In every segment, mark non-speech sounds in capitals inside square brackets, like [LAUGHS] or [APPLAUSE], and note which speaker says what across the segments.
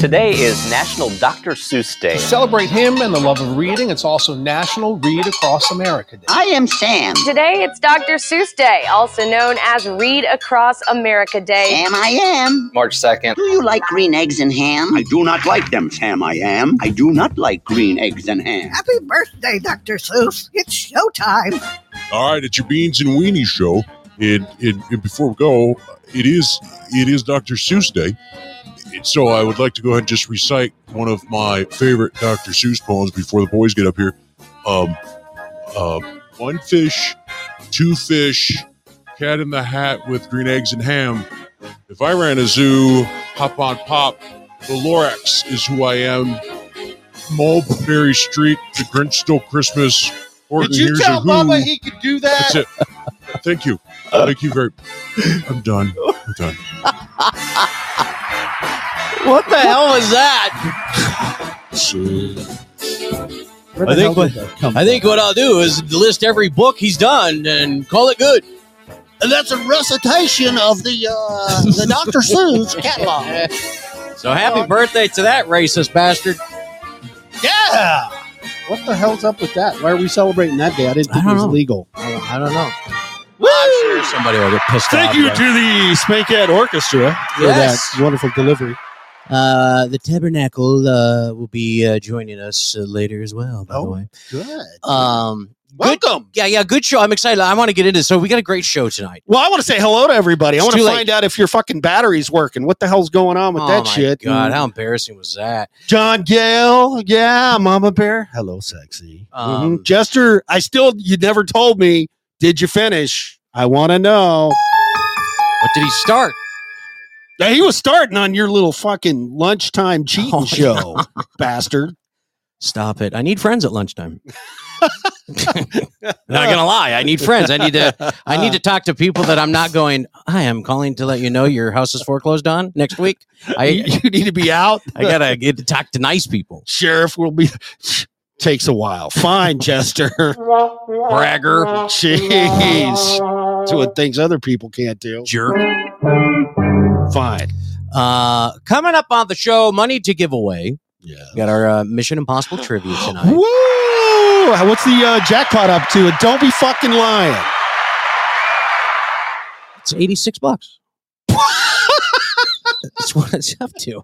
Speaker 1: Today is National Dr. Seuss Day.
Speaker 2: Celebrate him and the love of reading. It's also National Read Across America Day.
Speaker 3: I am Sam.
Speaker 4: Today it's Dr. Seuss Day, also known as Read Across America Day.
Speaker 3: Sam, I am.
Speaker 1: March 2nd.
Speaker 3: Do you like green eggs and ham?
Speaker 5: I do not like them, Sam. I am. I do not like green eggs and ham.
Speaker 6: Happy birthday, Dr. Seuss. It's showtime.
Speaker 7: All right, it's your beans and weenie show. It, it, it before we go, it is it is Dr. Seuss Day. So I would like to go ahead and just recite one of my favorite Dr. Seuss poems before the boys get up here. Um, uh, one fish, two fish, cat in the hat with green eggs and ham. If I ran a zoo, hop on pop, the Lorax is who I am. Mulberry Street, the Grinch stole Christmas. Orton,
Speaker 8: Did you
Speaker 7: here's a
Speaker 8: tell
Speaker 7: who.
Speaker 8: Mama he could do that?
Speaker 7: That's it. Thank you. Thank you very. I'm done. I'm done.
Speaker 9: What the hell was that?
Speaker 7: So,
Speaker 9: I think what, I think what I'll do is list every book he's done and call it good.
Speaker 8: And that's a recitation of the uh, the Dr. Seuss catalog.
Speaker 9: So happy birthday to that racist bastard.
Speaker 8: Yeah.
Speaker 10: What the hell's up with that? Why are we celebrating that day? I didn't
Speaker 9: I
Speaker 10: think it
Speaker 9: don't
Speaker 10: was
Speaker 9: know.
Speaker 10: legal. I don't know.
Speaker 9: I'm sure somebody will get pissed off.
Speaker 11: Thank you
Speaker 9: about
Speaker 11: to the Spankhead Orchestra.
Speaker 10: For
Speaker 9: Yes.
Speaker 10: that wonderful delivery.
Speaker 9: Uh, the Tabernacle uh, will be uh, joining us uh, later as well. By the
Speaker 10: Oh.
Speaker 9: way,
Speaker 10: Good.
Speaker 9: um, good,
Speaker 8: Welcome.
Speaker 9: yeah, yeah, good show. I'm excited. I want to get into. it. So we got a great show tonight.
Speaker 8: Well, I want to say hello to everybody. I
Speaker 9: It's
Speaker 8: want
Speaker 9: too
Speaker 8: to
Speaker 9: late.
Speaker 8: find out if your fucking battery's working. What the hell's going on with
Speaker 9: oh
Speaker 8: that
Speaker 9: my
Speaker 8: shit?
Speaker 9: God,
Speaker 8: And
Speaker 9: how embarrassing was that?
Speaker 8: John Gale. Yeah, Mama Bear. Hello, sexy.
Speaker 9: Um,
Speaker 8: Mhm. Jester, I still, you never told me. Did you finish? I want to know.
Speaker 9: What did he start?
Speaker 8: Yeah, he was starting on your little fucking lunchtime cheating
Speaker 9: Oh,
Speaker 8: show,
Speaker 9: [LAUGHS]
Speaker 8: bastard.
Speaker 9: Stop it! I need friends at lunchtime. not gonna lie, I need friends. I
Speaker 8: [LAUGHS]
Speaker 9: need to. I need to talk to people that I'm not going. Hi, I'm calling to let you know your house is foreclosed on next week.
Speaker 8: you,
Speaker 9: I
Speaker 8: you need to be out.
Speaker 9: I gotta
Speaker 8: [LAUGHS]
Speaker 9: get to talk to nice people.
Speaker 8: Sheriff will be. Takes a while. Fine, Jester.
Speaker 9: Bragger,
Speaker 8: Jeez. Doing things other people can't do.
Speaker 9: jerk.
Speaker 8: Fine.
Speaker 9: Uh, coming up on the show, money to give away.
Speaker 8: Yeah. [GASPS]
Speaker 9: We got our uh, Mission Impossible trivia tonight.
Speaker 8: Woo! What's the uh, jackpot up to? And don't be fucking lying.
Speaker 9: It's eighty six bucks. That's what it's up to.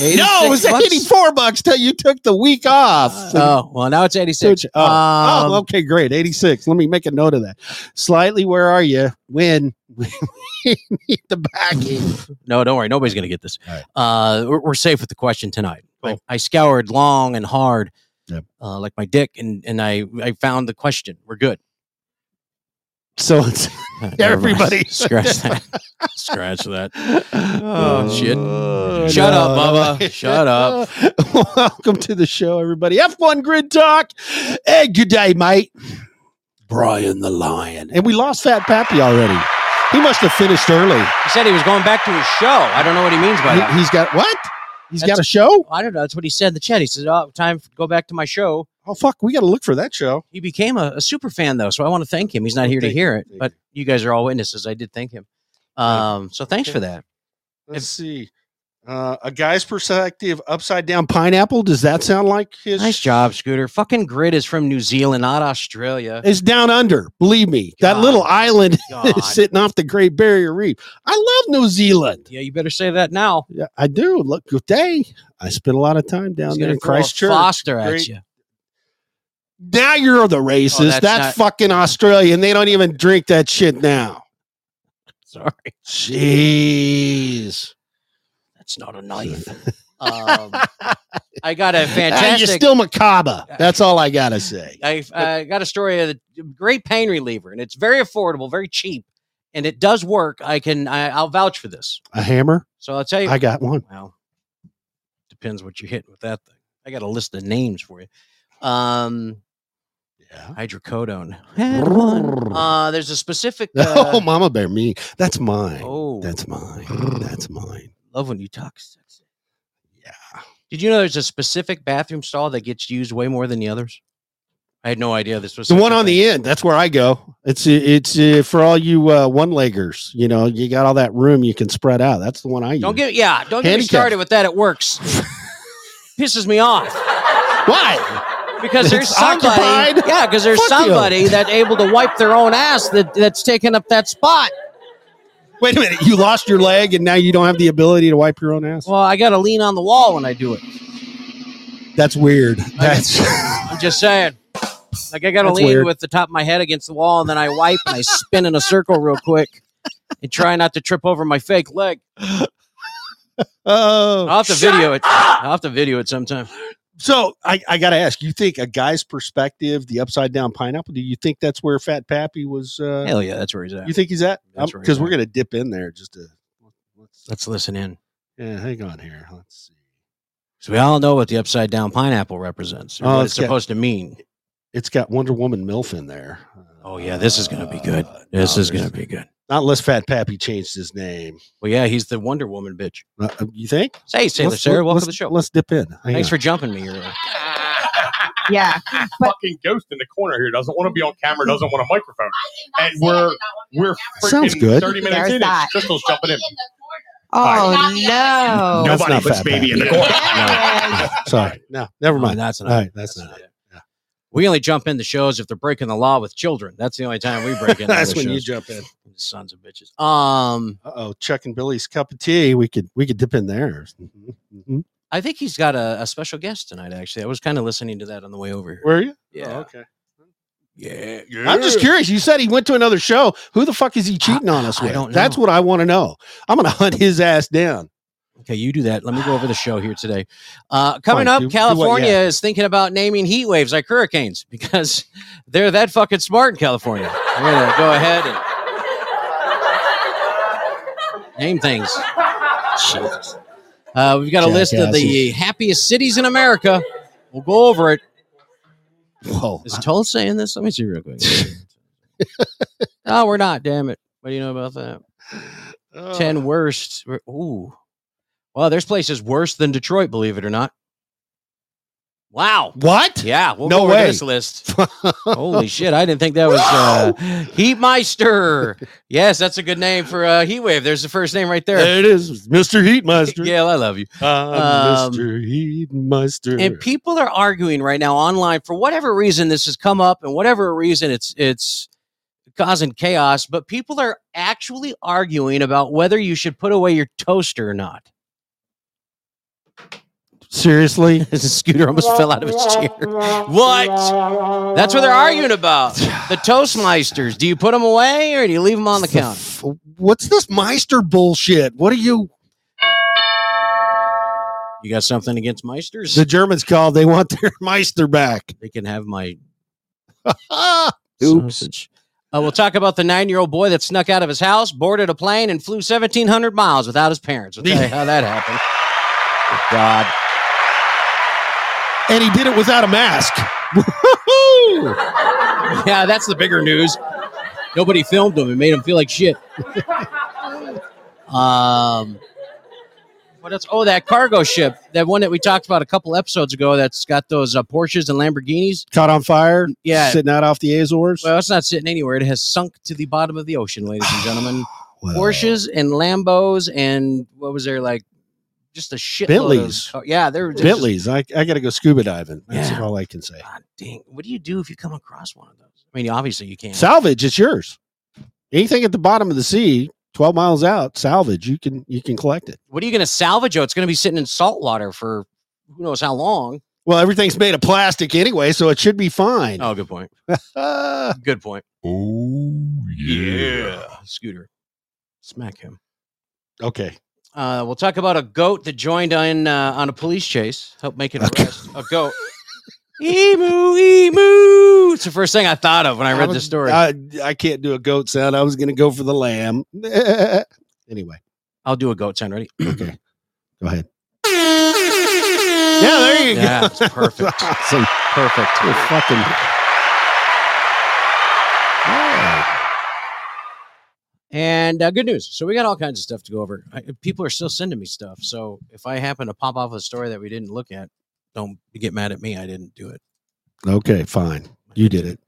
Speaker 8: No, it was
Speaker 9: 86 bucks?
Speaker 8: 84 bucks till you took the week off.
Speaker 9: Oh well, now it's eighty six.
Speaker 8: Dude, oh, oh, okay, great. 86. Let me make a note of that. Slightly, where are you? When? [LAUGHS] We need the backing.
Speaker 9: No, don't worry. Nobody's going to get this.
Speaker 8: All right.
Speaker 9: Uh, we're, we're safe with the question tonight. I-
Speaker 8: Cool.
Speaker 9: I, scoured long and hard,
Speaker 8: Yep.
Speaker 9: uh, like my dick, and, and I, I found the question. We're good.
Speaker 8: So it's.
Speaker 9: Uh, never mind.
Speaker 8: Everybody.
Speaker 9: [LAUGHS]
Speaker 8: [LAUGHS]
Speaker 9: Scratch that. Scratch that.
Speaker 8: Oh,
Speaker 9: shit. Shut up, Bubba. Shut up.
Speaker 8: [LAUGHS] Welcome to the show, everybody. F1 Grid Talk. Hey, good day, mate. Brian the Lion. And we lost Fat Pappy already. He must have finished early.
Speaker 9: He said he was going back to his show. I don't know what he means by that.
Speaker 8: He, has got what? He's
Speaker 9: That's-
Speaker 8: got a show?
Speaker 9: I don't know. That's what he said in the chat. He said, oh, time to go back to my show.
Speaker 8: Oh, fuck. We got to look for that show.
Speaker 9: He became a, a super fan, though, so I want to thank him. He's not
Speaker 8: Well,
Speaker 9: here to
Speaker 8: thank
Speaker 9: hear
Speaker 8: you,
Speaker 9: it,
Speaker 8: thank
Speaker 9: but you guys are all witnesses. I did thank him. Um, so thanks for that.
Speaker 8: Let's see. Uh, a guy's perspective, upside down pineapple. Does that sound like his?
Speaker 9: Nice job, Scooter. Fucking Grid is from New Zealand, not Australia.
Speaker 8: It's down under. Believe me, that
Speaker 9: God.
Speaker 8: little island [LAUGHS]
Speaker 9: God.
Speaker 8: is sitting off the Great Barrier Reef. I love New Zealand.
Speaker 9: Yeah, you better say that now.
Speaker 8: Yeah, I do. Look, good day. I spent a lot of time down
Speaker 9: He's
Speaker 8: there
Speaker 9: gonna
Speaker 8: in
Speaker 9: throw a
Speaker 8: Christchurch.
Speaker 9: Foster at
Speaker 8: Great-
Speaker 9: you.
Speaker 8: Now you're the racist.
Speaker 9: Oh, that's
Speaker 8: that's
Speaker 9: not-
Speaker 8: fucking Australian. They don't even drink that shit now.
Speaker 9: Sorry,
Speaker 8: Jeez.
Speaker 9: that's not
Speaker 8: [LAUGHS]
Speaker 9: a [LAUGHS] knife. um, I got a
Speaker 8: Ah, You're
Speaker 9: fantastic.
Speaker 8: still macabre. That's all I gotta say.
Speaker 9: I uh, got a story of the great pain reliever, and it's very affordable, very cheap, and it does work. I can, I, I'll vouch for this.
Speaker 8: A hammer?
Speaker 9: So I'll tell you.
Speaker 8: I got one.
Speaker 9: Well, depends what you're hitting with that thing. I got a list of names for you. Um,
Speaker 8: Yeah.
Speaker 9: hydrocodone.
Speaker 8: [LAUGHS]
Speaker 9: Had one. Uh, there's a specific. Uh,
Speaker 8: oh, Mama Bear, me. That's mine.
Speaker 9: oh,
Speaker 8: That's mine. That's mine.
Speaker 9: love when you talk sexy.
Speaker 8: Yeah.
Speaker 9: Did you know there's a specific bathroom stall that gets used way more than the others? I had no idea this was
Speaker 8: the
Speaker 9: such
Speaker 8: one
Speaker 9: a
Speaker 8: on
Speaker 9: thing.
Speaker 8: the end. That's where I go. It's it's uh, for all you uh, one leggers. You know, you got all that room you can spread out. That's the one I
Speaker 9: Don't
Speaker 8: use.
Speaker 9: get yeah, don't get me
Speaker 8: Handicap.
Speaker 9: started with that.
Speaker 8: [LAUGHS]
Speaker 9: It works. Pisses me off.
Speaker 8: Why?
Speaker 9: Because there's
Speaker 8: It's
Speaker 9: somebody.
Speaker 8: occupied.
Speaker 9: Yeah, because there's
Speaker 8: Fuck you.
Speaker 9: somebody that's able to wipe their own ass that, that's taking up that spot.
Speaker 8: Wait a minute. You lost your leg and now you don't have the ability to wipe your own ass.
Speaker 9: Well, I gotta lean on the wall when I do it.
Speaker 8: That's weird. That's [LAUGHS]
Speaker 9: I'm just saying. Like I gotta
Speaker 8: That's
Speaker 9: lean
Speaker 8: weird.
Speaker 9: with the top of my head against the wall and then I wipe and I spin in a circle real quick and try not to trip over my fake leg.
Speaker 8: oh.
Speaker 9: I'll have to video it. I'll have to video it sometime.
Speaker 8: So I, I got to ask, you think a guy's perspective, the upside down pineapple? Do you think that's where Fat Pappy was? Uh,
Speaker 9: Hell yeah, that's where he's at.
Speaker 8: You think he's at?
Speaker 9: That's where he's
Speaker 8: Because we're
Speaker 9: at.
Speaker 8: gonna dip in there just to. Let's,
Speaker 9: Let's listen in.
Speaker 8: yeah, hang on here. Let's see.
Speaker 9: So we all know what the upside down pineapple represents, or
Speaker 8: Oh,
Speaker 9: what it's
Speaker 8: it's got-
Speaker 9: supposed to mean.
Speaker 8: It's got Wonder Woman milf in there.
Speaker 9: Oh yeah, this is gonna be good.
Speaker 8: Uh,
Speaker 9: This
Speaker 8: no,
Speaker 9: is gonna
Speaker 8: there's-
Speaker 9: be good.
Speaker 8: Not unless Fat Pappy changed his name.
Speaker 9: Well, yeah, he's the Wonder Woman bitch.
Speaker 8: Uh, you think?
Speaker 9: Hey, Sailor
Speaker 8: Let's-
Speaker 9: Sarah, welcome
Speaker 8: let's-
Speaker 9: to the show.
Speaker 8: Let's dip in. Hang
Speaker 9: Thanks
Speaker 8: on.
Speaker 9: for jumping me earlier.
Speaker 6: Yeah. But-
Speaker 11: [LAUGHS] fucking ghost in the corner here doesn't want to be on camera, doesn't want a microphone, and we're we're freaking
Speaker 8: Sounds good.
Speaker 11: thirty minutes
Speaker 12: There's
Speaker 11: in.
Speaker 12: that.
Speaker 11: And Crystal's jumping in.
Speaker 12: Oh
Speaker 4: Oh.
Speaker 12: no!
Speaker 8: That's
Speaker 11: Nobody
Speaker 8: not
Speaker 11: puts
Speaker 8: Fat
Speaker 11: baby in the
Speaker 8: Pappy.
Speaker 11: corner.
Speaker 12: Yes.
Speaker 8: Sorry. No, [SIGHS] never
Speaker 9: No,
Speaker 8: [LAUGHS] mind.
Speaker 9: that's not
Speaker 8: All
Speaker 9: it.
Speaker 8: right, that's, not. it.
Speaker 9: We only jump into shows if they're breaking the law with children. That's the only time we
Speaker 8: [LAUGHS]
Speaker 9: break in.
Speaker 8: That's when you jump in.
Speaker 9: Sons of bitches. Um,
Speaker 8: Uh oh, Chuck and Billy's cup of tea. We could we could dip in there. Mhm.
Speaker 9: I think he's got a, a special guest tonight. Actually, I was kind of listening to that on the way over here.
Speaker 8: Where are you?
Speaker 9: Yeah,
Speaker 8: Oh, okay.
Speaker 9: yeah,
Speaker 8: I'm just curious. You said he went to another show. Who the fuck is he cheating on us
Speaker 9: I
Speaker 8: with?
Speaker 9: don't
Speaker 8: That's
Speaker 9: know.
Speaker 8: what I want to know. I'm gonna [LAUGHS] hunt his ass down.
Speaker 9: Okay, you do that. Let me go over the show here today. Uh, coming
Speaker 8: Fine, do-
Speaker 9: up,
Speaker 8: do what you
Speaker 9: California
Speaker 8: have
Speaker 9: is thinking about naming heat waves like hurricanes [LAUGHS] because they're that fucking smart in California. We're gonna go ahead and name things. Jesus. Uh, we've got a list of the happiest cities in America. We'll go over it.
Speaker 8: Whoa.
Speaker 9: Is Tulsa in this? Let me see
Speaker 8: [LAUGHS]
Speaker 9: real quick. no, we're not. Damn it. What do you know about that?
Speaker 11: Oh.
Speaker 9: Ten worst. We're- Ooh. Well, there's places worse than Detroit, believe it or not. Wow.
Speaker 8: What? [LAUGHS]
Speaker 9: Yeah, we'll
Speaker 8: No
Speaker 9: go over
Speaker 8: way.
Speaker 9: this list. Holy shit, I didn't think that was uh, [LAUGHS] Heatmeister. yes, that's a good name for uh, Heatwave. There's the first name right there.
Speaker 8: There it is, Mr.
Speaker 9: [LAUGHS]
Speaker 8: Heatmeister.
Speaker 9: Gail, I love you.
Speaker 8: I'm
Speaker 9: Um,
Speaker 8: Mr. Heatmeister.
Speaker 9: And people are arguing right now online for whatever reason this has come up and whatever reason it's it's causing chaos, but people are actually arguing about whether you should put away your toaster or not.
Speaker 8: Seriously?
Speaker 9: This scooter almost fell out of his chair. What? That's what they're arguing about. The Toastmeisters. Do you put them away or do you leave them on the
Speaker 8: The
Speaker 9: counter?
Speaker 8: f- What's this Meister bullshit? What are you?
Speaker 9: You got something against Meisters?
Speaker 8: The Germans called. They want their [LAUGHS] Meister
Speaker 9: [LAUGHS]
Speaker 8: back.
Speaker 9: they can have my
Speaker 8: Ah,
Speaker 9: Sausage. Uh, we'll talk about the nine-year-old boy that snuck out of his house, boarded a plane, and flew 1,700 miles without his parents. I'll tell you how that happened. Good God.
Speaker 8: and he did it without a mask. [LAUGHS] Woo-hoo!
Speaker 9: Yeah, that's the bigger news. Nobody filmed him. It made him feel like shit. um, what else? Oh, that cargo ship, that one that we talked about a couple episodes ago that's got those uh, Porsches and Lamborghinis.
Speaker 8: Caught on fire.
Speaker 9: Yeah.
Speaker 8: sitting out off the Azores.
Speaker 9: Well, it's not sitting anywhere. It has sunk to the bottom of the ocean, ladies
Speaker 8: [SIGHS]
Speaker 9: and gentlemen.
Speaker 8: Well,
Speaker 9: Porsches and Lambos and what was there like just a shit
Speaker 8: Bentleys.
Speaker 9: yeah, they're just-
Speaker 8: Bentleys. I, I got to go scuba diving. That's
Speaker 9: Yeah.
Speaker 8: all I can say.
Speaker 9: God dang, what do you do if you come across one of those? I mean, obviously you can't.
Speaker 8: Salvage, it's yours. Anything at the bottom of the sea, twelve miles out, salvage. You can you can collect it.
Speaker 9: what are you going to salvage? Oh, it's going to be sitting in salt water for who knows how long.
Speaker 8: Well, everything's made of plastic anyway, so it should be fine.
Speaker 9: Oh, good point.
Speaker 8: Ah,
Speaker 9: Good point.
Speaker 7: Oh yeah.
Speaker 9: Uh, Scooter, smack him.
Speaker 8: okay.
Speaker 9: Uh, we'll talk about a goat that joined in uh, on a police chase, helped make an
Speaker 8: Okay.
Speaker 9: arrest. a [LAUGHS] goat. Emu, emu. It's the first thing I thought of when I read
Speaker 8: was-
Speaker 9: the story.
Speaker 8: I, I can't do a goat sound. I was going to go for the lamb. [LAUGHS] anyway,
Speaker 9: I'll do a goat sound. [LAUGHS] Ready?
Speaker 8: okay. [CLEARS THROAT] Go ahead. Yeah, there you
Speaker 9: Yeah,
Speaker 8: go.
Speaker 9: it's [LAUGHS] perfect.
Speaker 8: awesome.
Speaker 9: Perfect.
Speaker 8: [LAUGHS] You're fucking.
Speaker 9: [LAUGHS]
Speaker 8: Yeah.
Speaker 9: And uh, good news. So we got all kinds of stuff to go over. I, people are still sending me stuff. So if I happen to pop off a story that we didn't look at, don't get mad at me. I didn't do it.
Speaker 8: Okay, fine. You did it.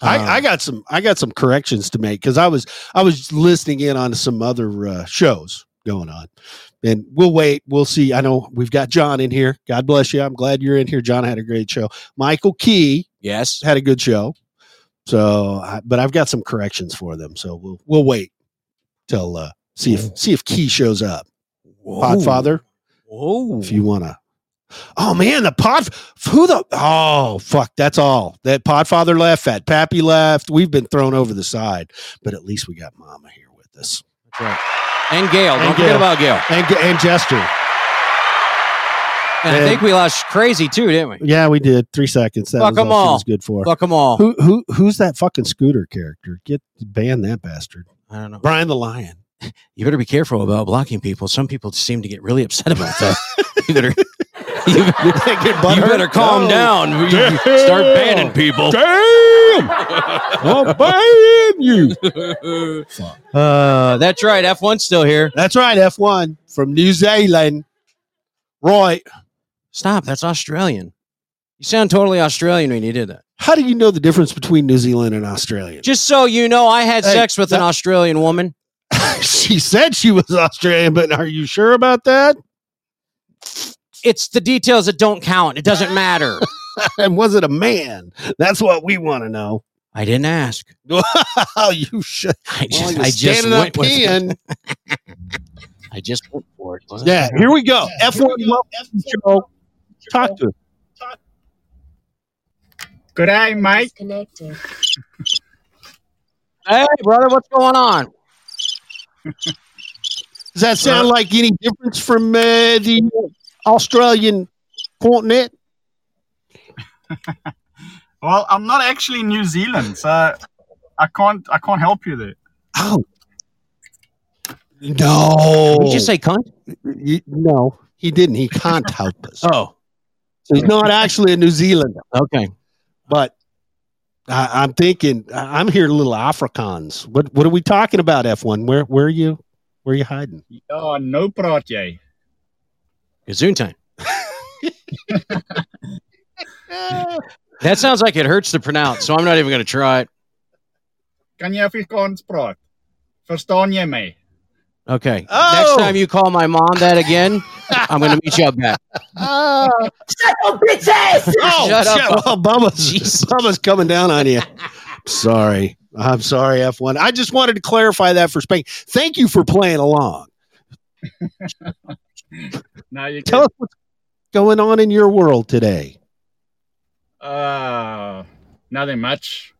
Speaker 8: Um, I, I got some I got some corrections to make because I was I was listening in on some other uh, shows going on, and we'll wait we'll see. I know we've got John in here. God bless you. I'm glad you're in here. John had a great show. Michael Key
Speaker 9: yes
Speaker 8: had a good show. So, I, but I've got some corrections for them. So we'll we'll wait till uh, see if see if Key shows up. Podfather,
Speaker 9: Whoa.
Speaker 8: if you wanna. Oh man, the pod. Who the? Oh fuck, that's all. That Podfather left. Fat Pappy left. We've been thrown over the side, but at least we got Mama here with us.
Speaker 9: That's right. And Gail. Don't forget about Gail.
Speaker 8: and Ga- and Jester.
Speaker 9: And, I think we lost crazy too, didn't we?
Speaker 8: Yeah, we did three seconds. That
Speaker 9: Fuck
Speaker 8: was
Speaker 9: 'em
Speaker 8: all she
Speaker 9: all.
Speaker 8: was good for.
Speaker 9: Fuck them all.
Speaker 8: Who who who's that fucking scooter character? Get ban that bastard.
Speaker 9: I don't know.
Speaker 8: Brian the Lion.
Speaker 9: You better be careful about blocking people. Some people seem to get really upset about
Speaker 8: [LAUGHS]
Speaker 9: that. you better, [LAUGHS] you better, you
Speaker 8: butthurt? Oh,
Speaker 9: better calm
Speaker 8: No.
Speaker 9: down. You Start banning people.
Speaker 8: I'll ban you.
Speaker 9: [LAUGHS] Uh, that's right. F1's still here.
Speaker 8: That's right. F1 from New Zealand. Right.
Speaker 9: Stop. That's Australian. You sound totally Australian when you did that.
Speaker 8: How do you know the difference between New Zealand and Australia?
Speaker 9: Just so you know, I had
Speaker 8: Hey,
Speaker 9: sex with an
Speaker 8: that-
Speaker 9: Australian woman.
Speaker 8: [LAUGHS] she said she was Australian, but are you sure about that? [LAUGHS]
Speaker 9: It's the details that don't count. It doesn't
Speaker 8: [LAUGHS]
Speaker 9: matter.
Speaker 8: and was it a man? That's what we want to know. [LAUGHS]
Speaker 9: I didn't ask.
Speaker 8: Well, you should.
Speaker 9: I
Speaker 8: Well,
Speaker 9: just,
Speaker 8: you're
Speaker 9: I just
Speaker 8: standing up
Speaker 9: went with it.
Speaker 8: peeing.
Speaker 9: I just went for it. wasn't
Speaker 8: Yeah,
Speaker 9: I?
Speaker 8: here we
Speaker 9: [LAUGHS]
Speaker 8: go. F1 Welcome Show. Talk to us.
Speaker 13: Good day, mate.
Speaker 9: Hey, brother, what's going on?
Speaker 8: Does that sound like any difference from uh, the Australian continent?
Speaker 13: Well, I'm not actually in New Zealand, so I can't I can't help you there.
Speaker 8: Oh. No.
Speaker 9: Did you just say cunt?
Speaker 8: You- no, he didn't. He can't help us.
Speaker 9: Oh,
Speaker 8: So he's not actually a New Zealander,
Speaker 9: okay.
Speaker 8: but I, I'm thinking I- I'm hearing little Afrikaans. What what are we talking about, F1? Where where are you? Where are you hiding?
Speaker 13: Ja, nou praat jy.
Speaker 9: Gesundheit. That sounds like it hurts to pronounce, so I'm not even going to try it.
Speaker 13: Kan jy Afrikaans praat? Verstaan jy my?
Speaker 9: Okay.
Speaker 8: Oh!
Speaker 9: Next time you call my mom that again, I'm going to meet you up back.
Speaker 8: [LAUGHS] Oh,
Speaker 3: Shut up, bitches!
Speaker 8: oh
Speaker 9: Shut up,
Speaker 8: shit. Well, Bubba's, Bubba's coming down on you. sorry. I'm sorry, F1. I just wanted to clarify that for Spain. Thank you for playing along.
Speaker 13: Now you
Speaker 8: Tell us what's going on in your world today.
Speaker 13: uh nothing much.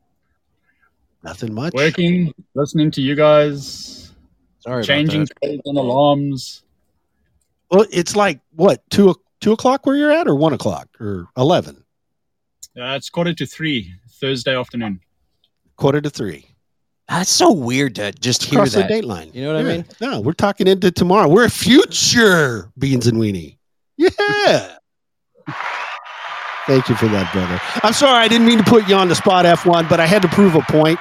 Speaker 8: Nothing much.
Speaker 13: Working, listening to you guys,
Speaker 9: Sorry.
Speaker 13: changing
Speaker 9: About
Speaker 13: codes and alarms.
Speaker 8: Well, it's like what two o- two o'clock where you're at, or one o'clock, or eleven,
Speaker 13: Uh, it's quarter to three Thursday afternoon.
Speaker 8: quarter to three.
Speaker 9: that. That's so weird to just hear
Speaker 8: Cross the
Speaker 9: that.
Speaker 8: date line.
Speaker 9: You know what I
Speaker 8: Yeah.
Speaker 9: mean?
Speaker 8: No, we're talking into tomorrow. We're future beans and weenie.
Speaker 9: [LAUGHS]
Speaker 8: Yeah. Thank you for that, brother. I'm sorry I didn't mean to put you on the spot, F1, but I had to prove a point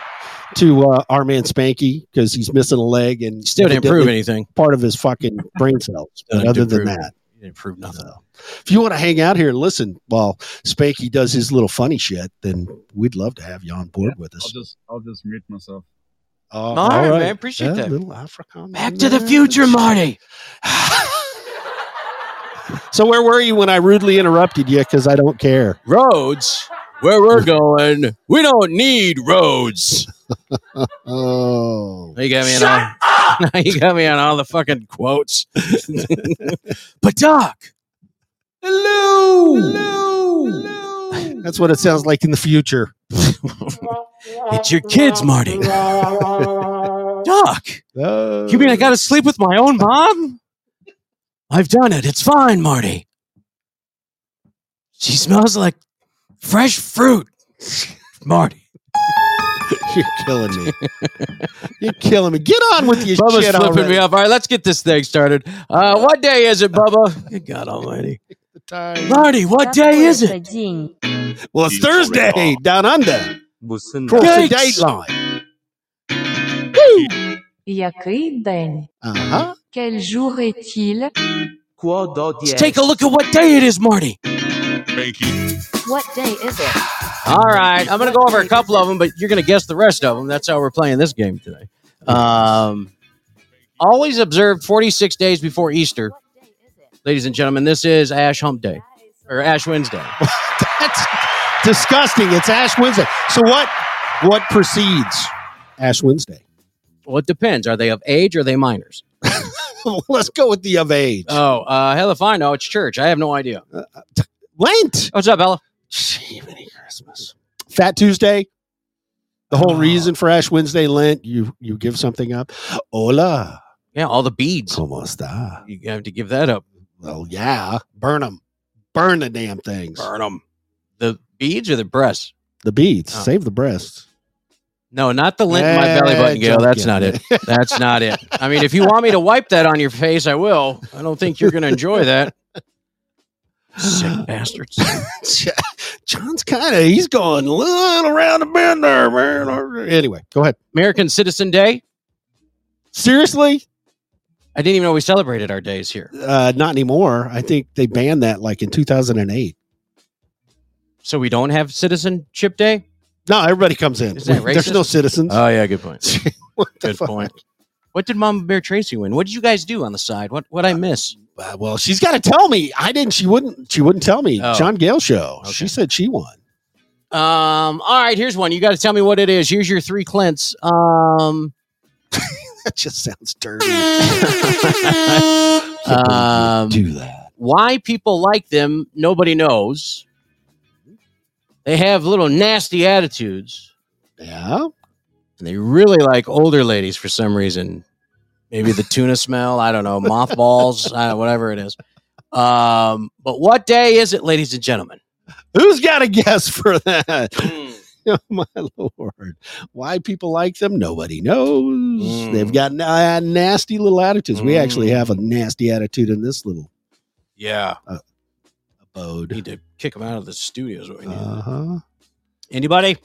Speaker 8: to uh, our man Spanky because he's missing a leg and
Speaker 9: Still didn't prove
Speaker 8: evidently
Speaker 9: anything.
Speaker 8: part of his fucking brain cells. But
Speaker 9: Didn't
Speaker 8: other than
Speaker 9: prove-
Speaker 8: that,
Speaker 9: didn't prove nothing.
Speaker 8: So, if you want to hang out here and listen while Spanky does his little funny shit, then we'd love to have you on board with
Speaker 13: I'll
Speaker 8: us.
Speaker 13: just I'll just mute myself.
Speaker 8: Uh,
Speaker 9: all right, man. Appreciate that.
Speaker 8: Little African
Speaker 9: Back to the future, Marty.
Speaker 8: So where were you when I rudely interrupted you? Because I don't care.
Speaker 9: Roads. Where we're going, we don't need roads.
Speaker 8: Oh,
Speaker 9: You got me on all. [LAUGHS] you got me on all the fucking quotes. [LAUGHS] but Doc, hello, hello.
Speaker 8: that's what it sounds like in the future.
Speaker 9: It's your kids, [LAUGHS] Marty. Doc,
Speaker 8: Oh.
Speaker 9: you mean I got to sleep with my own mom? I've done it. It's fine, Marty. She smells like fresh fruit, Marty.
Speaker 8: [LAUGHS] You're killing me. You're killing me. Get on with your
Speaker 9: Bubba's
Speaker 8: shit
Speaker 9: flipping
Speaker 8: already.
Speaker 9: me off. All right, let's get this thing started. Uh, what day is it, Bubba? [LAUGHS] Good God Almighty, Marty, what day is it?
Speaker 8: Well, it's Thursday down under. Cross the
Speaker 9: Yikes.
Speaker 8: date line.
Speaker 14: Який день?
Speaker 8: Uh huh.
Speaker 14: Quel jour est-il?
Speaker 9: Let's take a look at what day it is, Marty.
Speaker 7: Spanky.
Speaker 14: What day is it?
Speaker 9: All right, I'm going to go over a couple of them, but you're going to guess the rest of them. That's how we're playing this game today. Um, always observed 46 days before Easter, ladies and gentlemen. This is Ash Hump Day or Ash Wednesday.
Speaker 8: That's disgusting. It's Ash Wednesday. So what? What precedes Ash Wednesday? [LAUGHS]
Speaker 9: Well, it depends. Are they of age or are they minors?
Speaker 8: Let's go with the of age.
Speaker 9: Oh, uh, hell if I know. It's church. I have no idea.
Speaker 8: Lent.
Speaker 9: What's up, Ella?
Speaker 8: Jiminy Christmas. Fat Tuesday. The
Speaker 9: Oh.
Speaker 8: whole reason for Ash Wednesday, Lent, you you give something up. Hola.
Speaker 9: Yeah, all the beads.
Speaker 8: Como esta?
Speaker 9: You have to give that up.
Speaker 8: Well, yeah. Burn them. Burn the damn things.
Speaker 9: Burn them. The beads or the breasts?
Speaker 8: The beads.
Speaker 9: Oh.
Speaker 8: Save the breasts.
Speaker 9: No, not the lint in my
Speaker 8: Yeah,
Speaker 9: belly button, Gail.
Speaker 8: just
Speaker 9: That's not it.
Speaker 8: kidding.
Speaker 9: That's not it. I mean, if you want me to wipe that on your face, I will. I don't think you're going to enjoy that.
Speaker 8: [LAUGHS]
Speaker 9: Sick bastards.
Speaker 8: John's kind of he's going a little around the bend there, man. Anyway, go ahead.
Speaker 9: American Citizen Day.
Speaker 8: Seriously?
Speaker 9: I didn't even know we celebrated our days here.
Speaker 8: Uh, not anymore. I think they banned that like in 2008.
Speaker 9: So we don't have Citizenship Day?
Speaker 8: No, everybody comes in.
Speaker 9: Is that
Speaker 8: There's
Speaker 9: racist?
Speaker 8: no citizens.
Speaker 9: Oh, yeah. Good point.
Speaker 8: [LAUGHS]
Speaker 9: [LAUGHS]
Speaker 8: What the
Speaker 9: Good
Speaker 8: fuck?
Speaker 9: point. What did Mama Bear Tracy win? What did you guys do on the side? What what I miss?
Speaker 8: Uh, well, she's got to tell me. I didn't. She wouldn't. She wouldn't tell me.
Speaker 9: Oh.
Speaker 8: John Gale show. She said she won. [LAUGHS]
Speaker 9: Um, all right, here's one. You got to tell me what it is. Here's your three clints. Um,
Speaker 8: that just sounds
Speaker 9: [LAUGHS]
Speaker 8: dirty. [LAUGHS]
Speaker 9: um,
Speaker 8: do that.
Speaker 9: Why people like them, nobody knows. They have little nasty attitudes,
Speaker 8: Yeah.
Speaker 9: and they really like older ladies for some reason. Maybe the tuna smell. I don't know. Mothballs. I don't, whatever it is. Um, but what day is it, ladies and gentlemen?
Speaker 8: Who's got a guess for that? [LAUGHS] Oh, my lord. Why people like them, nobody knows.
Speaker 9: Mm.
Speaker 8: They've got na- nasty little attitudes. We actually have a nasty attitude in this little uh,
Speaker 9: Yeah,
Speaker 8: abode.
Speaker 9: need to kick them out of the studio. is what we need.
Speaker 8: Uh huh.
Speaker 9: Anybody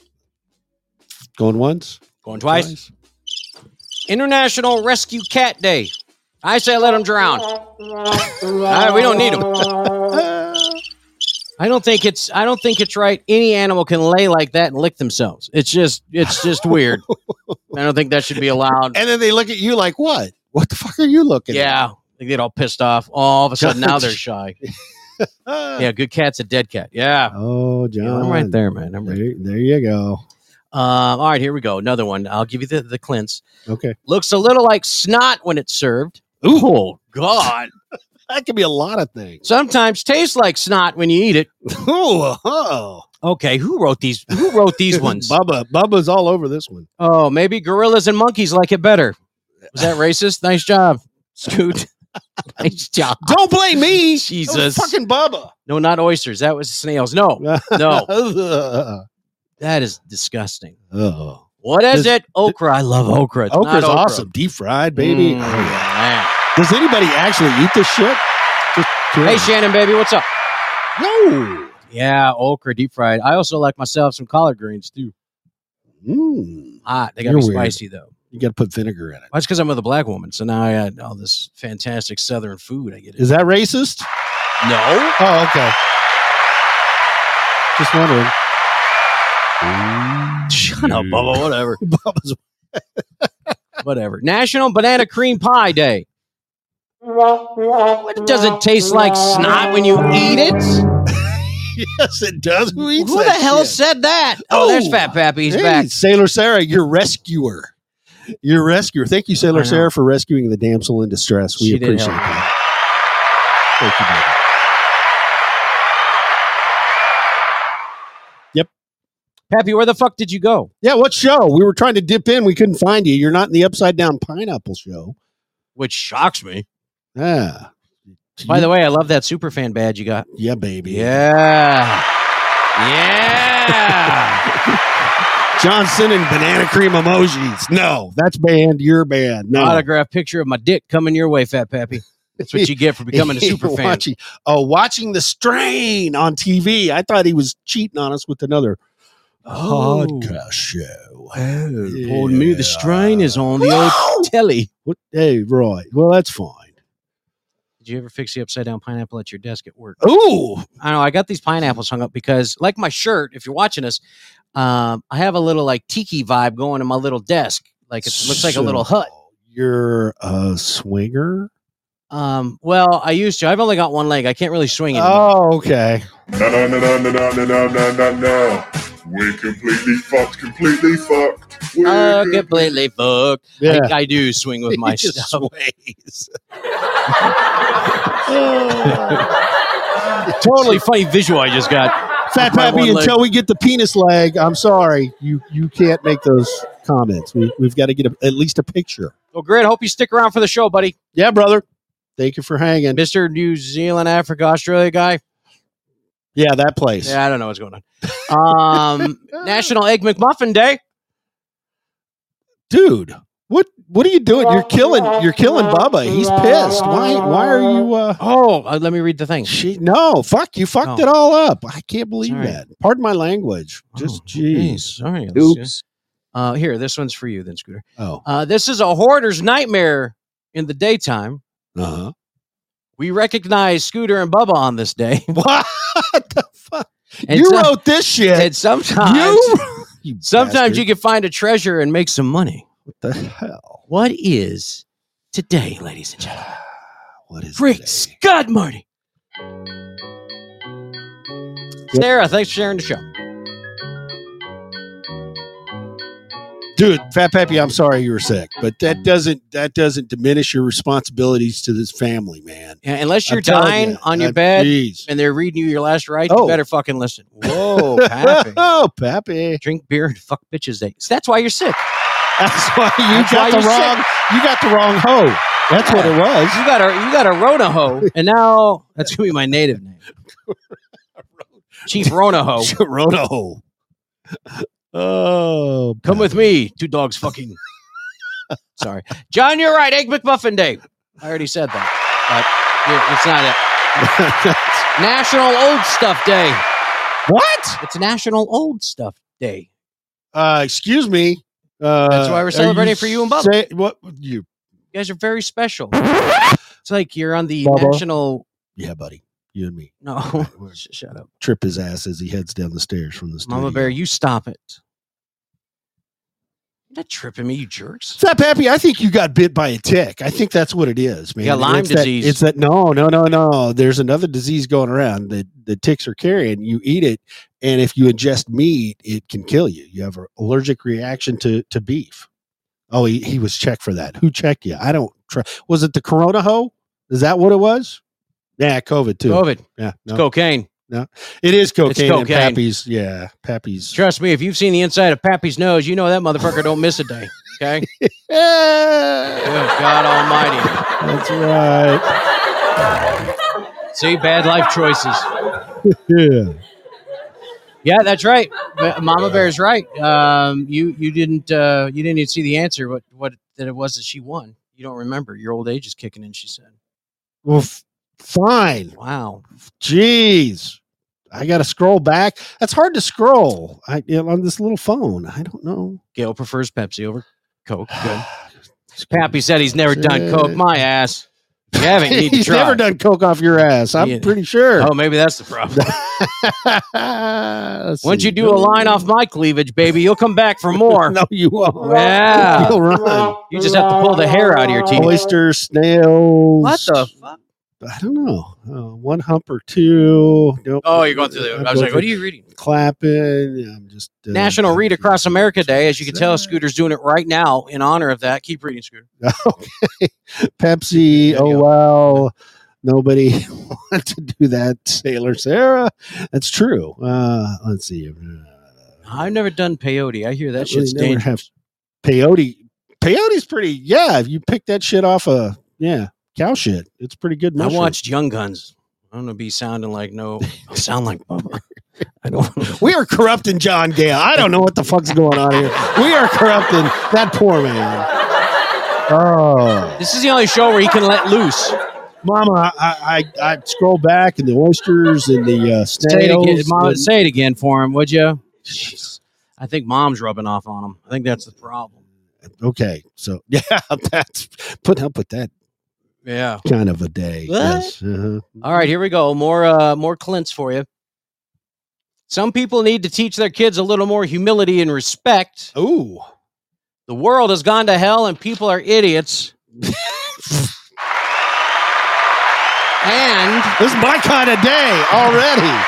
Speaker 8: Going once.
Speaker 9: going twice? International Rescue Cat Day. I say let them drown. Ah, we don't need them.
Speaker 8: Ah.
Speaker 9: I don't think it's I don't think it's right. Any animal can lay like that and lick themselves. It's just it's just weird. I don't think that should be allowed.
Speaker 8: And then they look at you like, what? What the fuck are you looking at?
Speaker 9: Yeah, they get all pissed off. All of a sudden now they're shy.
Speaker 8: Ah.
Speaker 9: Yeah, good cat's a dead cat. Yeah,
Speaker 8: Oh,
Speaker 9: Yeah,
Speaker 8: John.
Speaker 9: I'm right there, man. I'm right.
Speaker 8: There, there you go.
Speaker 9: Um, all right, here we go. Another one. I'll give you the the cleanse.
Speaker 8: Okay.
Speaker 9: Looks a little like snot when it's served. Oh God.
Speaker 8: [LAUGHS] That could be a lot of [LAUGHS] things.
Speaker 9: Sometimes tastes like snot when you eat it.
Speaker 8: Oh, oh.
Speaker 9: Okay, who wrote these? Who
Speaker 8: [LAUGHS]
Speaker 9: wrote these ones?
Speaker 8: Bubba. Bubba's all over this one.
Speaker 9: Oh, maybe gorillas and monkeys like it better. Was that racist? Nice job, Scoot. [LAUGHS] nice job.
Speaker 8: Don't blame me.
Speaker 9: Jesus.
Speaker 8: Fucking Bubba.
Speaker 9: No, not oysters. That was snails. No, [LAUGHS] No. that is disgusting.
Speaker 8: oh.
Speaker 9: What is
Speaker 8: Does-
Speaker 9: it? Okra. I love okra. It's
Speaker 8: Okra's
Speaker 9: not okra.
Speaker 8: awesome. Deep fried, baby. Oh,
Speaker 9: Mm, man.
Speaker 8: Does anybody actually eat this shit? Just
Speaker 9: Hey,
Speaker 8: curious.
Speaker 9: Shannon, baby, what's up?
Speaker 8: no.
Speaker 9: Yeah, okra deep fried. I also like myself some collard greens too.
Speaker 8: Mm.
Speaker 9: Hot. They got
Speaker 8: You're
Speaker 9: to be
Speaker 8: weird.
Speaker 9: spicy though.
Speaker 8: You got to put vinegar in it.
Speaker 9: That's because I'm with a black woman, so now I had all this fantastic Southern food. I get it.
Speaker 8: Is that racist?
Speaker 9: No.
Speaker 8: Oh, okay. Just wondering.
Speaker 9: Shut up,
Speaker 1: [LAUGHS]
Speaker 9: Bubba. Whatever.
Speaker 8: [LAUGHS] Bubba's [LAUGHS]
Speaker 9: Whatever. National Banana Cream Pie Day. What does it taste like snot when you eat it?
Speaker 8: yes, it does. Who eats
Speaker 9: Who the
Speaker 8: that
Speaker 9: hell
Speaker 8: shit?
Speaker 9: said that? Oh, there's
Speaker 8: Oh.
Speaker 9: Fat Pappy. He's
Speaker 8: Hey,
Speaker 9: back.
Speaker 8: Sailor Sarah, your rescuer. Your rescuer. Thank you,
Speaker 9: I
Speaker 8: Sailor
Speaker 9: know.
Speaker 8: Sarah, for rescuing the damsel in distress. We
Speaker 9: She did
Speaker 8: appreciate
Speaker 9: help me.
Speaker 8: that. Thank you, baby.
Speaker 9: Pappy, where the fuck did you go?
Speaker 8: Yeah, what show? We were trying to dip in. We couldn't find you. You're not in the upside down pineapple show.
Speaker 9: Which shocks me.
Speaker 8: Yeah.
Speaker 9: By the way, I love that super fan badge you got.
Speaker 8: Yeah, baby.
Speaker 9: Yeah. Yeah.
Speaker 8: Johnson and banana cream emojis. No, that's banned. You're banned. [LAUGHS] No.
Speaker 9: Autograph picture of my dick coming your way, Fat Pappy.
Speaker 8: [LAUGHS]
Speaker 9: That's what you get for becoming a super fan.
Speaker 8: watching, oh, watching the strain on TV. I thought he was cheating on us with another
Speaker 9: Oh.
Speaker 8: podcast show.
Speaker 9: Oh, pardon me. The strain is on the old telly.
Speaker 8: What? Hey, right. Well, that's fine.
Speaker 9: Did you ever fix the upside down pineapple at your desk at work?
Speaker 8: Ooh.
Speaker 9: I know. I got these pineapples hung up because, like my shirt, if you're watching us, um, I have a little like tiki vibe going in my little desk. Like it looks like a little hut.
Speaker 8: You're a swinger.
Speaker 9: Um, well, I used to. I've only got one leg. I can't really swing anymore.
Speaker 8: Oh, okay.
Speaker 15: No, no, no, no, no, no, no, no, no, no, no. We're completely fucked, completely fucked. We're
Speaker 9: Oh, completely fucked.
Speaker 15: Yeah.
Speaker 9: I, I do swing with
Speaker 8: [LAUGHS]
Speaker 15: He
Speaker 9: my
Speaker 15: just
Speaker 9: stuff.
Speaker 8: [LAUGHS]
Speaker 9: totally funny visual I just got.
Speaker 8: Fat
Speaker 9: With my one
Speaker 8: Pappy, until
Speaker 9: leg.
Speaker 8: we get the penis leg, I'm sorry, you you can't make those comments. We, we've got to get a, at least a picture.
Speaker 9: Well, great. Hope you stick around for the show, buddy.
Speaker 8: Yeah, brother. Thank you for hanging,
Speaker 9: Mister New Zealand, Africa, Australia guy.
Speaker 8: Yeah, that place.
Speaker 9: Yeah, I don't know what's going on.
Speaker 8: [LAUGHS]
Speaker 9: Um, National Egg McMuffin Day.
Speaker 8: dude. What what are you doing? You're killing you're killing Bubba. He's pissed. Why why are you? Uh,
Speaker 9: oh, let me read the thing.
Speaker 8: She no fuck. You fucked
Speaker 9: No.
Speaker 8: it all up. I can't believe
Speaker 9: Sorry.
Speaker 8: that. Pardon my language.
Speaker 9: Oh,
Speaker 8: Just jeez.
Speaker 9: All right.
Speaker 8: Oops.
Speaker 9: Uh, here, this one's for you, then, Scooter.
Speaker 8: Oh.
Speaker 9: Uh, this is a hoarder's nightmare in the daytime.
Speaker 8: Uh
Speaker 9: [LAUGHS]
Speaker 8: huh.
Speaker 9: We recognize Scooter and Bubba on this day. [LAUGHS]
Speaker 8: What the
Speaker 9: fuck?
Speaker 8: You wrote this shit.
Speaker 9: And sometimes,
Speaker 8: You- You
Speaker 9: sometimes
Speaker 8: bastard.
Speaker 9: you can find a treasure and make some money.
Speaker 8: What the hell?
Speaker 9: What is today, ladies and gentlemen?
Speaker 8: What is
Speaker 9: Great Scott, Marty. Sarah, thanks for sharing the show.
Speaker 8: Dude, Fat Pappy, I'm sorry you were sick, but
Speaker 9: Mm.
Speaker 8: that doesn't that doesn't diminish your responsibilities to this family, man.
Speaker 9: Yeah, unless
Speaker 8: I'm
Speaker 9: you're
Speaker 8: telling
Speaker 9: dying
Speaker 8: you,
Speaker 9: on
Speaker 8: uh,
Speaker 9: your bed
Speaker 8: jeez.
Speaker 9: and they're reading you your last right,
Speaker 8: Oh.
Speaker 9: you better fucking listen. [LAUGHS] Whoa, Pappy.
Speaker 8: [LAUGHS] oh, Pappy.
Speaker 9: Drink beer and fuck bitches. They. So that's why you're sick.
Speaker 8: That's why you got the
Speaker 9: you're sick.
Speaker 8: wrong you got the wrong hoe. That's what it was.
Speaker 9: You got a you got a Ronaho, and now that's gonna be my
Speaker 8: [LAUGHS]
Speaker 9: native name. Chief Ronaho.
Speaker 8: Ronaho. Oh,
Speaker 9: come with me. Two
Speaker 8: [LAUGHS]
Speaker 9: dogs fucking. Sorry, John. You're right. Egg McMuffin Day. I already said that, but yeah, it's not it. National Old Stuff Day.
Speaker 8: What?
Speaker 9: It's National Old Stuff Day.
Speaker 8: [LAUGHS] Uh, excuse me. Uh,
Speaker 9: That's why we're
Speaker 8: are
Speaker 9: celebrating for you and Bubba.
Speaker 8: say- what you?
Speaker 9: You guys are very special. It's like you're on the
Speaker 8: Bubba.
Speaker 9: national.
Speaker 8: Yeah, buddy. You and me.
Speaker 9: No, [LAUGHS] sh- shut up,
Speaker 8: Trip his ass as he heads down the stairs from the studio.
Speaker 9: Mama Bear. You stop it. You're not tripping me, you jerks.
Speaker 8: Fat Pappy, I think you got bit by a tick. I think that's what it is, man.
Speaker 9: got Lyme
Speaker 8: It's that-
Speaker 9: disease.
Speaker 8: it's that no, no, no, no. There's another disease going around that the ticks are carrying. You eat it, and if you ingest meat, it can kill you. You have an allergic reaction to to beef. Oh, he, he was checked for that. Who checked you? I don't try. Was it the Corona hoe? Is that what it was? Yeah, COVID too.
Speaker 9: COVID.
Speaker 8: Yeah,
Speaker 9: It's cocaine.
Speaker 8: No, it is cocaine. And
Speaker 9: cocaine.
Speaker 8: Pappy's. Yeah, Pappy's.
Speaker 9: Trust me, if you've seen the inside of Pappy's nose, you know that motherfucker don't miss a day. [LAUGHS] Okay. Good God Almighty.
Speaker 8: That's right.
Speaker 9: See, bad life choices.
Speaker 8: yeah.
Speaker 9: Yeah, that's right. Ma- Mama Bear's right. Um, you you didn't uh, you didn't even see the answer. What what that it was that she won. You don't remember. Your old age is kicking in. She said.
Speaker 8: Well, f- fine.
Speaker 9: Wow.
Speaker 8: Jeez. I got to scroll back. That's hard to scroll I, you know, on this little phone. I don't
Speaker 9: [SIGHS]
Speaker 8: know.
Speaker 9: Gail prefers Pepsi over Coke. Good. Pappy said he's never done Coke. My ass. If
Speaker 8: [LAUGHS]
Speaker 9: You haven't. You need to
Speaker 8: He's
Speaker 9: try.
Speaker 8: never done coke off your ass. I'm
Speaker 9: Yeah.
Speaker 8: pretty sure.
Speaker 9: Oh, maybe that's the problem.
Speaker 8: [LAUGHS] Let's
Speaker 9: Once
Speaker 8: see.
Speaker 9: you do a line off my cleavage, baby, you'll come back for
Speaker 8: [LAUGHS]
Speaker 9: more.
Speaker 8: no, you won't.
Speaker 9: Yeah.
Speaker 8: You'll run.
Speaker 9: You just have to pull the hair out of your teeth.
Speaker 8: Oyster, snails.
Speaker 9: What the fuck?
Speaker 8: I don't know. Uh, one hump or two. Nope.
Speaker 9: Oh, you're going through the.
Speaker 8: I'm
Speaker 9: I was
Speaker 8: going
Speaker 9: like, what are
Speaker 8: through
Speaker 9: you reading?
Speaker 8: Clapping. I'm just. uh,
Speaker 9: National Read Across America Day. As you can tell, Scooter's doing it right now in honor of that. Keep reading, Scooter.
Speaker 8: [LAUGHS] okay. Pepsi. Oh well. Nobody [LAUGHS] wanted to do that, Sailor Sarah. That's true. Uh, let's see.
Speaker 9: I've never done peyote. I hear that shit's
Speaker 8: Really never
Speaker 9: dangerous.
Speaker 8: have peyote. Peyote's pretty. Yeah, if you pick that shit off a yeah cow shit, it's pretty good.
Speaker 9: I
Speaker 8: mushroom.
Speaker 9: watched Young Guns. I don't want to be sounding
Speaker 8: [LAUGHS]
Speaker 9: like no. I sound like Bubba. I don't.
Speaker 8: We are corrupting John Gale. I don't know what the fuck's going on here. We are corrupting that poor
Speaker 9: [LAUGHS]
Speaker 8: man. Oh,
Speaker 9: This is the only show where he can let loose.
Speaker 8: Mama, I I, I scroll back and the oysters and the uh,
Speaker 9: Say it
Speaker 8: snails.
Speaker 9: again, Mom,
Speaker 8: and- [LAUGHS]
Speaker 9: say it again for him, would you? Jeez. I think mom's rubbing off on him. I think that's the problem.
Speaker 8: [LAUGHS] okay, so yeah, that's putting up with that
Speaker 9: Yeah.
Speaker 8: kind of a day.
Speaker 9: What?
Speaker 8: Yes. Uh-huh.
Speaker 9: All right, here we go. More uh more Clint's for you. Some people need to teach their kids a little more humility and respect.
Speaker 8: Ooh.
Speaker 9: The world has gone to hell and people are idiots. and
Speaker 8: this is my kind of day already.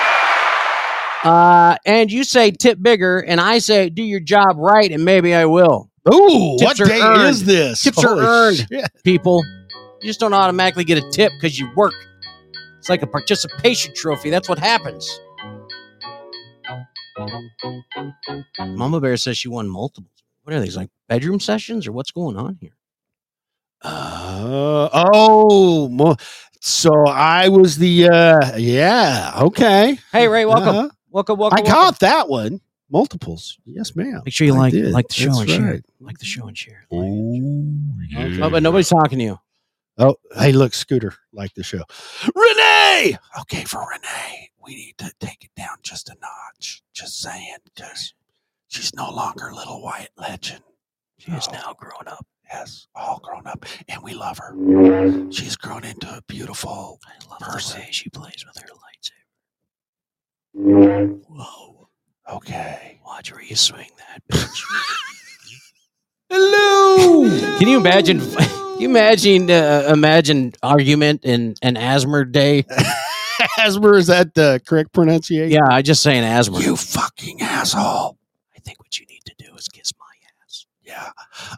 Speaker 9: Uh, and you say tip bigger, and I say do your job right, and maybe I will.
Speaker 8: Ooh,
Speaker 9: Tips
Speaker 8: what
Speaker 9: are
Speaker 8: day
Speaker 9: earned.
Speaker 8: is this?
Speaker 9: Tips
Speaker 8: Holy
Speaker 9: are earned,
Speaker 8: shit.
Speaker 9: people. You just don't automatically get a tip because you work. It's like a participation trophy. That's what happens. Mama Bear says she won multiples. What are these like bedroom sessions or what's going on here?
Speaker 8: Uh, oh, mo- so I was the uh yeah, okay.
Speaker 9: Hey Ray, welcome,
Speaker 8: Uh-huh.
Speaker 9: welcome, welcome.
Speaker 8: I
Speaker 9: welcome.
Speaker 8: caught that one. Multiples. Yes, ma'am.
Speaker 9: Make sure you
Speaker 8: I
Speaker 9: like
Speaker 8: did.
Speaker 9: like the show
Speaker 8: That's
Speaker 9: and share.
Speaker 8: right.
Speaker 9: it. Like the show and share. it.
Speaker 7: Oh,
Speaker 9: Oh, but nobody's talking to you.
Speaker 8: Oh, hey, look, Scooter, like the show. Renee! Okay, for Renee, we need to take it down just a notch. Just saying, because she's no longer little white legend. She is now grown up. Yes, all grown up. And we love her. She's grown into a beautiful person.
Speaker 9: she plays with her lightsaber. Whoa.
Speaker 8: Okay.
Speaker 9: Watch where you swing that bitch.
Speaker 8: Hello.
Speaker 9: Can
Speaker 8: [LAUGHS]
Speaker 9: you imagine? Can you imagine? Uh, imagine argument in an Asmer day.
Speaker 8: Asmer, is that the correct pronunciation?
Speaker 9: Yeah, I just say an Asmer.
Speaker 8: You fucking asshole.
Speaker 9: I think what you need to do is kiss my ass.
Speaker 8: Yeah.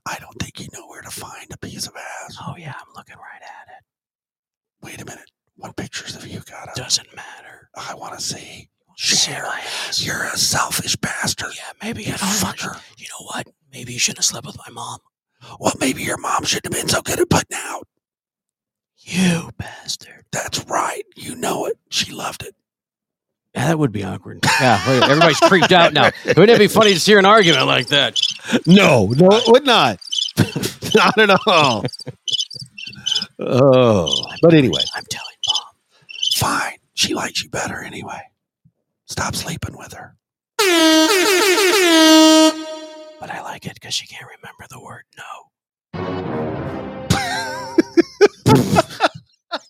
Speaker 8: I don't think you know where to find a piece of ass.
Speaker 9: Oh yeah, I'm looking right at it.
Speaker 8: Wait a minute. What pictures have you got? up?
Speaker 9: Doesn't matter.
Speaker 8: I want to see.
Speaker 9: See
Speaker 8: Share.
Speaker 9: my ass.
Speaker 8: You're a selfish bastard.
Speaker 9: Yeah, maybe
Speaker 8: You
Speaker 9: you
Speaker 8: fucker.
Speaker 9: You know what? Maybe you shouldn't have slept with my mom.
Speaker 8: Well, maybe your mom shouldn't have been so good at putting out.
Speaker 9: You bastard.
Speaker 8: That's right. You know it. She loved it.
Speaker 9: Yeah, that would be awkward. Yeah, wait, everybody's creeped out now. Wouldn't it be funny to hear an argument like that?
Speaker 8: No, no, it would
Speaker 9: [LAUGHS]
Speaker 8: not. not at all. oh. But anyway.
Speaker 9: I'm telling mom.
Speaker 8: Fine. She likes you better anyway. Stop sleeping with her.
Speaker 9: But I like it because she can't remember the word no.
Speaker 8: [LAUGHS]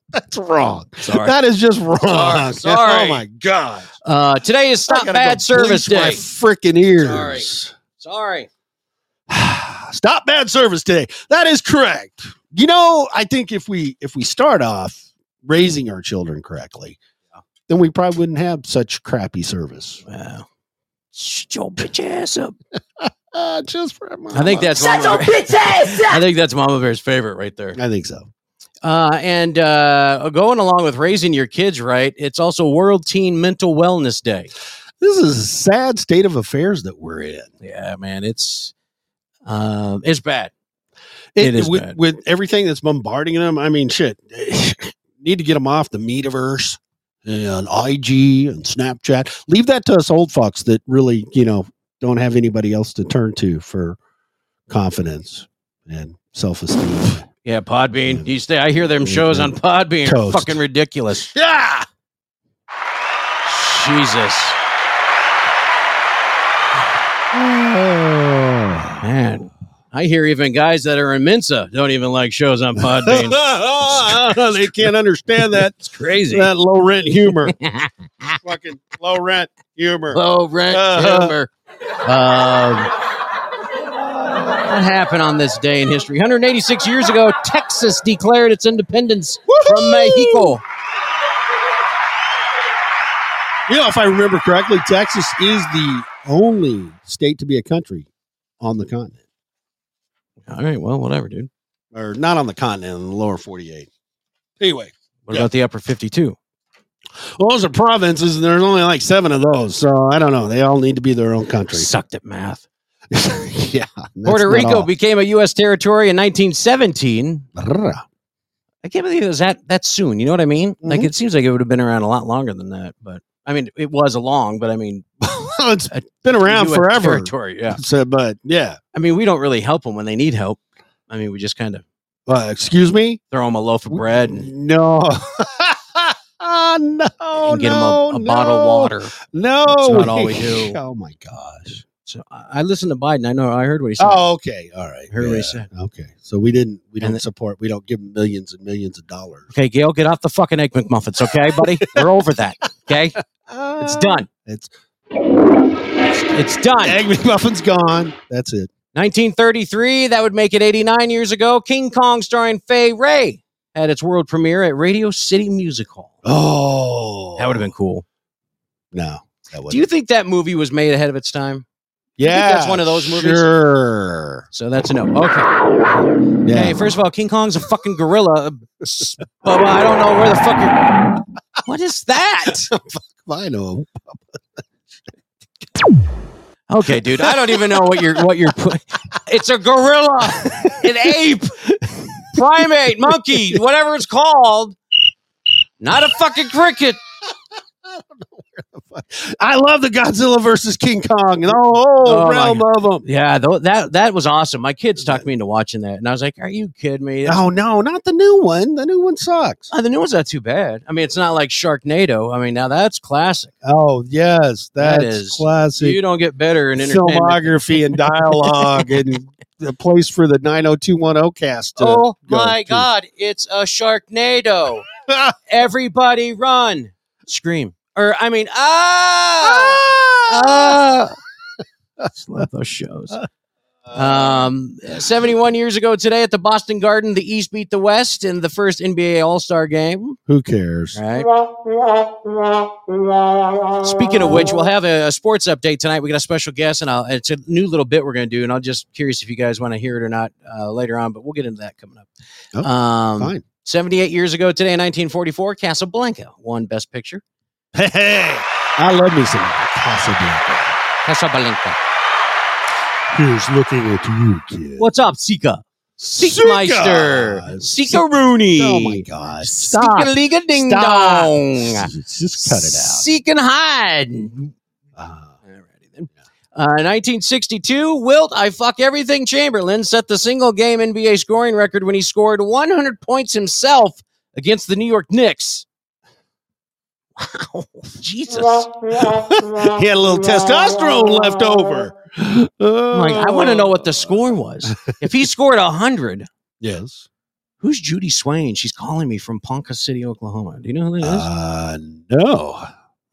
Speaker 8: That's wrong.
Speaker 9: Sorry.
Speaker 8: That is just wrong.
Speaker 9: Sorry, sorry.
Speaker 8: Oh my god.
Speaker 9: Uh, today is Stop Bad Service
Speaker 8: My
Speaker 9: Day.
Speaker 8: freaking ears.
Speaker 9: Sorry.
Speaker 8: [SIGHS] Stop bad service today. That is correct. You know, I think if we if we start off raising our children correctly, then we probably wouldn't have such crappy service.
Speaker 9: Well, shut your bitch ass up.
Speaker 8: Uh, [LAUGHS] just for a moment.
Speaker 9: I think that's
Speaker 3: Shut your
Speaker 9: Mama
Speaker 3: bitch ass
Speaker 9: I
Speaker 3: up!
Speaker 9: think that's Mama Bear's favorite right there.
Speaker 8: I think so.
Speaker 9: Uh, and uh, going along with raising your kids right, it's also World Teen Mental Wellness Day.
Speaker 8: This is a sad state of affairs that we're in.
Speaker 9: Yeah, man, it's um, it's bad.
Speaker 8: It,
Speaker 9: It is
Speaker 8: with,
Speaker 9: bad.
Speaker 8: with everything that's bombarding them. I mean, shit, [SIGHS] need to get them off the metaverse and IG and Snapchat. Leave that to us old folks that really, you know, don't have anybody else to turn to for confidence and self
Speaker 9: [SIGHS]
Speaker 8: esteem.
Speaker 9: Yeah, Podbean. You stay. I hear them shows on Podbean. are
Speaker 8: Mm-hmm. Toast.
Speaker 9: Fucking ridiculous.
Speaker 8: yeah.
Speaker 9: Jesus, Oh, man. I hear even guys that are in Mensa don't even like shows on
Speaker 8: [LAUGHS]
Speaker 9: Podbean.
Speaker 8: [LAUGHS] they can't understand
Speaker 9: [LAUGHS]
Speaker 8: that
Speaker 9: it's crazy.
Speaker 8: that low rent
Speaker 9: [LAUGHS]
Speaker 8: humor. Fucking low rent humor.
Speaker 9: Low rent
Speaker 8: Uh-huh.
Speaker 9: humor. Um, what happened on this day in history? 186 years ago, Texas declared its independence from Mexico.
Speaker 8: You know, if I remember correctly, Texas is the only state to be a country on the continent,
Speaker 9: All right, well, whatever, dude.
Speaker 8: or not on the continent, in the lower 48. Anyway,
Speaker 9: What
Speaker 8: Yeah.
Speaker 9: about the upper 52?
Speaker 8: well, those are provinces, and there's only like seven of those. So I don't know. They all need to be their own country.
Speaker 9: Sucked at math.
Speaker 8: [LAUGHS] yeah. and that's
Speaker 9: Puerto
Speaker 8: not
Speaker 9: Rico
Speaker 8: all.
Speaker 9: became a U.S. territory in 1917.
Speaker 8: Brrr.
Speaker 9: I can't believe it was that that soon. You know what I mean? Like
Speaker 8: Mhm.
Speaker 9: it seems like it would have been around a lot longer than that. But I mean, it was a long. But I mean,
Speaker 8: Well, [LAUGHS] it's
Speaker 9: A
Speaker 8: been around
Speaker 9: US
Speaker 8: forever.
Speaker 9: Territory. Yeah.
Speaker 8: So, but yeah.
Speaker 9: I mean, we don't really help them when they need help. I mean, we just kind of
Speaker 8: Uh, excuse me?
Speaker 9: throw them a loaf of bread and,
Speaker 8: No. [LAUGHS] Ah, no.
Speaker 9: and get
Speaker 8: no,
Speaker 9: them a, a bottle of
Speaker 8: no.
Speaker 9: water.
Speaker 8: No.
Speaker 9: That's not all we do.
Speaker 8: Oh, my gosh.
Speaker 9: So I I listened to Biden. I know I heard what he said.
Speaker 8: Oh, okay, all right.
Speaker 9: Heard what he
Speaker 8: Yeah.
Speaker 9: said.
Speaker 8: Okay, so we didn't we
Speaker 9: And
Speaker 8: don't
Speaker 9: the-
Speaker 8: support. We don't give them millions and millions of dollars.
Speaker 9: Okay, Gail, get off the fucking egg McMuffins, okay,
Speaker 8: [LAUGHS]
Speaker 9: buddy? We're over that. Okay, it's
Speaker 8: Uh.
Speaker 9: done.
Speaker 8: It's
Speaker 9: it's done.
Speaker 8: Egg McMuffin's gone. That's it.
Speaker 9: 1933. That would make it 89 years ago. King Kong, starring Fay Ray, had its world premiere at Radio City Music Hall.
Speaker 8: Oh,
Speaker 9: that would have been cool.
Speaker 8: No, that
Speaker 9: Do you think that movie was made ahead of its time? You think
Speaker 8: Yeah,
Speaker 9: that's one of those movies?
Speaker 8: Sure.
Speaker 9: So that's a no. Okay.
Speaker 8: Yeah.
Speaker 9: Hey, first of all, King Kong's a fucking gorilla. uh, S- Bubba, I don't know where the fuck you're. [LAUGHS] What is that?
Speaker 8: I know.
Speaker 9: Okay, dude. I don't even know what you're what you're put. It's a gorilla, an ape, primate, monkey, whatever it's called. Not a fucking cricket.
Speaker 8: I love the Godzilla versus King Kong and the whole
Speaker 9: Oh, my
Speaker 8: realm of them.
Speaker 9: Yeah, tho- that that was awesome. My kids talked me into watching that, and I was like, "Are you kidding me?" [LAUGHS] That's-
Speaker 8: Oh no, not the new one. The new one sucks.
Speaker 9: Oh, the new one's not too bad. I mean, it's not like Sharknado. I mean, now that's classic.
Speaker 8: Oh yes, that's
Speaker 9: That is-
Speaker 8: classic.
Speaker 9: You don't get better in entertainment.
Speaker 8: filmography and dialogue
Speaker 9: [LAUGHS]
Speaker 8: and the place for the 90210 cast. To
Speaker 9: Oh
Speaker 8: go
Speaker 9: my
Speaker 8: to.
Speaker 9: God! It's a Sharknado. Everybody run! Scream! Or I mean, ah! [LAUGHS] ah! love those shows. [LAUGHS] Um, 71 years ago today at the Boston Garden, the East beat the West in the first NBA All Star game.
Speaker 8: [LAUGHS] Who cares?
Speaker 9: Right. Speaking of which, we'll have a, a sports update tonight. We got a special guest, and I'll, it's a new little bit we're going to do, and I'm just curious if you guys want to hear it or not uh, later on. But we'll get into that coming up.
Speaker 8: Oh,
Speaker 9: um,
Speaker 8: fine.
Speaker 9: 78 years ago today, in 1944, Casablanca won Best Picture.
Speaker 8: Hey, hey, I love me some Casablanca.
Speaker 9: Casablanca.
Speaker 8: Here's looking at you, kid.
Speaker 9: What's up, Sika? Seekmeister. Sika Rooney.
Speaker 8: Oh my God! Stop.
Speaker 9: Sika Liga Ding
Speaker 8: Stop.
Speaker 9: Dong.
Speaker 8: Just cut it out. Ah.
Speaker 9: Seek and hide. Uh, 1962, Wilt, I fuck everything. Chamberlain set the single game NBA scoring record when he scored 100 points himself against the New York Knicks. Wow, Jesus!
Speaker 8: he had a little testosterone left over.
Speaker 9: Like, I want to know what the score was. If he scored 100,
Speaker 8: Yes.
Speaker 9: who's Judy Swain? She's calling me from Ponca City, Oklahoma. Do you know who that is?
Speaker 8: Uh, no.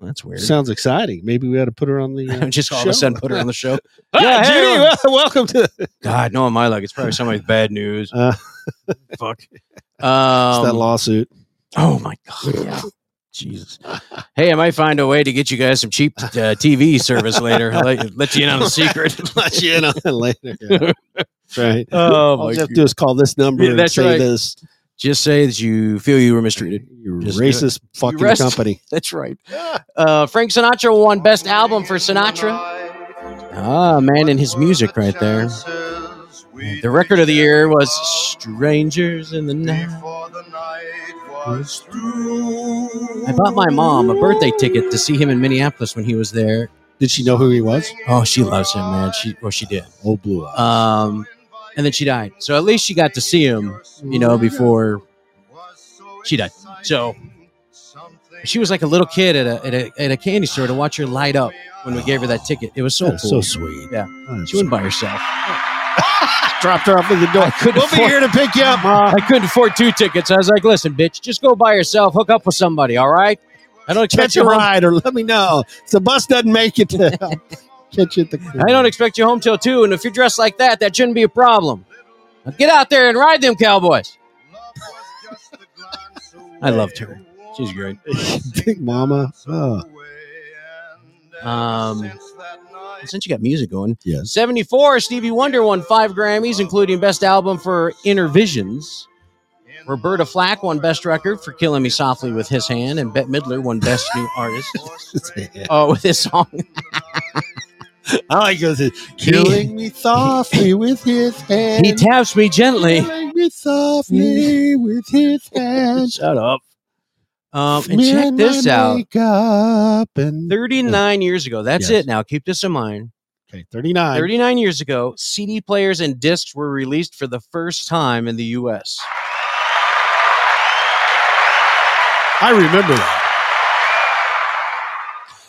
Speaker 9: That's weird. [LAUGHS]
Speaker 8: Sounds exciting. Maybe we ought to put her on the. Uh,
Speaker 9: Just all of a
Speaker 8: show.
Speaker 9: sudden
Speaker 8: [LAUGHS]
Speaker 9: put her on the show.
Speaker 8: Hi,
Speaker 9: Yeah, hey,
Speaker 8: Judy,
Speaker 9: everyone.
Speaker 8: wel- welcome to. [LAUGHS]
Speaker 9: God, no, am I like, it's probably somebody's bad news.
Speaker 8: Uh, [LAUGHS]
Speaker 9: Fuck.
Speaker 8: it's
Speaker 9: Um,
Speaker 8: that
Speaker 9: [LAUGHS]
Speaker 8: lawsuit. [LAUGHS]
Speaker 9: Oh my god! Yeah. Jesus. Hey, I might find a way to get you guys some cheap uh, TV service later. I'll let, let you in on a secret.
Speaker 8: Let you in on it later.
Speaker 9: [LAUGHS]
Speaker 8: Yeah. That's right.
Speaker 9: Oh,
Speaker 8: All
Speaker 9: my
Speaker 8: you have to do is call this number
Speaker 9: Yeah,
Speaker 8: and
Speaker 9: that's
Speaker 8: say
Speaker 9: right.
Speaker 8: this.
Speaker 9: Just say that you feel you were mistreated. [LAUGHS]
Speaker 8: You're
Speaker 9: Just do it.
Speaker 8: racist fucking
Speaker 9: rest-
Speaker 8: company.
Speaker 9: That's right. Uh, Frank Sinatra won Best Album for Sinatra. Ah, man, and his music right there. The record of the year was Strangers in the Night. I bought my mom a birthday ticket to see him in Minneapolis when he was there.
Speaker 8: Did she know who he was?
Speaker 9: Oh, she loves him, man. She or she did.
Speaker 8: Old blue eyes.
Speaker 9: Um, and then she died. So at least she got to see him, Uh, you know, before she died. So she was like a little kid at a, at a, at a candy store to watch her light up when we gave her that ticket. It was so
Speaker 8: That's so
Speaker 9: cool.
Speaker 8: sweet.
Speaker 9: Yeah.
Speaker 8: That's
Speaker 9: She went by herself.
Speaker 8: Dropped her off at the door.
Speaker 9: couldn't
Speaker 8: We'll be
Speaker 9: afford-
Speaker 8: here to pick you up, Ma.
Speaker 9: I couldn't afford two tickets. I was like, listen, bitch, just go by yourself. Hook up with somebody, all right? I don't expect
Speaker 8: Catch a
Speaker 9: you home.
Speaker 8: ride or let me know. If the bus doesn't make it to [LAUGHS] catch you [LAUGHS] at the
Speaker 9: I don't expect you home till two. And if you're dressed like that, that shouldn't be a problem. Now get out there and ride them cowboys. I loved her. She's
Speaker 8: [LAUGHS]
Speaker 9: great.
Speaker 8: Big Mama. Oh,
Speaker 9: Um, since you got music going,
Speaker 8: yes. [LAUGHS]
Speaker 9: 74, Stevie Wonder won five Grammys, including Best Album for Inner Visions. Roberta Flack won Best Record for Killing Me Softly with His Hand, and Bette Midler won Best [LAUGHS] New Artist. Oh, with his song.
Speaker 8: I like this. Killing me softly with his hand.
Speaker 9: He taps me gently.
Speaker 8: Killing me [LAUGHS] softly with his hand.
Speaker 9: Shut up. Um, and
Speaker 8: Smearing
Speaker 9: check this
Speaker 8: my
Speaker 9: out.
Speaker 8: Makeup and
Speaker 9: 39 years ago. That's
Speaker 8: Yes.
Speaker 9: it now. Keep this in mind.
Speaker 8: okay, 39.
Speaker 9: 39 years ago, CD players and discs were released for the first time in the US.
Speaker 8: I remember that.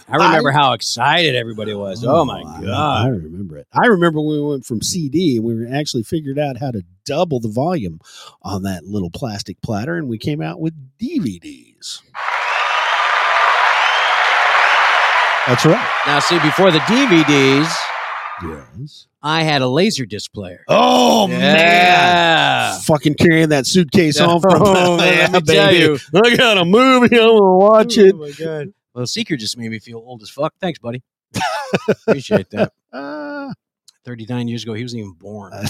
Speaker 9: I remember how excited everybody was. Oh, my
Speaker 8: I
Speaker 9: god!
Speaker 8: remember it. I remember when we went from CD and we were actually figured out how to double the volume on that little plastic platter, and we came out with DVDs. That's right.
Speaker 9: Now, see, before the DVDs,
Speaker 8: yes,
Speaker 9: I had a laser disc player.
Speaker 8: Oh
Speaker 9: man!
Speaker 8: Fucking carrying that suitcase home from
Speaker 9: [LAUGHS]
Speaker 8: [LAUGHS]
Speaker 9: Oh, man, let me tell you.
Speaker 8: I got a movie. I'm gonna watch it.
Speaker 9: Oh my god! Well, Seeker just made me feel old as fuck. Thanks, [LAUGHS] buddy. Appreciate that.
Speaker 8: Ah. [LAUGHS]
Speaker 9: Thirty-nine years ago, he wasn't even born. Uh,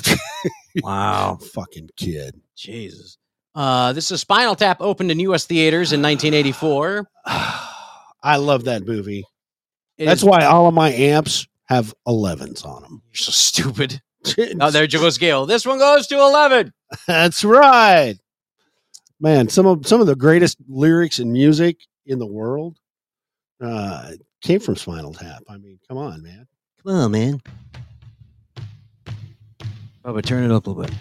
Speaker 9: wow,
Speaker 8: fucking kid.
Speaker 9: [LAUGHS]
Speaker 8: [SIGHS]
Speaker 9: Jesus. Uh, this is Spinal Tap opened in U.S. theaters in 1984.
Speaker 8: I love that movie.
Speaker 9: It
Speaker 8: That's
Speaker 9: is-
Speaker 8: why all of my amps have 11s on them.
Speaker 9: You're [LAUGHS]
Speaker 8: [LAUGHS]
Speaker 9: so stupid. oh, there goes Gail. This one goes to 11.
Speaker 8: That's right. Man, some of some of the greatest lyrics and music in the world uh, came from Spinal Tap. I mean, come on, man.
Speaker 9: Come on, man. Bubba, turn it up a little bit.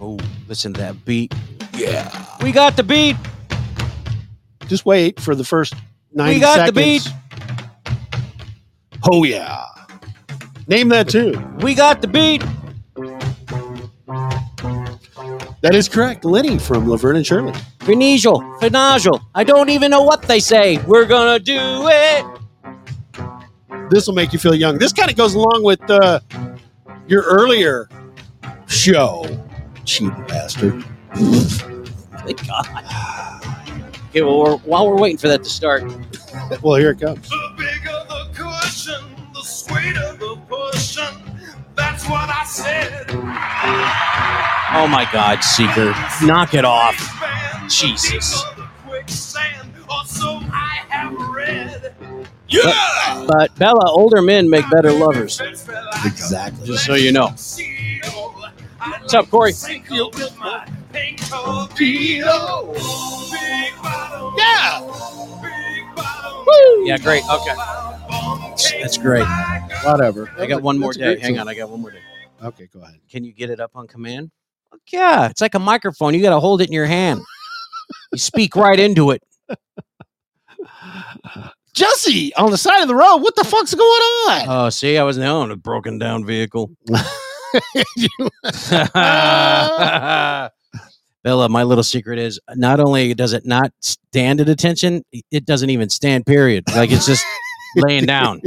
Speaker 9: Oh, listen to that beat. Yeah. We got the beat.
Speaker 8: Just wait for the first 90
Speaker 9: got the
Speaker 8: seconds. Oh yeah. Name that tune.
Speaker 9: We got the beat.
Speaker 8: That is correct. Lenny from Laverne and Shirley.
Speaker 9: Finagle. Finagle. I don't even know what they say. We're going to do it.
Speaker 8: This will make you feel young. This kind of goes along with uh, your earlier show, cheating bastard.
Speaker 9: Thank God. Okay, well, we're, while we're waiting for that to start,
Speaker 8: Well, here it comes.
Speaker 16: That's what I said.
Speaker 9: oh my God, Seeker, knock it off. Jesus.
Speaker 16: Also, I have read.
Speaker 9: But, but Bella, older men make better lovers.
Speaker 8: Exactly.
Speaker 9: Just so you know. What's up, Corey?
Speaker 16: Yeah.
Speaker 9: Yeah, great. Okay. That's great.
Speaker 8: Whatever.
Speaker 9: I got one more
Speaker 8: That's a great
Speaker 9: day. Hang
Speaker 8: song.
Speaker 9: on, I got one more day.
Speaker 8: Okay, go ahead.
Speaker 9: Can you get it up on command? Fuck yeah. It's like a microphone. You got to hold it in your hand. You speak right into it.
Speaker 8: Jesse on the side of the road. What the fuck's going on?
Speaker 9: Oh, see, I was now in a broken down vehicle.
Speaker 8: [LAUGHS]
Speaker 9: [LAUGHS]
Speaker 8: Uh,
Speaker 9: Bella, my little secret is not only does it not stand at attention, it doesn't even stand, period. Like
Speaker 8: [LAUGHS]
Speaker 9: it's just laying down.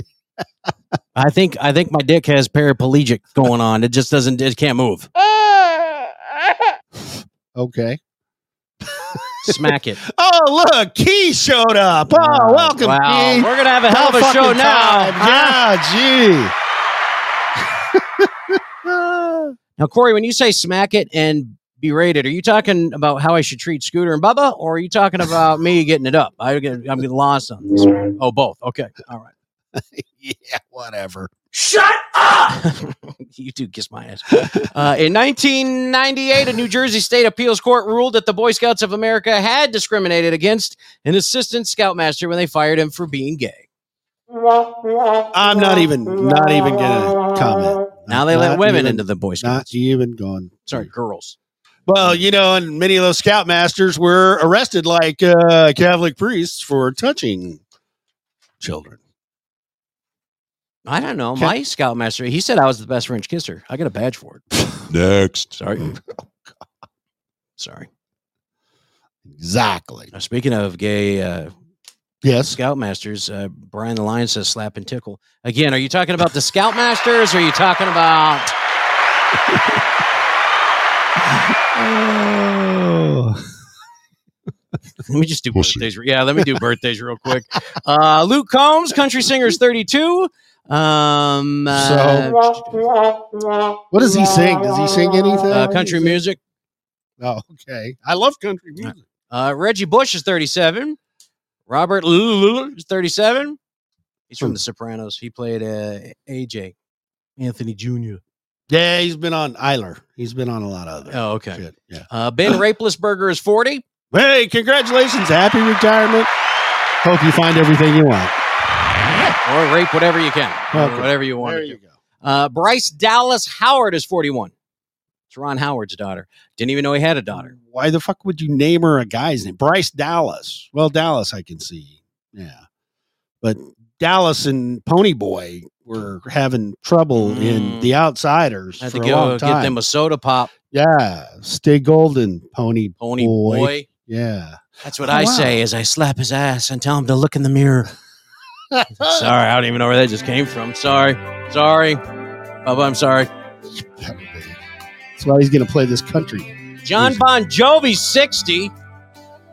Speaker 9: [LAUGHS] I think I think my dick has paraplegic going on. It just doesn't it can't move.
Speaker 8: Okay.
Speaker 9: Smack it.
Speaker 8: [LAUGHS] Oh, look, Key showed up. Oh, welcome,
Speaker 9: Wow.
Speaker 8: Key.
Speaker 9: We're gonna have a hell of a
Speaker 8: About
Speaker 9: show
Speaker 8: fucking
Speaker 9: now,
Speaker 8: time. Yeah, gee.
Speaker 9: Now, Corey, when you say smack it and berate it, are you talking about how I should treat Scooter and Bubba, or are you talking about me getting it up? I get, I'm getting lost on this. one. Oh, both. Okay. All right.
Speaker 8: [LAUGHS] yeah, whatever.
Speaker 9: Shut up! [LAUGHS] you do kiss my ass. Uh, in 1998, a New Jersey state appeals court ruled that the Boy Scouts of America had discriminated against an assistant scoutmaster when they fired him for being gay.
Speaker 8: I'm not even not even gonna comment.
Speaker 9: Now they
Speaker 8: Uh,
Speaker 9: let
Speaker 8: Not
Speaker 9: women
Speaker 8: even-
Speaker 9: into the Boy Scouts.
Speaker 8: Not even going.
Speaker 9: Sorry, girls.
Speaker 8: Well, you know, and many of those scoutmasters were arrested like uh, Catholic priests for touching children.
Speaker 9: I don't know. My scoutmaster, he said I was the best French kisser. I got a badge for it.
Speaker 7: Next.
Speaker 9: Sorry.
Speaker 8: Oh,
Speaker 9: Sorry.
Speaker 8: Exactly.
Speaker 9: Now, speaking of gay uh,
Speaker 8: yes,
Speaker 9: scoutmasters, uh, Brian the Lion says slap and tickle. Again, are you talking about the scoutmasters or are you talking about
Speaker 8: Oh.
Speaker 9: Let me just do birthdays. Yeah, let me do birthdays real quick. Uh, Luke Combs, country singer's 32. Um, uh,
Speaker 8: What does he sing? Does he sing anything?
Speaker 9: uh, country music.
Speaker 8: Oh, okay. I love country music.
Speaker 9: Uh, Reggie Bush is 37. Robert Lulu is 37. He's from The Sopranos. He played uh, AJ, Anthony Jr.
Speaker 8: Yeah, he's been on Eiler. He's been on a lot of other.
Speaker 9: Oh, okay.
Speaker 8: shit. Yeah. [LAUGHS]
Speaker 9: Uh, ben Raplesberger is 40.
Speaker 8: Hey, congratulations. Happy retirement. Hope you find everything you want.
Speaker 9: Or rape whatever you can, or
Speaker 8: Okay.
Speaker 9: whatever you want
Speaker 8: There
Speaker 9: to
Speaker 8: you
Speaker 9: do. Uh, Bryce Dallas Howard is 41. It's Ron Howard's daughter. Didn't even know he had a daughter.
Speaker 8: Why the fuck would you name her a guy's name? Bryce Dallas. Well, Dallas, I can see. Yeah. but Dallas and Pony Boy were having trouble in The Outsiders
Speaker 9: Mm. Had
Speaker 8: for
Speaker 9: to
Speaker 8: a
Speaker 9: go
Speaker 8: long
Speaker 9: get
Speaker 8: time.
Speaker 9: them a soda pop.
Speaker 8: yeah, stay golden, Pony
Speaker 9: Pony
Speaker 8: Boy.
Speaker 9: Boy.
Speaker 8: Yeah,
Speaker 9: That's what
Speaker 8: Oh,
Speaker 9: I
Speaker 8: wow.
Speaker 9: say as I slap his ass and tell him to look in
Speaker 8: [LAUGHS]
Speaker 9: the mirror. sorry, I don't even know where that just came from. Sorry, sorry, Bubba, I'm sorry.
Speaker 10: That's why he's going to play this country.
Speaker 9: John Bon Jovi, sixty.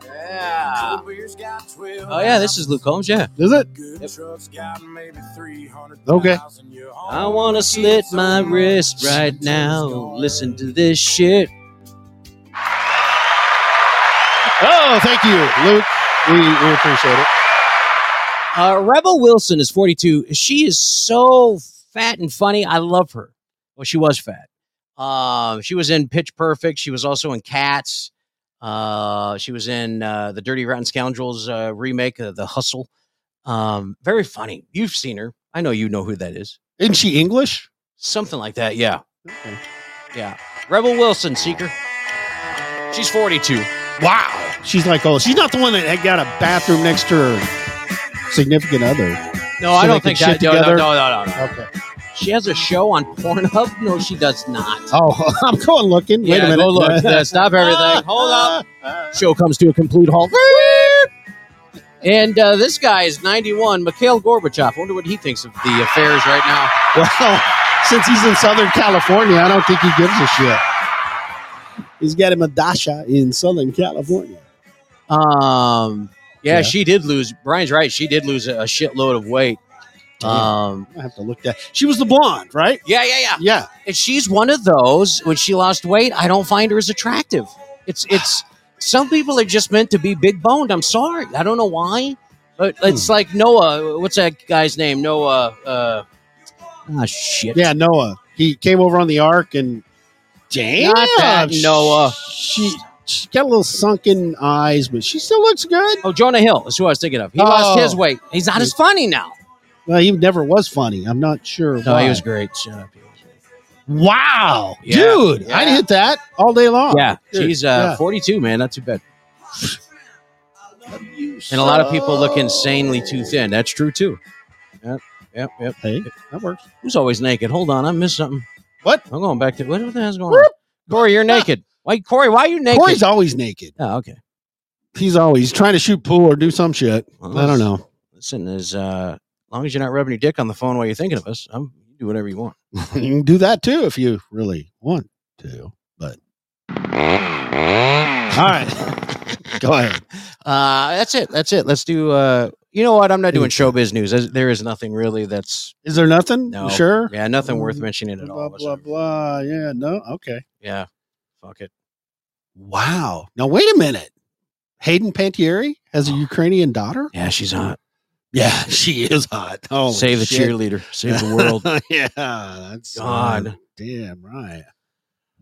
Speaker 9: Yeah. Oh yeah, this is Luke Holmes. Yeah.
Speaker 8: Is it?
Speaker 9: Okay. I wanna slit my wrist right now. Listen to this shit.
Speaker 8: Oh, thank you, Luke. We, we appreciate it.
Speaker 9: Uh, Rebel Wilson is 42. She is so fat and funny. I love her. Well, she was fat. Um, she was in Pitch Perfect. She was also in Cats. Uh, she was in uh, the Dirty Rotten Scoundrels uh, remake of The Hustle. Um, very funny. You've seen her. I know you know who that is.
Speaker 8: Isn't she English?
Speaker 9: Something like that. Yeah. Yeah. Rebel Wilson, Seeker. She's 42.
Speaker 8: Wow. She's like, oh, she's not the one that had got a bathroom next to her significant other.
Speaker 9: No, I
Speaker 8: So
Speaker 9: don't
Speaker 8: they
Speaker 9: think
Speaker 8: can
Speaker 9: that.
Speaker 8: shit
Speaker 9: No, no, no,
Speaker 8: together?
Speaker 9: no, no.
Speaker 8: Okay.
Speaker 9: She has a show on Pornhub. No, she does not.
Speaker 8: Oh, [LAUGHS] I'm going looking. Wait
Speaker 9: yeah,
Speaker 8: a minute.
Speaker 9: Go look.
Speaker 8: [LAUGHS]
Speaker 9: Yeah, stop everything. Hold up. Show comes to a complete halt. And uh, this guy is 91, Mikhail Gorbachev. I wonder what he thinks of the affairs right now.
Speaker 8: [LAUGHS] Well, since he's in Southern California, I don't think he gives a shit.
Speaker 10: He's got him a dasha in Southern California.
Speaker 9: Um, yeah,
Speaker 10: Yeah.
Speaker 9: she did lose. Brian's right. She did lose a, a shitload of weight. Um,
Speaker 8: I have to look that. She was the blonde, right?
Speaker 9: Yeah, yeah, yeah.
Speaker 8: Yeah.
Speaker 9: And she's one of those when she lost weight, I don't find her as attractive. It's it's some people are just meant to be big boned. I'm sorry. I don't know why. But it's like Noah, what's that guy's name? Noah uh Ah shit.
Speaker 8: Yeah, Noah. He came over on the arc and damn,
Speaker 9: Not that Noah.
Speaker 8: She she got a little sunken eyes, but she still looks good.
Speaker 9: Oh, Jonah Hill is who I was thinking of. He lost
Speaker 8: Oh.
Speaker 9: his weight. He's not as funny now.
Speaker 8: Well, he never was funny. I'm not sure.
Speaker 9: No, he
Speaker 8: why.
Speaker 9: was great. Shut up.
Speaker 8: Wow,
Speaker 9: Yeah.
Speaker 8: dude,
Speaker 9: Yeah.
Speaker 8: I'd hit that all day long.
Speaker 9: yeah.
Speaker 8: Dude,
Speaker 9: She's uh
Speaker 8: yeah.
Speaker 9: 42, man. Not too bad. And a lot of people look insanely too thin. That's true too. Yep, yep, yep.
Speaker 8: Hey, that works.
Speaker 9: Who's always naked? Hold on, I missed something.
Speaker 8: What? Ah.
Speaker 9: I'm going back to what the hell's going on? Corey, you're naked. Why, Corey? Why are you naked?
Speaker 8: Corey's always naked.
Speaker 9: Oh, okay.
Speaker 8: He's always trying to shoot pool or do some shit. I don't know.
Speaker 9: Listen, as uh, long as you're not rubbing your dick on the phone while you're thinking of us, I'm you do whatever you want. [LAUGHS]
Speaker 8: you can do that too if you really want to. But all right, go ahead.
Speaker 9: Uh, that's it. That's it. Let's do. Uh, you know what? I'm not doing showbiz news. There's- There is nothing really that's
Speaker 8: Is there nothing?
Speaker 9: no.
Speaker 8: You Sure.
Speaker 9: Yeah, nothing worth mentioning at all.
Speaker 8: Blah blah blah. Yeah. No. Okay.
Speaker 9: Yeah. Fuck it.
Speaker 8: Wow. Now wait a minute. Hayden Pantieri has a Ukrainian daughter.
Speaker 9: Yeah, she's hot.
Speaker 8: Yeah, [LAUGHS] she is hot. Oh,
Speaker 9: Save the cheerleader. Save the world.
Speaker 8: [LAUGHS] yeah, that's
Speaker 9: God.
Speaker 8: damn [SIGHS] right.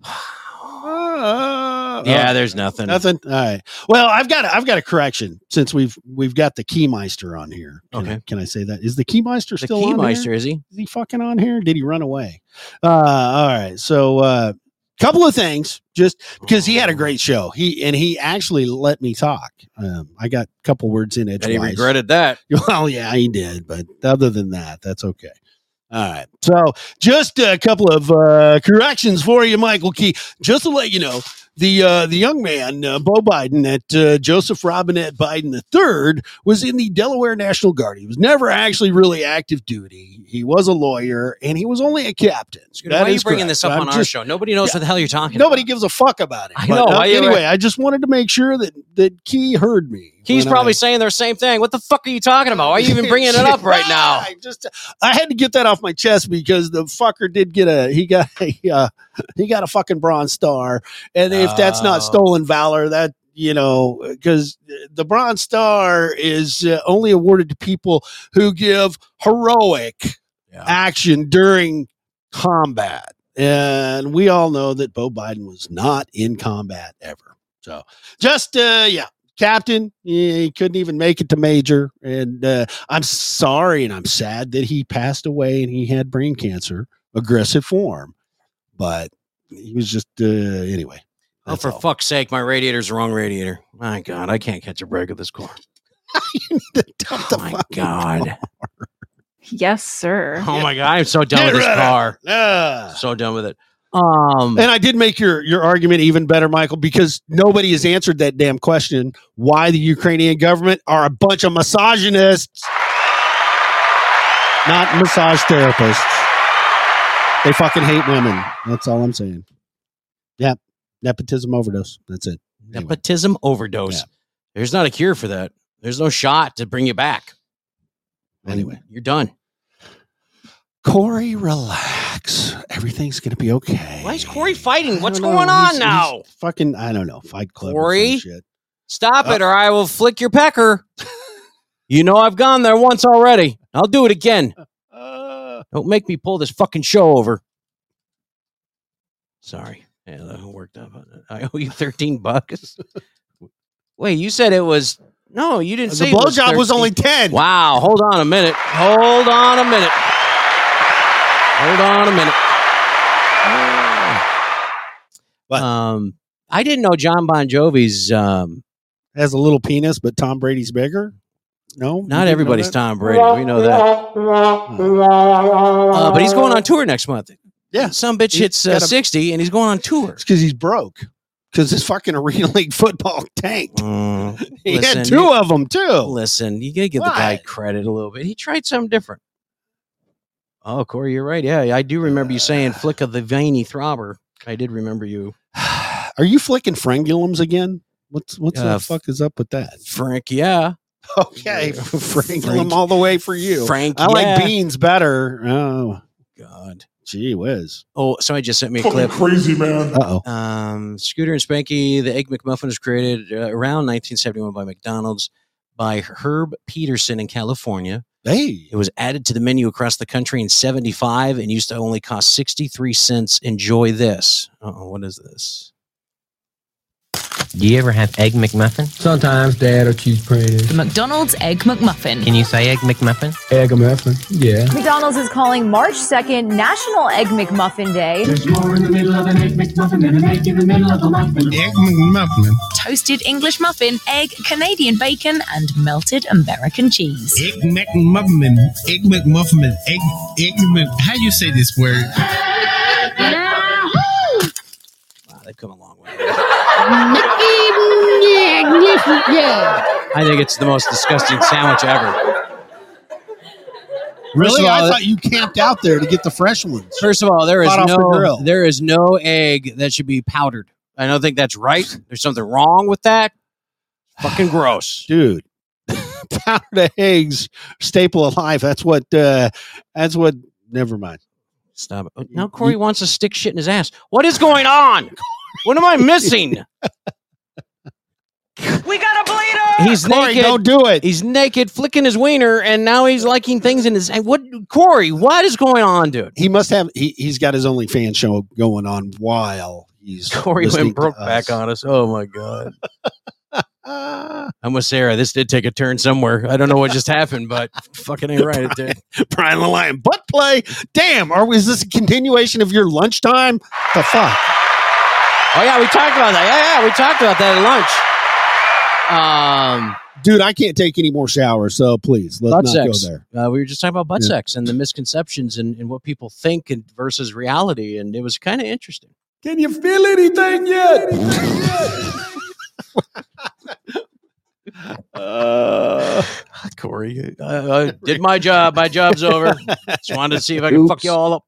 Speaker 8: Uh,
Speaker 9: yeah, there's nothing.
Speaker 8: Nothing. All right. Well, I've got I've got a correction since we've we've got the Keymeister on here. Can I-
Speaker 9: Okay.
Speaker 8: can I say that? Is the Keymeister
Speaker 9: The
Speaker 8: still on
Speaker 9: Keymeister
Speaker 8: here?
Speaker 9: is he?
Speaker 8: Is he fucking on here? Did he run away? Uh, all right. So, uh, couple of things, just because he had a great show. He and he actually let me talk. Um, I got a couple words in
Speaker 9: And he
Speaker 8: edgewise.
Speaker 9: regretted that.
Speaker 8: [LAUGHS] Well, yeah, he did, but other than that, that's okay. All right. So, just a couple of uh, corrections for you, Michael Key. Just to let you know, the uh, the young man, uh, Bo Biden, that uh, Joseph Robinette Biden III, was in the Delaware National Guard. He was never actually really active duty. He was a lawyer, and he was only a captain.
Speaker 9: Dude,
Speaker 8: That
Speaker 9: why are you
Speaker 8: is
Speaker 9: bringing
Speaker 8: correct.
Speaker 9: this up
Speaker 8: I'm
Speaker 9: on our
Speaker 8: just-
Speaker 9: show? Nobody knows what the hell you're talking
Speaker 8: Nobody gives a fuck about it.
Speaker 9: I
Speaker 8: But,
Speaker 9: know,
Speaker 8: uh,
Speaker 9: why you-
Speaker 8: anyway, I just wanted to make sure that that Key heard me.
Speaker 9: about. He's
Speaker 8: when I-
Speaker 9: probably saying the same thing. What the fuck are you talking about? Why are you [LAUGHS] even bringing it up right now?
Speaker 8: [LAUGHS] I just I had to get that off my chest because the fucker did get a he got [LAUGHS] a uh, he got a fucking bronze star, and if that's not
Speaker 9: Oh.
Speaker 8: stolen valor, that you know because the bronze star is uh, only awarded to people who give heroic action during combat, and we all know that Bo Biden was not in combat ever. So just uh, yeah. Captain, yeah, he couldn't even make it to major, and uh, I'm sorry and I'm sad that he passed away and he had brain cancer, aggressive form. But he was just uh, anyway.
Speaker 9: Oh, for
Speaker 8: [LAUGHS]
Speaker 9: fuck's sake, my [LAUGHS] radiator's the wrong radiator. Oh, My God, I can't catch a break with this car.
Speaker 8: Dump the fucking [LAUGHS]
Speaker 9: [LAUGHS] God.
Speaker 17: Yes, sir.
Speaker 9: Oh my God. I'm so done with this car.
Speaker 8: Ah.
Speaker 9: So done with it. Um,
Speaker 8: and I did make your your argument even better, Michael, because nobody has answered that damn question: why the Ukrainian government are a bunch of misogynists, not massage therapists. They fucking hate women. That's all I'm saying. Yep, nepotism overdose. That's it.
Speaker 9: [LAUGHS] Nepotism overdose. There's not a cure for that. There's no shot to bring you back. Anyway, you're done.
Speaker 8: Corey, relax. Everything's gonna be okay.
Speaker 9: Why is Corey fighting? What's
Speaker 8: I don't know.
Speaker 9: going on
Speaker 8: He's-
Speaker 9: now?
Speaker 8: he's Fucking, I don't know. Fight Club. or some
Speaker 9: Corey,
Speaker 8: shit.
Speaker 9: stop it
Speaker 8: Uh,
Speaker 9: or I will flick your pecker. you know I've gone there once already. I'll do it again. Don't make me pull this fucking show over. Sorry. Yeah, that worked up. on it. I owe you 13 bucks. Wait, you said it was no, you didn't
Speaker 8: The
Speaker 9: say it was
Speaker 8: blowjob was
Speaker 9: 13.
Speaker 8: only 10.
Speaker 9: Wow, hold on a minute. Hold on a minute. Hold on a minute. Um I didn't know John Bon Jovi's um
Speaker 8: has a little penis, but Tom Brady's bigger. No, You didn't
Speaker 9: Not
Speaker 8: know
Speaker 9: everybody's
Speaker 8: that?
Speaker 9: Tom Brady. We know that. Uh, but he's going on tour next month.
Speaker 8: Yeah.
Speaker 9: Some bitch
Speaker 8: He's
Speaker 9: hits uh,
Speaker 8: got a-
Speaker 9: 60 and he's going on tour.
Speaker 8: It's because he's broke. Because his fucking [LAUGHS] arena league football tanked. he
Speaker 9: Listen,
Speaker 8: had two
Speaker 9: you-
Speaker 8: of them too.
Speaker 9: Oh. Listen, you gotta give the guy credit a little bit. He tried something different. Oh, Corey, you're right. Yeah, I do remember you [SIGHS] saying "flick of the veiny throbber." I did remember you.
Speaker 8: [SIGHS] Are you flicking frangulums again? What's what's
Speaker 9: Uh,
Speaker 8: the fuck is up with
Speaker 9: [LAUGHS]
Speaker 8: that?
Speaker 9: Frank, yeah.
Speaker 8: Okay, [LAUGHS] frangulum all the way for you,
Speaker 9: Frank,
Speaker 8: I like
Speaker 9: yeah.
Speaker 8: beans better. Oh,
Speaker 9: God,
Speaker 8: gee whiz.
Speaker 9: Oh, somebody just sent me a
Speaker 8: Fucking
Speaker 9: clip.
Speaker 8: crazy, man. Uh-oh.
Speaker 9: Um, Scooter and Spanky, the Egg McMuffin was created uh, around 1971 by McDonald's by Herb Peterson in California.
Speaker 8: Hey.
Speaker 9: It was added to the menu across the country in 75 and used to only cost 63 cents. Enjoy this. Uh-oh, what is this?
Speaker 18: Do you ever have Egg McMuffin? Sometimes, Dad, or cheese
Speaker 19: The
Speaker 18: Pringles.
Speaker 19: McDonald's Egg McMuffin.
Speaker 18: Can you say Egg McMuffin?
Speaker 19: Egg McMuffin, yeah.
Speaker 20: McDonald's is calling March 2nd National Egg McMuffin Day.
Speaker 19: more in the middle of an Egg McMuffin than an egg in the middle of a muffin. Egg McMuffin.
Speaker 17: Toasted English muffin, egg, Canadian bacon, and melted American cheese.
Speaker 19: Egg McMuffin. Egg McMuffin. Egg, egg Mc... How you say this word?
Speaker 9: Wow, they've come a long way.
Speaker 16: yeah.
Speaker 9: I think it's the most disgusting sandwich ever.
Speaker 10: Really?
Speaker 9: First of all,
Speaker 10: I thought you camped out there to get the fresh ones.
Speaker 9: First of all, there is
Speaker 10: Hot off the
Speaker 9: no
Speaker 10: grill.
Speaker 9: there is no egg that should be powdered. I don't think that's right. There's something wrong with that. [SIGHS] Fucking gross,
Speaker 8: dude. [LAUGHS] Powdered eggs, staple of life. That's what. uh That's what. Never mind.
Speaker 9: Stop it. Now Corey wants to stick shit in his ass. What is going on? What am I missing?
Speaker 16: We got a bleeder.
Speaker 9: [LAUGHS] He's
Speaker 16: Corey,
Speaker 9: naked.
Speaker 16: don't
Speaker 8: do it.
Speaker 9: He's naked, flicking his wiener, and now he's liking things in his. and What, Corey? What is going on, dude?
Speaker 8: He must have. He, he's got his OnlyFans show going on while he's
Speaker 9: Corey
Speaker 8: listening
Speaker 9: went
Speaker 8: to
Speaker 9: broke
Speaker 8: us.
Speaker 9: back on us. Oh my god.
Speaker 8: Ah,
Speaker 9: I'm with Sarah. This did take a turn somewhere. I don't know what just happened, but [LAUGHS] fucking ain't right. It did.
Speaker 8: [LAUGHS] Brian the Lion butt play. Damn, or was this a continuation of your lunchtime? The fuck.
Speaker 9: Oh yeah, we talked about that. Yeah, yeah, we talked about that at lunch. Um,
Speaker 8: Dude, I can't take any more showers, so please let's
Speaker 9: butt
Speaker 8: not
Speaker 9: sex.
Speaker 8: go there.
Speaker 9: Uh, we were just talking about butt
Speaker 8: Yeah.
Speaker 9: sex and the misconceptions and, and what people think and versus reality, and it was kind of interesting.
Speaker 16: Can you feel anything yet?
Speaker 9: Corey, I, I Uh, did my job. My job's over.
Speaker 8: [LAUGHS]
Speaker 9: Just wanted to see if I could fuck
Speaker 8: Oops.
Speaker 9: you all up.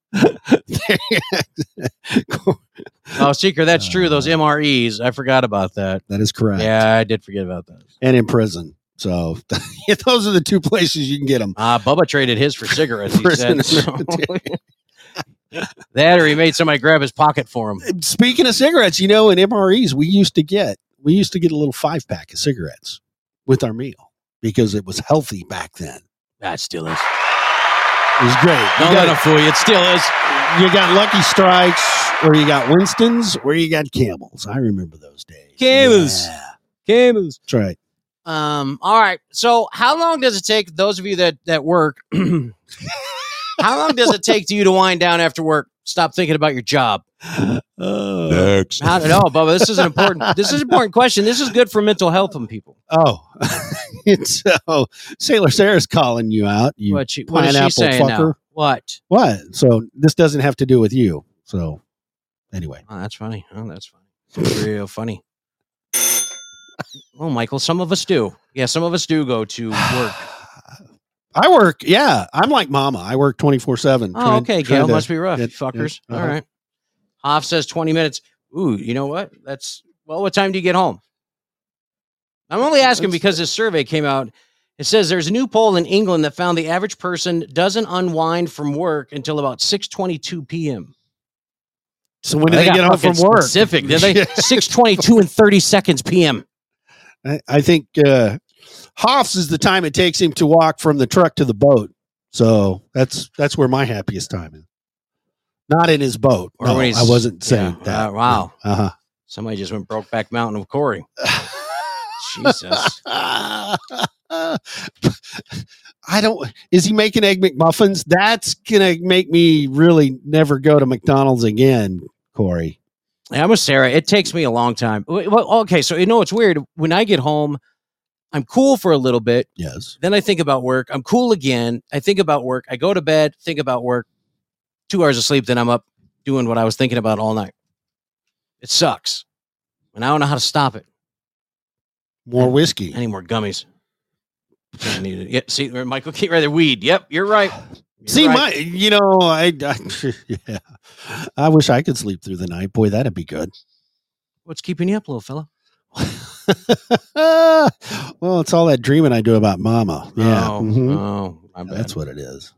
Speaker 9: oh, Seeker, that's true. Those MREs, I forgot about that.
Speaker 8: That is correct.
Speaker 9: Yeah, I did forget about that.
Speaker 8: And in prison. So [LAUGHS] those are the two places you can
Speaker 9: [LAUGHS]
Speaker 8: get them.
Speaker 9: Uh, Bubba traded his for cigarettes.
Speaker 8: [LAUGHS]
Speaker 9: He
Speaker 8: Prison
Speaker 9: said.
Speaker 8: [LAUGHS]
Speaker 9: So- that or he made somebody grab his pocket for him.
Speaker 8: Speaking of cigarettes, you know, in MREs, we used to get we used to get a little five pack of cigarettes with our meal because it was healthy back then.
Speaker 9: That still is.
Speaker 8: It was great. You
Speaker 9: Don't
Speaker 8: got
Speaker 9: let him fool you. It still is.
Speaker 8: [LAUGHS] You got Lucky Strikes, or you got Winston's, or you got Camels. I remember those days.
Speaker 9: Camels. Camels.
Speaker 8: That's
Speaker 9: [GASPS]
Speaker 8: right.
Speaker 9: Um, all right. So how long does it take [CLEARS THROAT] those of you that that work? how long does it take to you to wind down after work? Stop thinking about your job.
Speaker 8: Oh.
Speaker 7: Next.
Speaker 9: How no, Bubba. This is an important. This is an important question. This is good for mental health in people.
Speaker 8: Oh, [LAUGHS] it's oh, Sailor Sarah's calling you out. You
Speaker 9: What she- what is she
Speaker 8: pineapple
Speaker 9: saying now?
Speaker 8: fucker.
Speaker 9: What?
Speaker 8: What? So this doesn't have to do with you. So anyway,
Speaker 9: Oh, that's funny. Oh, that's funny. Real funny. Well, Michael, some of us do. Yeah, some of us do go to work.
Speaker 8: [SIGHS] I work. Yeah, I'm like Mama. I work twenty four seven.
Speaker 9: Oh, okay, Gail must be rough, you fuckers.
Speaker 8: uh-huh.
Speaker 9: All right. Hoff says twenty minutes. Ooh, you know what? That's well. What time do you get home? I'm only asking because this survey came out. It says there's a new poll in England that found the average person doesn't unwind from work until about 6:22 p.m.
Speaker 8: So when do they,
Speaker 9: got
Speaker 8: get home
Speaker 9: fucking
Speaker 8: from work?
Speaker 9: Specific. Did
Speaker 8: [LAUGHS]
Speaker 9: they?
Speaker 8: Yeah.
Speaker 9: 6:22 and 30 seconds p.m.
Speaker 8: I, I think uh, Hoff's is the time it takes him to walk from the truck to the boat. So that's that's where my happiest time is. Not in his boat.
Speaker 9: Or
Speaker 8: No,
Speaker 9: when he's-
Speaker 8: I wasn't saying
Speaker 9: yeah,
Speaker 8: that.
Speaker 9: uh, wow.
Speaker 8: Uh huh.
Speaker 9: Somebody just went broke back mountain with Corey.
Speaker 8: Uh-huh. [LAUGHS]
Speaker 9: [SIGHS] Jesus.
Speaker 8: I don't. Is he making egg McMuffins? That's gonna make me really never go to McDonald's again, Corey.
Speaker 9: Yeah, I'm with Sarah. It takes me a long time. W- Well, okay, so you know it's weird. When I get home, I'm cool for a little bit.
Speaker 8: Yes.
Speaker 9: Then I think about work. I'm cool again. I think about work. I go to bed, think about work. Two hours of sleep, then I'm up doing what I was thinking about all night. It sucks, and I don't know how to stop it.
Speaker 8: More whiskey.
Speaker 9: Any more gummies? I need it. Yeah, see, Michael, keep rather weed. Yep, you're right. You're
Speaker 8: See,
Speaker 9: right.
Speaker 8: my, you know, I, [LAUGHS] I- yeah, I wish I could sleep through the night. Boy, that'd be good. [LAUGHS]
Speaker 9: what's keeping you up, little fella?
Speaker 8: Ah, well, it's all that dreaming I do about Mama. Yeah,
Speaker 9: Oh,
Speaker 8: mhm.
Speaker 9: oh, my bad.
Speaker 8: that's what it is.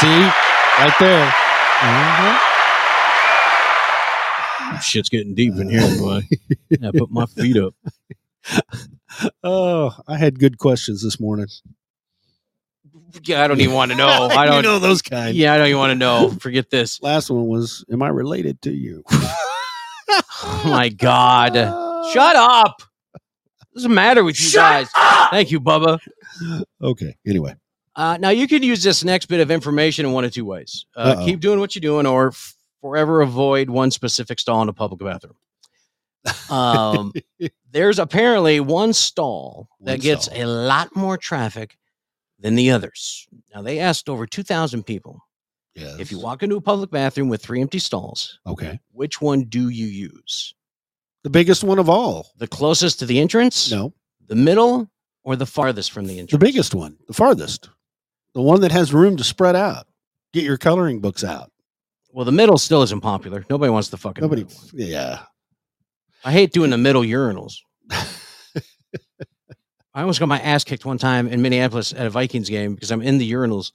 Speaker 8: See, right there. Mhm.
Speaker 9: Shit's getting deep in
Speaker 8: [LAUGHS]
Speaker 9: here, boy. I put my feet up.
Speaker 8: Oh, I had good questions this
Speaker 9: [LAUGHS]
Speaker 8: morning.
Speaker 9: Yeah, I don't
Speaker 8: [LAUGHS]
Speaker 9: even want to know. I
Speaker 8: You
Speaker 9: don't
Speaker 8: know those kind.
Speaker 9: Yeah, I don't even want to know. Forget this.
Speaker 8: Last one was, "Am I related to you?"
Speaker 9: [LAUGHS]
Speaker 8: [LAUGHS]
Speaker 9: Oh my God. Shut up. Doesn't matter with you guys. Thank you, Bubba.
Speaker 8: [LAUGHS] okay. Anyway,
Speaker 9: Uh, now you can use this next bit of information in one of two ways. Uh,
Speaker 8: Uh-oh.
Speaker 9: keep doing what you're doing, or f- forever avoid one specific stall in a public bathroom. [LAUGHS]
Speaker 8: [LAUGHS]
Speaker 9: Um, there's apparently one stall that gets a lot more traffic than the others. Now they asked over 2,000 people. If you walk into a public bathroom with three empty stalls,
Speaker 8: okay.
Speaker 9: which one do you use?
Speaker 8: The biggest one of all.
Speaker 9: The closest to the entrance?
Speaker 8: No.
Speaker 9: The middle or the farthest from the entrance?
Speaker 8: The biggest one, the farthest, the one that has room to spread out. Get your coloring books out.
Speaker 9: Well, the middle still isn't popular. Nobody wants the fucking
Speaker 8: Nobody.
Speaker 9: middle.
Speaker 8: Yeah.
Speaker 9: I hate doing the middle urinals. I almost got my ass kicked one time in Minneapolis at a Vikings game because I'm in the urinals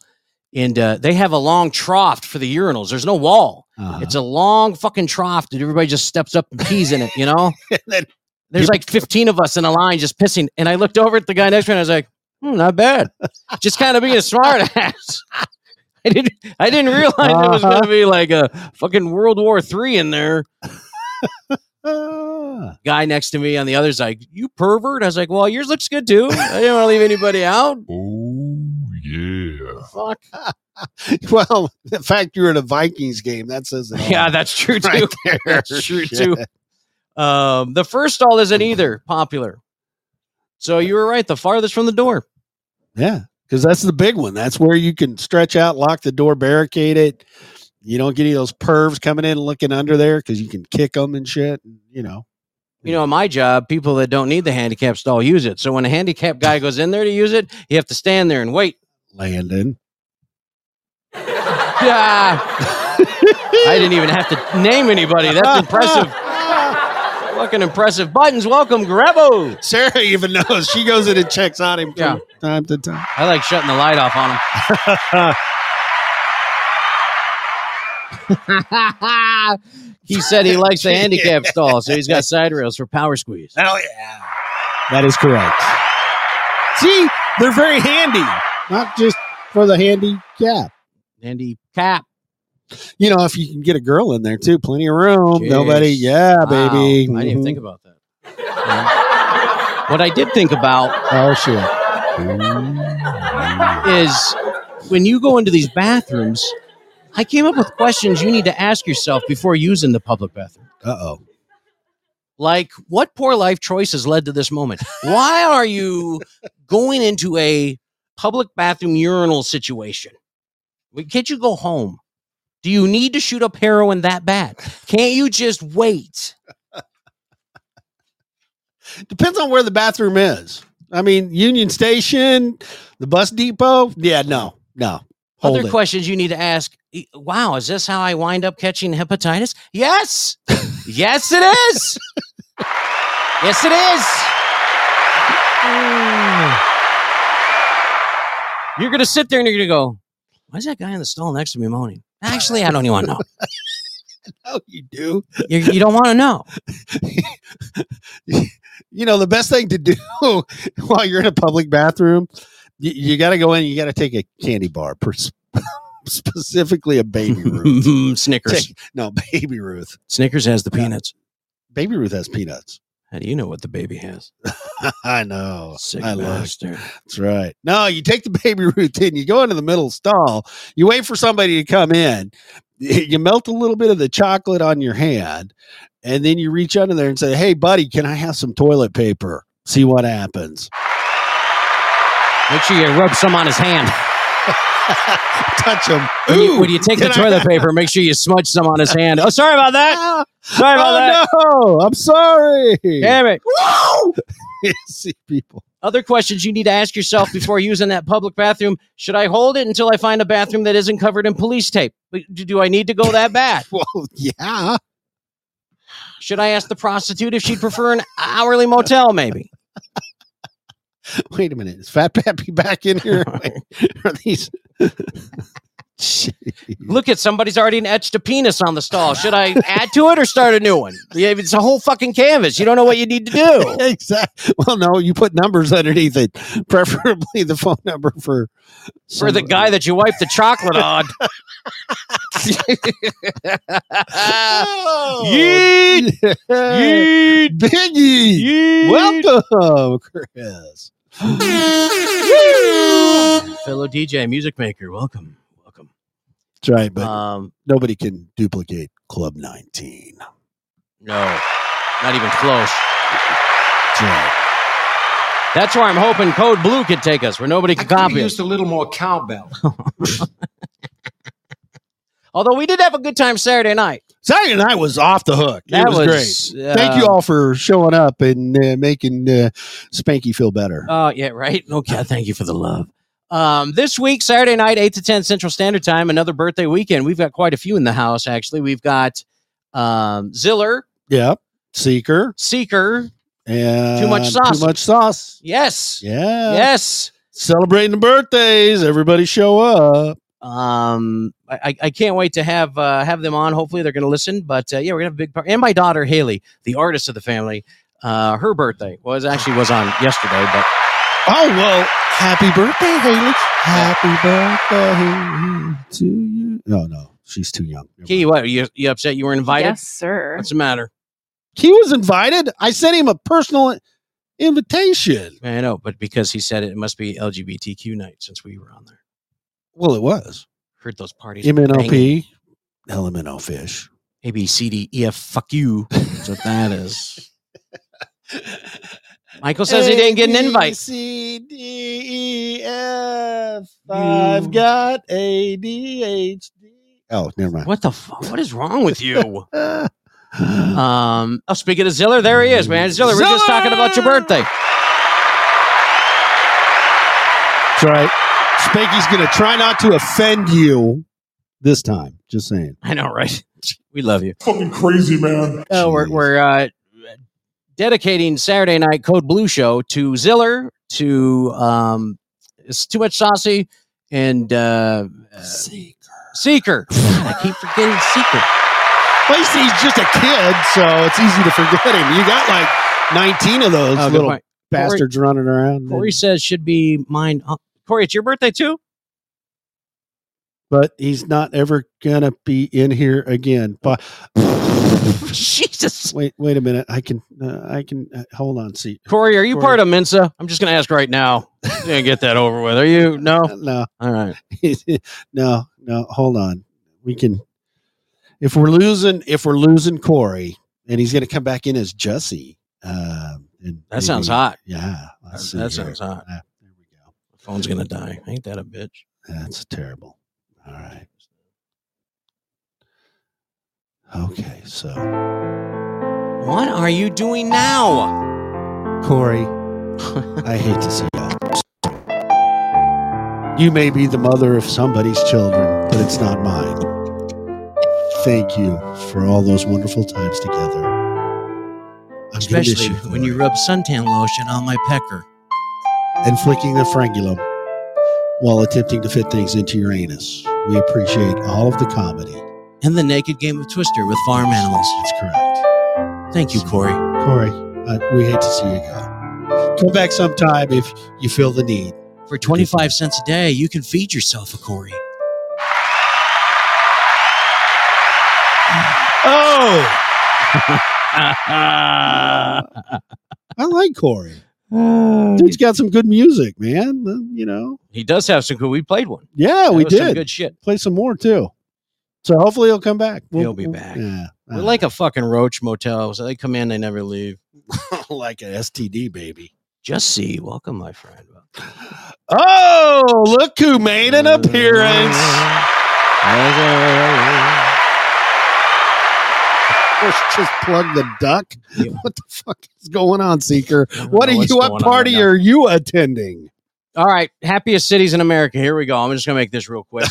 Speaker 9: and uh, they have a long trough for the urinals. There's no wall.
Speaker 8: Uh-huh.
Speaker 9: It's a long fucking trough that everybody just steps up and pees in it, you know?
Speaker 8: Uh-huh. [LAUGHS]
Speaker 9: There's like 15 of us in a line just pissing. And I looked over at the guy next to me and I was like, hmm, not bad. Just kind of being a smart ass. [LAUGHS] I didn't I didn't realize it was
Speaker 8: Uh-huh.
Speaker 9: gonna be like a fucking World War Three in there. Guy next to me on the other's like, you pervert. I was like, well, yours looks good too. I didn't want to leave anybody out.
Speaker 15: Oh,
Speaker 7: Yeah.
Speaker 8: [LAUGHS]
Speaker 9: Fuck.
Speaker 8: well, the fact you're at a Vikings game that says it. all.
Speaker 9: [LAUGHS] Yeah, that's true too.
Speaker 8: Right there.
Speaker 9: [LAUGHS]
Speaker 8: [LAUGHS]
Speaker 9: That's true
Speaker 8: Shit.
Speaker 9: too. Um, the first stall isn't either popular. So you were right. The farthest from the door.
Speaker 8: Yeah, because that's the big one. That's where you can stretch out, lock the door, barricade it. You don't get any of those pervs coming in and looking under there because you can kick them and shit. and, You know,
Speaker 9: You know, in my job, people that don't need the handicap stall use it. So when a handicap guy goes in there to use it, you have to stand there and wait.
Speaker 8: Landon.
Speaker 9: Yeah. I didn't even have to name anybody. That's impressive. Fucking impressive. Buttons, welcome, Grebo.
Speaker 8: Sarah even knows. She goes in and checks on him
Speaker 9: Yeah.
Speaker 8: from time to time.
Speaker 9: I like shutting the light off on him. [LAUGHS] he said he likes the handicap stall, so he's got side rails for power squeeze.
Speaker 8: Hell yeah. That is correct. See, they're very handy. Not just for the handy cap.
Speaker 9: Handy cap.
Speaker 8: You know, if you can get a girl in there too, plenty of room. Nobody,
Speaker 9: Jeez.
Speaker 8: yeah,
Speaker 9: Wow.
Speaker 8: baby.
Speaker 9: I didn't even
Speaker 8: Mhm.
Speaker 9: think about that. what I did think about
Speaker 8: Oh shit. Mm-hmm.
Speaker 9: is when you go into these bathrooms, I came up with questions you need to ask yourself before using the public bathroom.
Speaker 8: Uh oh.
Speaker 9: Like, what poor life choices led to this moment? Why are you going into a public bathroom urinal situation? Why Can't you go home? Do you need to shoot up heroin that bad? Can't you just wait?
Speaker 8: Depends on where the bathroom is. I mean, Union Station, the bus depot. Yeah, no, no. Hold
Speaker 9: Other
Speaker 8: it.
Speaker 9: questions you need to ask. E- Wow, is this how I wind up catching hepatitis?
Speaker 8: [LAUGHS]
Speaker 9: Yes. yes, it is. yes, it
Speaker 8: [SIGHS]
Speaker 9: is. You're going to sit there and you're going to go, why is that guy in the stall next to me moaning? Actually, I don't even want to know.
Speaker 8: no, you do. [LAUGHS]
Speaker 9: You, you don't want to know.
Speaker 8: you know, the best thing to do [LAUGHS] while you're in a public bathroom, you, you got to go in, you got to take a candy bar, per- [LAUGHS] specifically a [LAUGHS]
Speaker 9: [LAUGHS]
Speaker 8: Baby Ruth.
Speaker 9: Hmm, Snickers.
Speaker 8: Take- no, Baby Ruth.
Speaker 9: Snickers has the peanuts.
Speaker 8: Baby Ruth has peanuts. [LAUGHS]
Speaker 9: How do you know what the baby has?
Speaker 8: I know.
Speaker 9: Sick
Speaker 8: I love
Speaker 9: bastard.
Speaker 8: That's right. No, you take the [LAUGHS] baby Ruth in, you go into the middle stall, you wait for somebody to come in, you melt a little bit of the chocolate on your hand, and then you reach under there and say, Hey, buddy, can I have some toilet paper? See what happens.
Speaker 9: Make sure you rub some on his hand.
Speaker 8: Touch him.
Speaker 9: When you, when you take the toilet paper, make sure you smudge some [LAUGHS] on his hand. Oh, sorry about that. Sorry about that.
Speaker 8: Oh, No, I'm sorry.
Speaker 9: Damn it.
Speaker 8: [LAUGHS] See people.
Speaker 9: Other questions you need to ask yourself before using that public bathroom. Should I hold it until I find a bathroom that isn't covered in police tape? Do- Do I need to go that bad?
Speaker 8: well, yeah.
Speaker 9: Should I ask the prostitute if she'd prefer an hourly motel, maybe?
Speaker 8: Wait a minute. Is Fat Pappy back in
Speaker 9: [LAUGHS]
Speaker 8: here? Wait, are these [LAUGHS]
Speaker 9: Look at somebody's already etched a penis on the stall. Should I add to it or start a new one? Yeah, It's a whole fucking canvas. You don't know what you need to
Speaker 8: [LAUGHS]
Speaker 9: do.
Speaker 8: exactly. Well, no, you put numbers underneath it, preferably the phone number for
Speaker 9: For the guy that you wiped the chocolate [LAUGHS] on.
Speaker 8: Oh, Yeet! Yeet! Biggie!
Speaker 9: Oh,
Speaker 8: Welcome, Chris.
Speaker 9: Fellow DJ, music maker, welcome.
Speaker 8: That's right, but
Speaker 9: Um,
Speaker 8: nobody can duplicate Club 19.
Speaker 9: No, not even close.
Speaker 8: That's right.
Speaker 9: That's where I'm hoping Code Blue could take us, where nobody can copy us.
Speaker 10: used a little more cowbell.
Speaker 9: [LAUGHS] Although we did have a good time Saturday night.
Speaker 8: Saturday night was off the hook.
Speaker 9: That
Speaker 8: it was,
Speaker 9: was,
Speaker 8: great. Thank you
Speaker 9: uh,
Speaker 8: all for showing up and uh, making uh, Spanky feel better.
Speaker 9: Oh, yeah, right? Okay, thank you for the love. Um, this week, Saturday night, 8 to 10 Central Standard Time, another birthday weekend. We've got quite a few in the house, actually. We've got um, Ziller,
Speaker 8: Yeah. Seeker.
Speaker 9: Seeker.
Speaker 8: And
Speaker 9: Too much sauce.
Speaker 8: Too much sauce.
Speaker 9: Yes.
Speaker 8: Yeah.
Speaker 9: Yes.
Speaker 8: Celebrating the birthdays. Everybody show up.
Speaker 9: Um, I, I- I can't wait to have uh, have them on. Hopefully, they're going to listen. But uh, yeah, we're going to have a big party. And my daughter Haley, the artist of the family, uh, her birthday was actually was on yesterday. But
Speaker 8: Oh, well, happy birthday, Haley. Happy birthday to you. No, no. She's too young.
Speaker 9: Key, what you you upset? You were invited.
Speaker 20: Yes, sir.
Speaker 9: What's the matter?
Speaker 8: He was invited. I sent him a personal invitation.
Speaker 9: I know, but because he said it, it must be LGBTQ night since we were on there.
Speaker 8: Well, it was.
Speaker 9: Heard those parties. banging.
Speaker 8: MNOP. LMNO fish.
Speaker 9: A B C D E F. Fuck you. That's what that is. Michael says he didn't get an invite.
Speaker 8: C D E F. I've got ADHD. Oh, never mind.
Speaker 9: What the fuck? What is wrong with you?
Speaker 8: [LAUGHS]
Speaker 9: [LAUGHS] um. Oh, speaking of Ziller, there he is, man. Ziller, we're just talking about your birthday.
Speaker 8: That's right. Spanky's gonna try not to offend you this time. Just saying.
Speaker 9: I know, right? [LAUGHS] We love you.
Speaker 15: Fucking crazy, man.
Speaker 9: Oh, we're we're uh, dedicating Saturday night Code Blue show to Ziller, to um, it's too much saucy, and uh, Seeker. Seeker. God, I keep forgetting Seeker.
Speaker 8: Well, he's, he's just a kid, so it's easy to forget him. You got like 19 of those
Speaker 9: Oh, good
Speaker 8: little
Speaker 9: point.
Speaker 8: bastards running around.
Speaker 9: Corey says should be mine. Oh, Corey, it's your birthday too. [LAUGHS]
Speaker 8: But he's not ever gonna be in here again. But
Speaker 9: Jesus.
Speaker 8: Wait, wait a minute. I can, uh, I can uh, hold on. See,
Speaker 9: Corey, are you
Speaker 8: Corey.
Speaker 9: part of Mensa? I'm just going to ask right now. Yeah, get that over with. Are you? No.
Speaker 8: [LAUGHS] no,
Speaker 9: All right.
Speaker 8: no, no. Hold on. we can. If we're losing, if we're losing Corey, and he's going to come back in as Jussie, uh, and
Speaker 9: That sounds
Speaker 8: maybe-
Speaker 9: hot.
Speaker 8: Yeah,
Speaker 9: that,
Speaker 8: let's see
Speaker 9: that
Speaker 8: here. Ah,
Speaker 9: sounds hot.
Speaker 8: there
Speaker 9: we go. My phone's gonna die. Ain't that a bitch?
Speaker 8: That's terrible. All
Speaker 9: [LAUGHS]
Speaker 8: right. Okay, so
Speaker 9: What are you doing now?
Speaker 8: Corey, I hate to see that. You may be the mother of somebody's children, but it's not mine. Thank you for all those wonderful times together. I'm gonna miss
Speaker 9: Especially
Speaker 8: you.
Speaker 9: when you rub suntan lotion on my pecker.
Speaker 8: and flicking the frangulum while attempting to fit things into your anus. We appreciate all of the comedy.
Speaker 9: And the naked game of Twister with farm animals.
Speaker 8: That's correct.
Speaker 9: Thank you, Corey.
Speaker 8: Corey, uh, we hate to see you go. Come back sometime if you feel the need.
Speaker 9: For 25 cents a day, you can feed yourself a Corey.
Speaker 8: [LAUGHS] Oh! I like
Speaker 9: [LAUGHS]
Speaker 8: Corey. Dude's got some good music, man. Uh, You know,
Speaker 9: He does have some good. We played one.
Speaker 8: yeah,
Speaker 9: That
Speaker 8: we
Speaker 9: was
Speaker 8: did. Uh.
Speaker 9: some good shit.
Speaker 8: Play some more too. So hopefully he'll come back.
Speaker 9: He'll be back.
Speaker 8: Yeah.
Speaker 9: We're
Speaker 8: [LAUGHS]
Speaker 9: like a fucking roach motel. So they come in, they never leave.
Speaker 8: like an STD baby.
Speaker 9: Just see. Welcome, my friend.
Speaker 8: Oh, look who made an appearance. [LAUGHS] just plug the duck. [LAUGHS] What the fuck is going on, Seeker? What are
Speaker 9: know what's
Speaker 8: you? What
Speaker 9: going on
Speaker 8: party
Speaker 9: right now.
Speaker 8: are you attending?
Speaker 9: All right. Happiest cities in America. Here we go. I'm just going to make this
Speaker 8: [LAUGHS]
Speaker 9: real quick.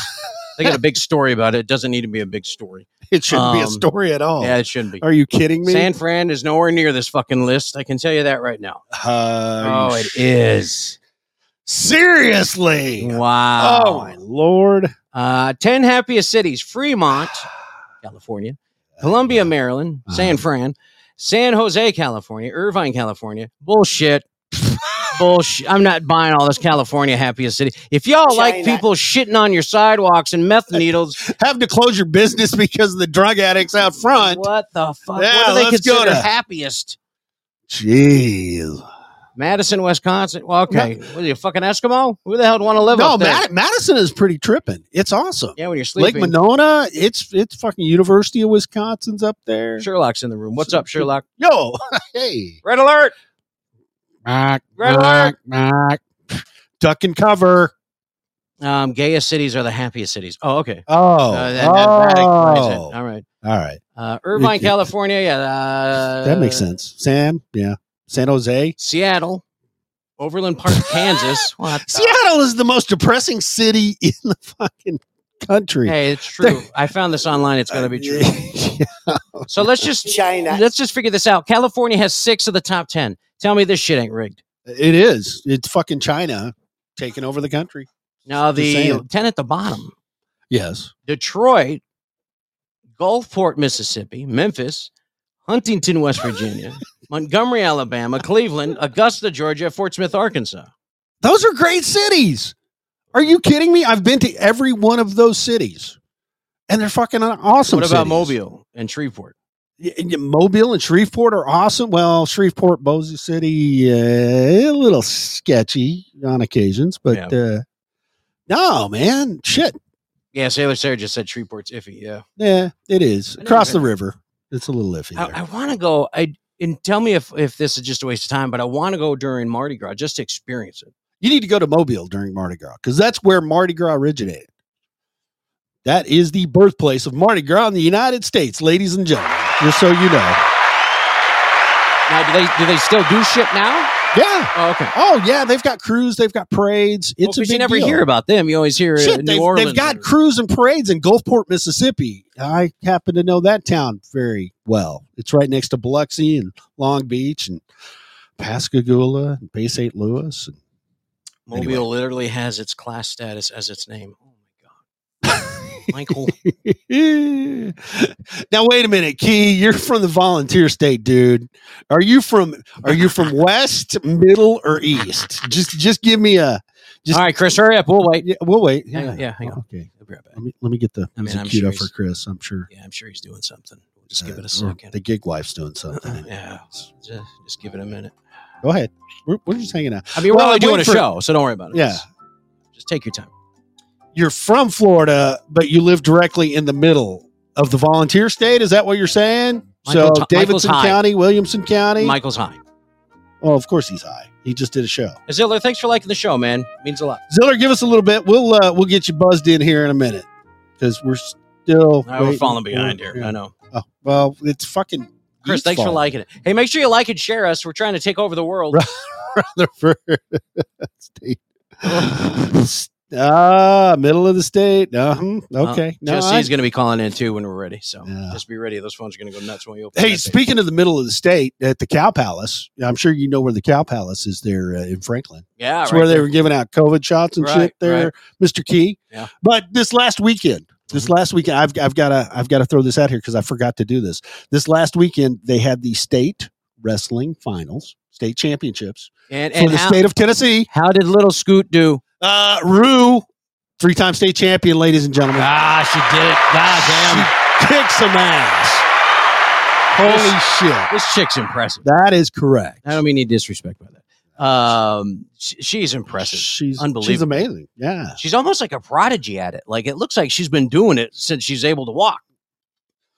Speaker 9: they got a big story about it. It doesn't need to be a big story.
Speaker 8: It shouldn't be a
Speaker 9: Um,
Speaker 8: story at all.
Speaker 9: Yeah, it shouldn't be.
Speaker 8: Oh. Are you kidding me?
Speaker 9: San Fran is nowhere near this fucking list. I can tell you that right now.
Speaker 8: Uh,
Speaker 9: oh,
Speaker 8: you
Speaker 9: it
Speaker 8: sh-
Speaker 9: is.
Speaker 8: Seriously.
Speaker 9: Wow.
Speaker 8: Oh my lord.
Speaker 9: Uh, 10 happiest
Speaker 8: [SIGHS]
Speaker 9: cities Fremont, California, Columbia, Maryland,
Speaker 8: Uh-huh.
Speaker 9: San Fran, San Jose, California, Irvine, California. Bullshit. [LAUGHS] Bullshit. I'm not buying all this California happiest city. If y'all like
Speaker 8: China.
Speaker 9: people shitting on your sidewalks and meth needles,
Speaker 8: Have to close your business [LAUGHS] because of the drug addicts out front.
Speaker 9: what the fuck?
Speaker 8: Yeah,
Speaker 9: what do they
Speaker 8: let's go
Speaker 9: consider
Speaker 8: to-
Speaker 9: happiest?
Speaker 8: Jeez.
Speaker 9: Madison, Wisconsin. Well, okay. What are you, a fucking Eskimo? Who the hell would want to live
Speaker 8: No,
Speaker 9: up there?
Speaker 8: Mad- Madison is pretty tripping. It's awesome.
Speaker 9: yeah, when you're
Speaker 8: Lake
Speaker 9: sleeping.
Speaker 8: Monona, it's it's fucking University of Wisconsin's up there.
Speaker 9: Sherlock's in the room. What's up, Sherlock?
Speaker 8: Yo, [LAUGHS] hey.
Speaker 9: Red alert.
Speaker 8: Mark,
Speaker 9: Red alert.
Speaker 8: Duck and cover.
Speaker 9: Um, gayest cities are the happiest cities. Oh, okay.
Speaker 8: Oh.
Speaker 9: Uh, that- that- that explains it.
Speaker 8: Oh.
Speaker 9: All right.
Speaker 8: All right.
Speaker 9: Uh, Irvine,
Speaker 8: It- it-
Speaker 9: California. Yeah. Uh,
Speaker 8: that makes sense. San, yeah. San Jose.
Speaker 9: Seattle, Overland
Speaker 8: [LAUGHS]
Speaker 9: Park, Kansas. What? the-
Speaker 8: Seattle is the most depressing city [LAUGHS] in the fucking country.
Speaker 9: Hey,
Speaker 8: [LAUGHS]
Speaker 9: it's true. I found this online. It's going to be true. So let's just let's just figure this out. California has six of the top ten. Tell me this shit ain't rigged.
Speaker 8: It is. It's fucking China taking over the country.
Speaker 9: Now
Speaker 8: Just
Speaker 9: the
Speaker 8: saying.
Speaker 9: ten at the bottom:
Speaker 8: Yes.
Speaker 9: Detroit, Gulfport, Mississippi, Memphis, Huntington,
Speaker 8: [LAUGHS]
Speaker 9: West Virginia, Montgomery, Alabama, Cleveland, Augusta, Georgia, Fort Smith, Arkansas.
Speaker 8: Those are great cities. Are you kidding me? I've been to every one of those cities, and they're fucking awesome.
Speaker 9: what about
Speaker 8: cities.
Speaker 9: Mobile and Shreveport?
Speaker 8: Y- y- Mobile and Shreveport are awesome. Well, Shreveport, Bossier City, uh, a little sketchy on occasions, but
Speaker 9: Yeah.
Speaker 8: uh, no, man, shit.
Speaker 9: Yeah, Sailor Sarah just said Shreveport's iffy. Yeah,
Speaker 8: Yeah, it is
Speaker 9: I never
Speaker 8: across the
Speaker 9: been.
Speaker 8: river. It's a little iffy.
Speaker 9: I, I want to go. I and tell me if if this is just a waste of time, but I want to go during Mardi Gras just to experience it.
Speaker 8: you need to go to Mobile during Mardi Gras because that's where Mardi Gras originated. That is the birthplace of Mardi Gras in the United States, ladies and gentlemen. Just so you know.
Speaker 9: Now, do they do they still do shit now?
Speaker 8: Yeah.
Speaker 9: Oh, okay.
Speaker 8: Oh yeah, they've got crews, they've got parades. It's
Speaker 9: Because
Speaker 8: a big
Speaker 9: you never
Speaker 8: deal.
Speaker 9: hear about them. You always hear uh,
Speaker 8: Shit,
Speaker 9: New
Speaker 8: they've,
Speaker 9: Orleans.
Speaker 8: they've got crews and parades in Gulfport, Mississippi. I happen to know that town very well. It's right next to Biloxi and Long Beach and Pascagoula and Bay St. Louis. And [LAUGHS]
Speaker 9: Mobile literally has its class status as its name. Oh
Speaker 8: [LAUGHS]
Speaker 9: my god, Michael.
Speaker 8: now wait a minute, Key. You're from the volunteer state, dude. Are you from Are you from West, Middle, or East? Just Just give me a. Just,
Speaker 9: All right, Chris, hurry up. We'll wait.
Speaker 8: Yeah, we'll wait.
Speaker 9: Yeah,
Speaker 8: Yeah.
Speaker 9: yeah, hang on.
Speaker 8: Okay.
Speaker 9: We'll be right back.
Speaker 8: Let me let me get the
Speaker 9: I mean,
Speaker 8: music
Speaker 9: I'm
Speaker 8: queued
Speaker 9: sure
Speaker 8: up for
Speaker 9: he's-
Speaker 8: Chris. I'm sure.
Speaker 9: Yeah, I'm sure he's doing something. We'll just give
Speaker 8: uh,
Speaker 9: it
Speaker 8: or
Speaker 9: a second.
Speaker 8: The gig wife's doing something.
Speaker 9: [CLEARS THROAT] Yeah, just, just give it a minute.
Speaker 8: Go ahead. We're, we're just hanging out.
Speaker 9: I mean, we're
Speaker 8: Well,
Speaker 9: only
Speaker 8: I'm
Speaker 9: doing a
Speaker 8: waiting for-
Speaker 9: show, so don't worry about it.
Speaker 8: Yeah.
Speaker 9: Just- just take your time.
Speaker 8: you're from Florida, but you live directly in the middle of the volunteer state. Is that what you're saying? so
Speaker 9: Michael's hi- Michael's
Speaker 8: Davidson
Speaker 9: high.
Speaker 8: County, Williamson County.
Speaker 9: Michael's high.
Speaker 8: Well, of course he's high. He just did a show.
Speaker 9: Ziller, thanks for liking the show, man. Means a lot.
Speaker 8: Ziller, give us a little bit. We'll uh, we'll get you buzzed in here in a minute because we're still
Speaker 9: All right, we're
Speaker 8: waiting
Speaker 9: falling
Speaker 8: for-
Speaker 9: behind here. I know.
Speaker 8: Oh, well, it's fucking.
Speaker 9: Chris,
Speaker 8: Yeet's
Speaker 9: thanks for
Speaker 8: fault.
Speaker 9: liking it. Hey, make sure you like and share us. We're trying to take over the world.
Speaker 8: [LAUGHS] Rutherford
Speaker 9: [SIGHS]
Speaker 8: State. ah, middle of the state. Uh-huh. Okay.
Speaker 9: Uh,
Speaker 8: no, I-
Speaker 9: Jesse's going to be calling in too when we're ready. So just be ready. Those phones are going to go nuts when we open.
Speaker 8: Hey,
Speaker 9: that thing.
Speaker 8: speaking of the middle of the state, at the Cow Palace, I'm sure you know where the Cow Palace is there uh, in Franklin.
Speaker 9: Yeah,
Speaker 8: it's
Speaker 9: right
Speaker 8: where they
Speaker 9: there.
Speaker 8: were giving out COVID shots and
Speaker 9: Right,
Speaker 8: shit there,
Speaker 9: right.
Speaker 8: Mr. Key.
Speaker 9: Yeah. Mm-hmm.
Speaker 8: But this last weekend, this last weekend, I've I've got to I've got to throw this out here because I forgot to do this. This last weekend, they had the state wrestling finals, state championships
Speaker 9: and,
Speaker 8: for
Speaker 9: and
Speaker 8: the
Speaker 9: how-
Speaker 8: state of Tennessee.
Speaker 9: How did little Scoot do?
Speaker 8: Uh, Rue, three-time state champion, ladies and gentlemen.
Speaker 9: Ah, she did it. God
Speaker 8: damn. Kick some ass. Holy shit.
Speaker 9: This chick's impressive.
Speaker 8: That is correct.
Speaker 9: I don't mean any disrespect by that. Um, sh- she's impressive. She's unbelievable.
Speaker 8: She's amazing. Yeah.
Speaker 9: She's almost like a prodigy at it. Like it looks like she's been doing it since she's able to walk.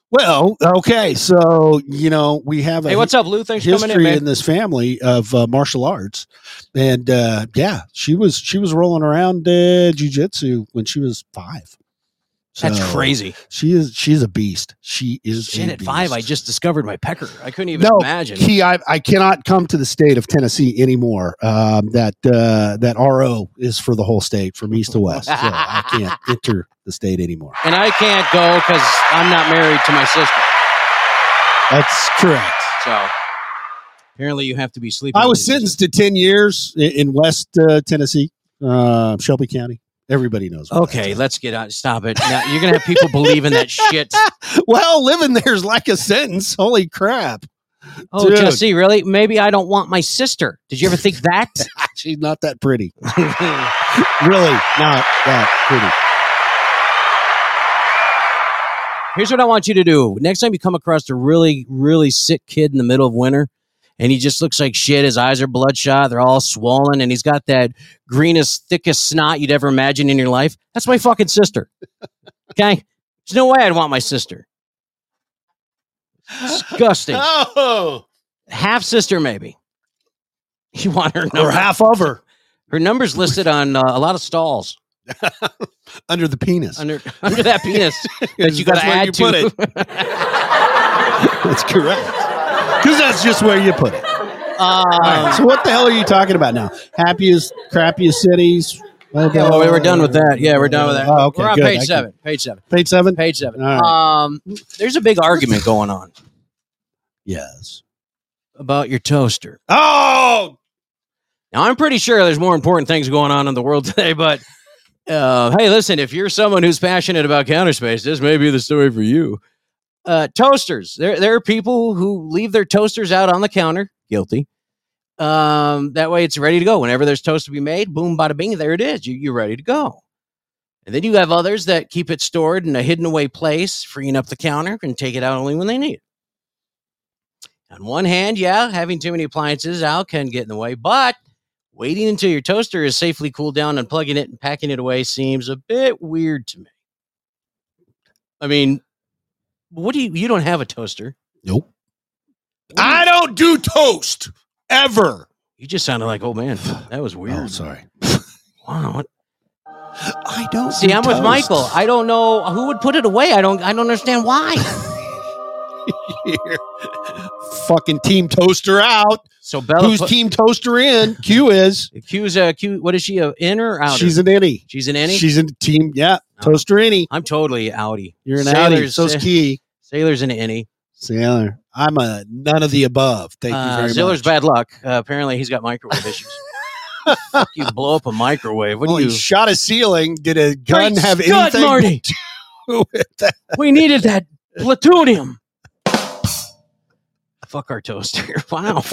Speaker 8: Well, okay, so you know we have a
Speaker 9: Hey, what's up, Lou? Thanks for coming in,
Speaker 8: history
Speaker 9: man.
Speaker 8: in this family of uh, martial arts, and uh, yeah, she was she was rolling around uh, jujitsu when she was five.
Speaker 9: That's crazy.
Speaker 8: She is she's a beast. She is
Speaker 9: Shit,
Speaker 8: a
Speaker 9: at
Speaker 8: beast.
Speaker 9: five, I just discovered my pecker. I couldn't even
Speaker 8: no,
Speaker 9: imagine.
Speaker 8: Key, I, I cannot come to the state of Tennessee anymore. Um, that uh, that RO is for the whole state, from east to west. So I
Speaker 9: [LAUGHS]
Speaker 8: can't enter the state anymore.
Speaker 9: and I can't go because I'm not married to my sister.
Speaker 8: That's correct.
Speaker 9: So apparently, you have to be sleeping.
Speaker 8: I was sentenced to 10 years i- in West uh, Tennessee, uh, Shelby County. Everybody knows. where
Speaker 9: Okay, let's get on. Stop it. Now, you're gonna have people believing [LAUGHS] that shit.
Speaker 8: that- Well, living there's like a sentence. Holy crap.
Speaker 9: Oh,
Speaker 8: Dude.
Speaker 9: Jesse, really? Maybe I don't want my sister. Did you ever think
Speaker 8: [LAUGHS]
Speaker 9: that?
Speaker 8: She's not that
Speaker 9: [LAUGHS]
Speaker 8: pretty. really not that pretty.
Speaker 9: Here's what I want you to do. Next time you come across a really, really sick kid in the middle of winter, and he just looks like shit. His eyes are bloodshot. They're all swollen, and he's got that greenest, thickest snot you'd ever imagine in your life. That's my
Speaker 8: [LAUGHS]
Speaker 9: fucking sister. Okay. There's no way I'd want my sister. Disgusting.
Speaker 8: [LAUGHS] Oh.
Speaker 9: Half sister, maybe. You want her number.
Speaker 8: Or half of her
Speaker 9: Her number's listed on uh, a lot of stalls
Speaker 8: under the penis.
Speaker 9: under [LAUGHS] under that penis that you got
Speaker 8: That's
Speaker 9: to
Speaker 8: where
Speaker 9: add
Speaker 8: you
Speaker 9: to.
Speaker 8: put it. [LAUGHS] That's correct. Because that's just where you put it.
Speaker 9: Uh,
Speaker 8: All right, so what the hell are you talking about now? Happiest, crappiest cities.
Speaker 9: Yeah, well, we were done with that. Yeah, we're done with that.
Speaker 8: Oh, okay,
Speaker 9: we're on
Speaker 8: good. I
Speaker 9: page
Speaker 8: can-
Speaker 9: seven. Page seven.
Speaker 8: Page seven.
Speaker 9: Page seven.
Speaker 8: All right.
Speaker 9: Um, there's a big argument going on
Speaker 8: yes.
Speaker 9: about your toaster.
Speaker 8: Oh,
Speaker 9: now I'm pretty sure there's more important things going on in the world [LAUGHS] today. But uh, hey, listen, if you're someone who's passionate about counter space, this may be the story for you. Uh, toasters. There, there are people who leave their toasters out on the counter. Guilty. Um, that way it's ready to go. Whenever there's toast to be made, boom, bada bing, there it is. You, you're ready to go. And then you have others that keep it stored in a hidden away place, freeing up the counter and take it out only when they need it. On one hand, yeah, having too many appliances out can get in the way, but waiting until your toaster is safely cooled down and plugging it and packing it away seems a bit weird to me. I mean, what do you, you don't have a toaster.
Speaker 8: Nope.
Speaker 9: I
Speaker 8: don't do toast ever.
Speaker 9: You just sounded like,
Speaker 8: [SIGHS]
Speaker 9: oh man, that was weird. Oh,
Speaker 8: sorry.
Speaker 9: wow. What?
Speaker 8: I don't
Speaker 9: See,
Speaker 8: do
Speaker 9: I'm with
Speaker 8: toast.
Speaker 9: Michael. I don't know who would put it away. I don't I don't understand why.
Speaker 8: [LAUGHS] Fucking team toaster out.
Speaker 9: So Bella
Speaker 8: who's
Speaker 9: put-
Speaker 8: team toaster
Speaker 9: [LAUGHS]
Speaker 8: in? Q is.
Speaker 9: Q's a Q what is she a in or out?
Speaker 8: She's an innie.
Speaker 9: She's an innie? Oh.
Speaker 8: She's in team. Yeah, toaster innie.
Speaker 9: I'm totally outie.
Speaker 8: You're an
Speaker 9: Sailor's-
Speaker 8: outie. So's Key.
Speaker 9: Sailor's an innie.
Speaker 8: Sailor. I'm a none of the above. Thank you
Speaker 9: Uh,
Speaker 8: very
Speaker 9: Ziller's
Speaker 8: much.
Speaker 9: bad luck. Uh, apparently, he's got
Speaker 8: [LAUGHS]
Speaker 9: microwave issues. Fuck, you blow up a microwave. What
Speaker 8: Well,
Speaker 9: do
Speaker 8: he
Speaker 9: you?
Speaker 8: shot a ceiling. Did a gun
Speaker 9: Great
Speaker 8: have
Speaker 9: Scott,
Speaker 8: anything
Speaker 9: Marty.
Speaker 8: to do [LAUGHS] with that?
Speaker 9: we needed that plutonium. Fuck our toaster. [LAUGHS] Wow.
Speaker 8: [LAUGHS]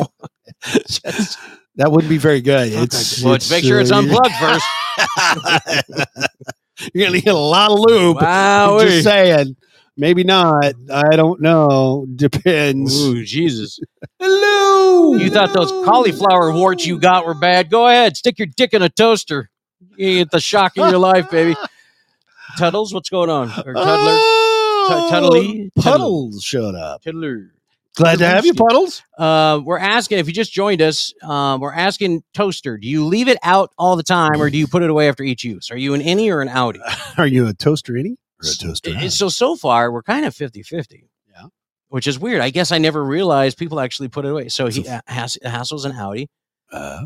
Speaker 8: That wouldn't be very good. It's,
Speaker 9: well, make sure it's
Speaker 8: uh,
Speaker 9: unplugged
Speaker 8: [LAUGHS]
Speaker 9: first.
Speaker 8: You're gonna need a lot of lube. I'm
Speaker 9: Wowee.
Speaker 8: just saying. Maybe not. I don't know. Depends.
Speaker 9: Ooh, Jesus. Hello. You thought those cauliflower warts
Speaker 8: [LAUGHS]
Speaker 9: you got were bad? Go ahead, stick your dick in a toaster. You get the shock of your life, baby. Tuddles, what's going on? Or Tuddler?
Speaker 8: Uh,
Speaker 9: Tu- Tuddly?
Speaker 8: Oh, Puddles showed up.
Speaker 9: Tuddler.
Speaker 8: Glad to have you, Puddles.
Speaker 9: Uh, we're asking if you just joined us. Um, we're asking Toaster, do you leave it out all the time, or do you put it away after each use? Are you an innie or
Speaker 8: [LAUGHS]
Speaker 9: an outie?
Speaker 8: Are you a toaster any? Or a toaster?
Speaker 9: And so so far we're kind of 50-50 yeah which is weird i guess i never realized people actually put it away so he uh, has hassel's an audi uh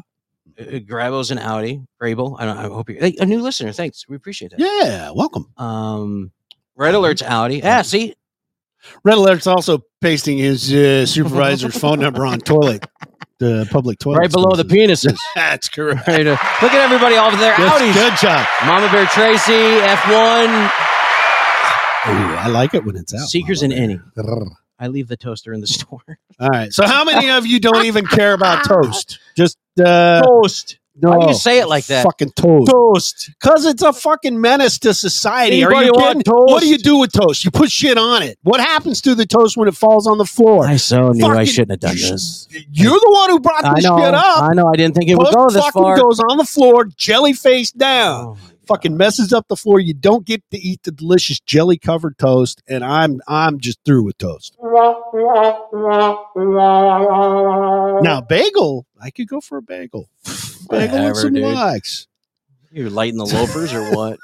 Speaker 8: Mm.
Speaker 9: grabo's an audi grable i don't i hope you hey, a new listener thanks we appreciate that
Speaker 8: yeah welcome
Speaker 9: um red alert's audi yeah see
Speaker 8: Red Alert's also pasting his uh, supervisor's phone number on toilet, the public toilet,
Speaker 9: right below the
Speaker 8: [LAUGHS]
Speaker 9: penises
Speaker 8: That's correct.
Speaker 9: [LAUGHS] Right, uh, look at everybody over there
Speaker 8: Yes,
Speaker 9: audis
Speaker 8: good job.
Speaker 9: mama bear tracy f1
Speaker 8: I like it when it's out.
Speaker 9: seekers and any i leave the toaster in the [LAUGHS] store
Speaker 8: All right. So how many of you don't even care
Speaker 9: [LAUGHS]
Speaker 8: about toast? Just uh,
Speaker 9: toast.
Speaker 8: No,
Speaker 9: Why do you say it like that?
Speaker 8: Fucking toast.
Speaker 9: Toast.
Speaker 8: Because it's a fucking menace to society. Are
Speaker 9: Anybody
Speaker 8: you
Speaker 9: want
Speaker 8: kidding? What do you do with toast? You put shit on it. What happens to the toast when it falls on the floor?
Speaker 9: I so knew I
Speaker 8: Fucking-
Speaker 9: shouldn't have done this.
Speaker 8: You're the one who brought
Speaker 9: I
Speaker 8: this
Speaker 9: know.
Speaker 8: shit up.
Speaker 9: I know. I didn't think it would
Speaker 8: Toast
Speaker 9: go this
Speaker 8: fucking
Speaker 9: far. [LAUGHS] Oh,
Speaker 8: goes on the floor, jelly face down. fucking messes up the floor. You don't get to eat the delicious jelly covered toast, and I'm I'm just through with toast. Now bagel, I could go for a bagel. [SIGHS] Bagel
Speaker 9: Whatever,
Speaker 8: with some
Speaker 9: dude.
Speaker 8: lox.
Speaker 9: You're lighting the loafers or
Speaker 8: [LAUGHS]
Speaker 9: what?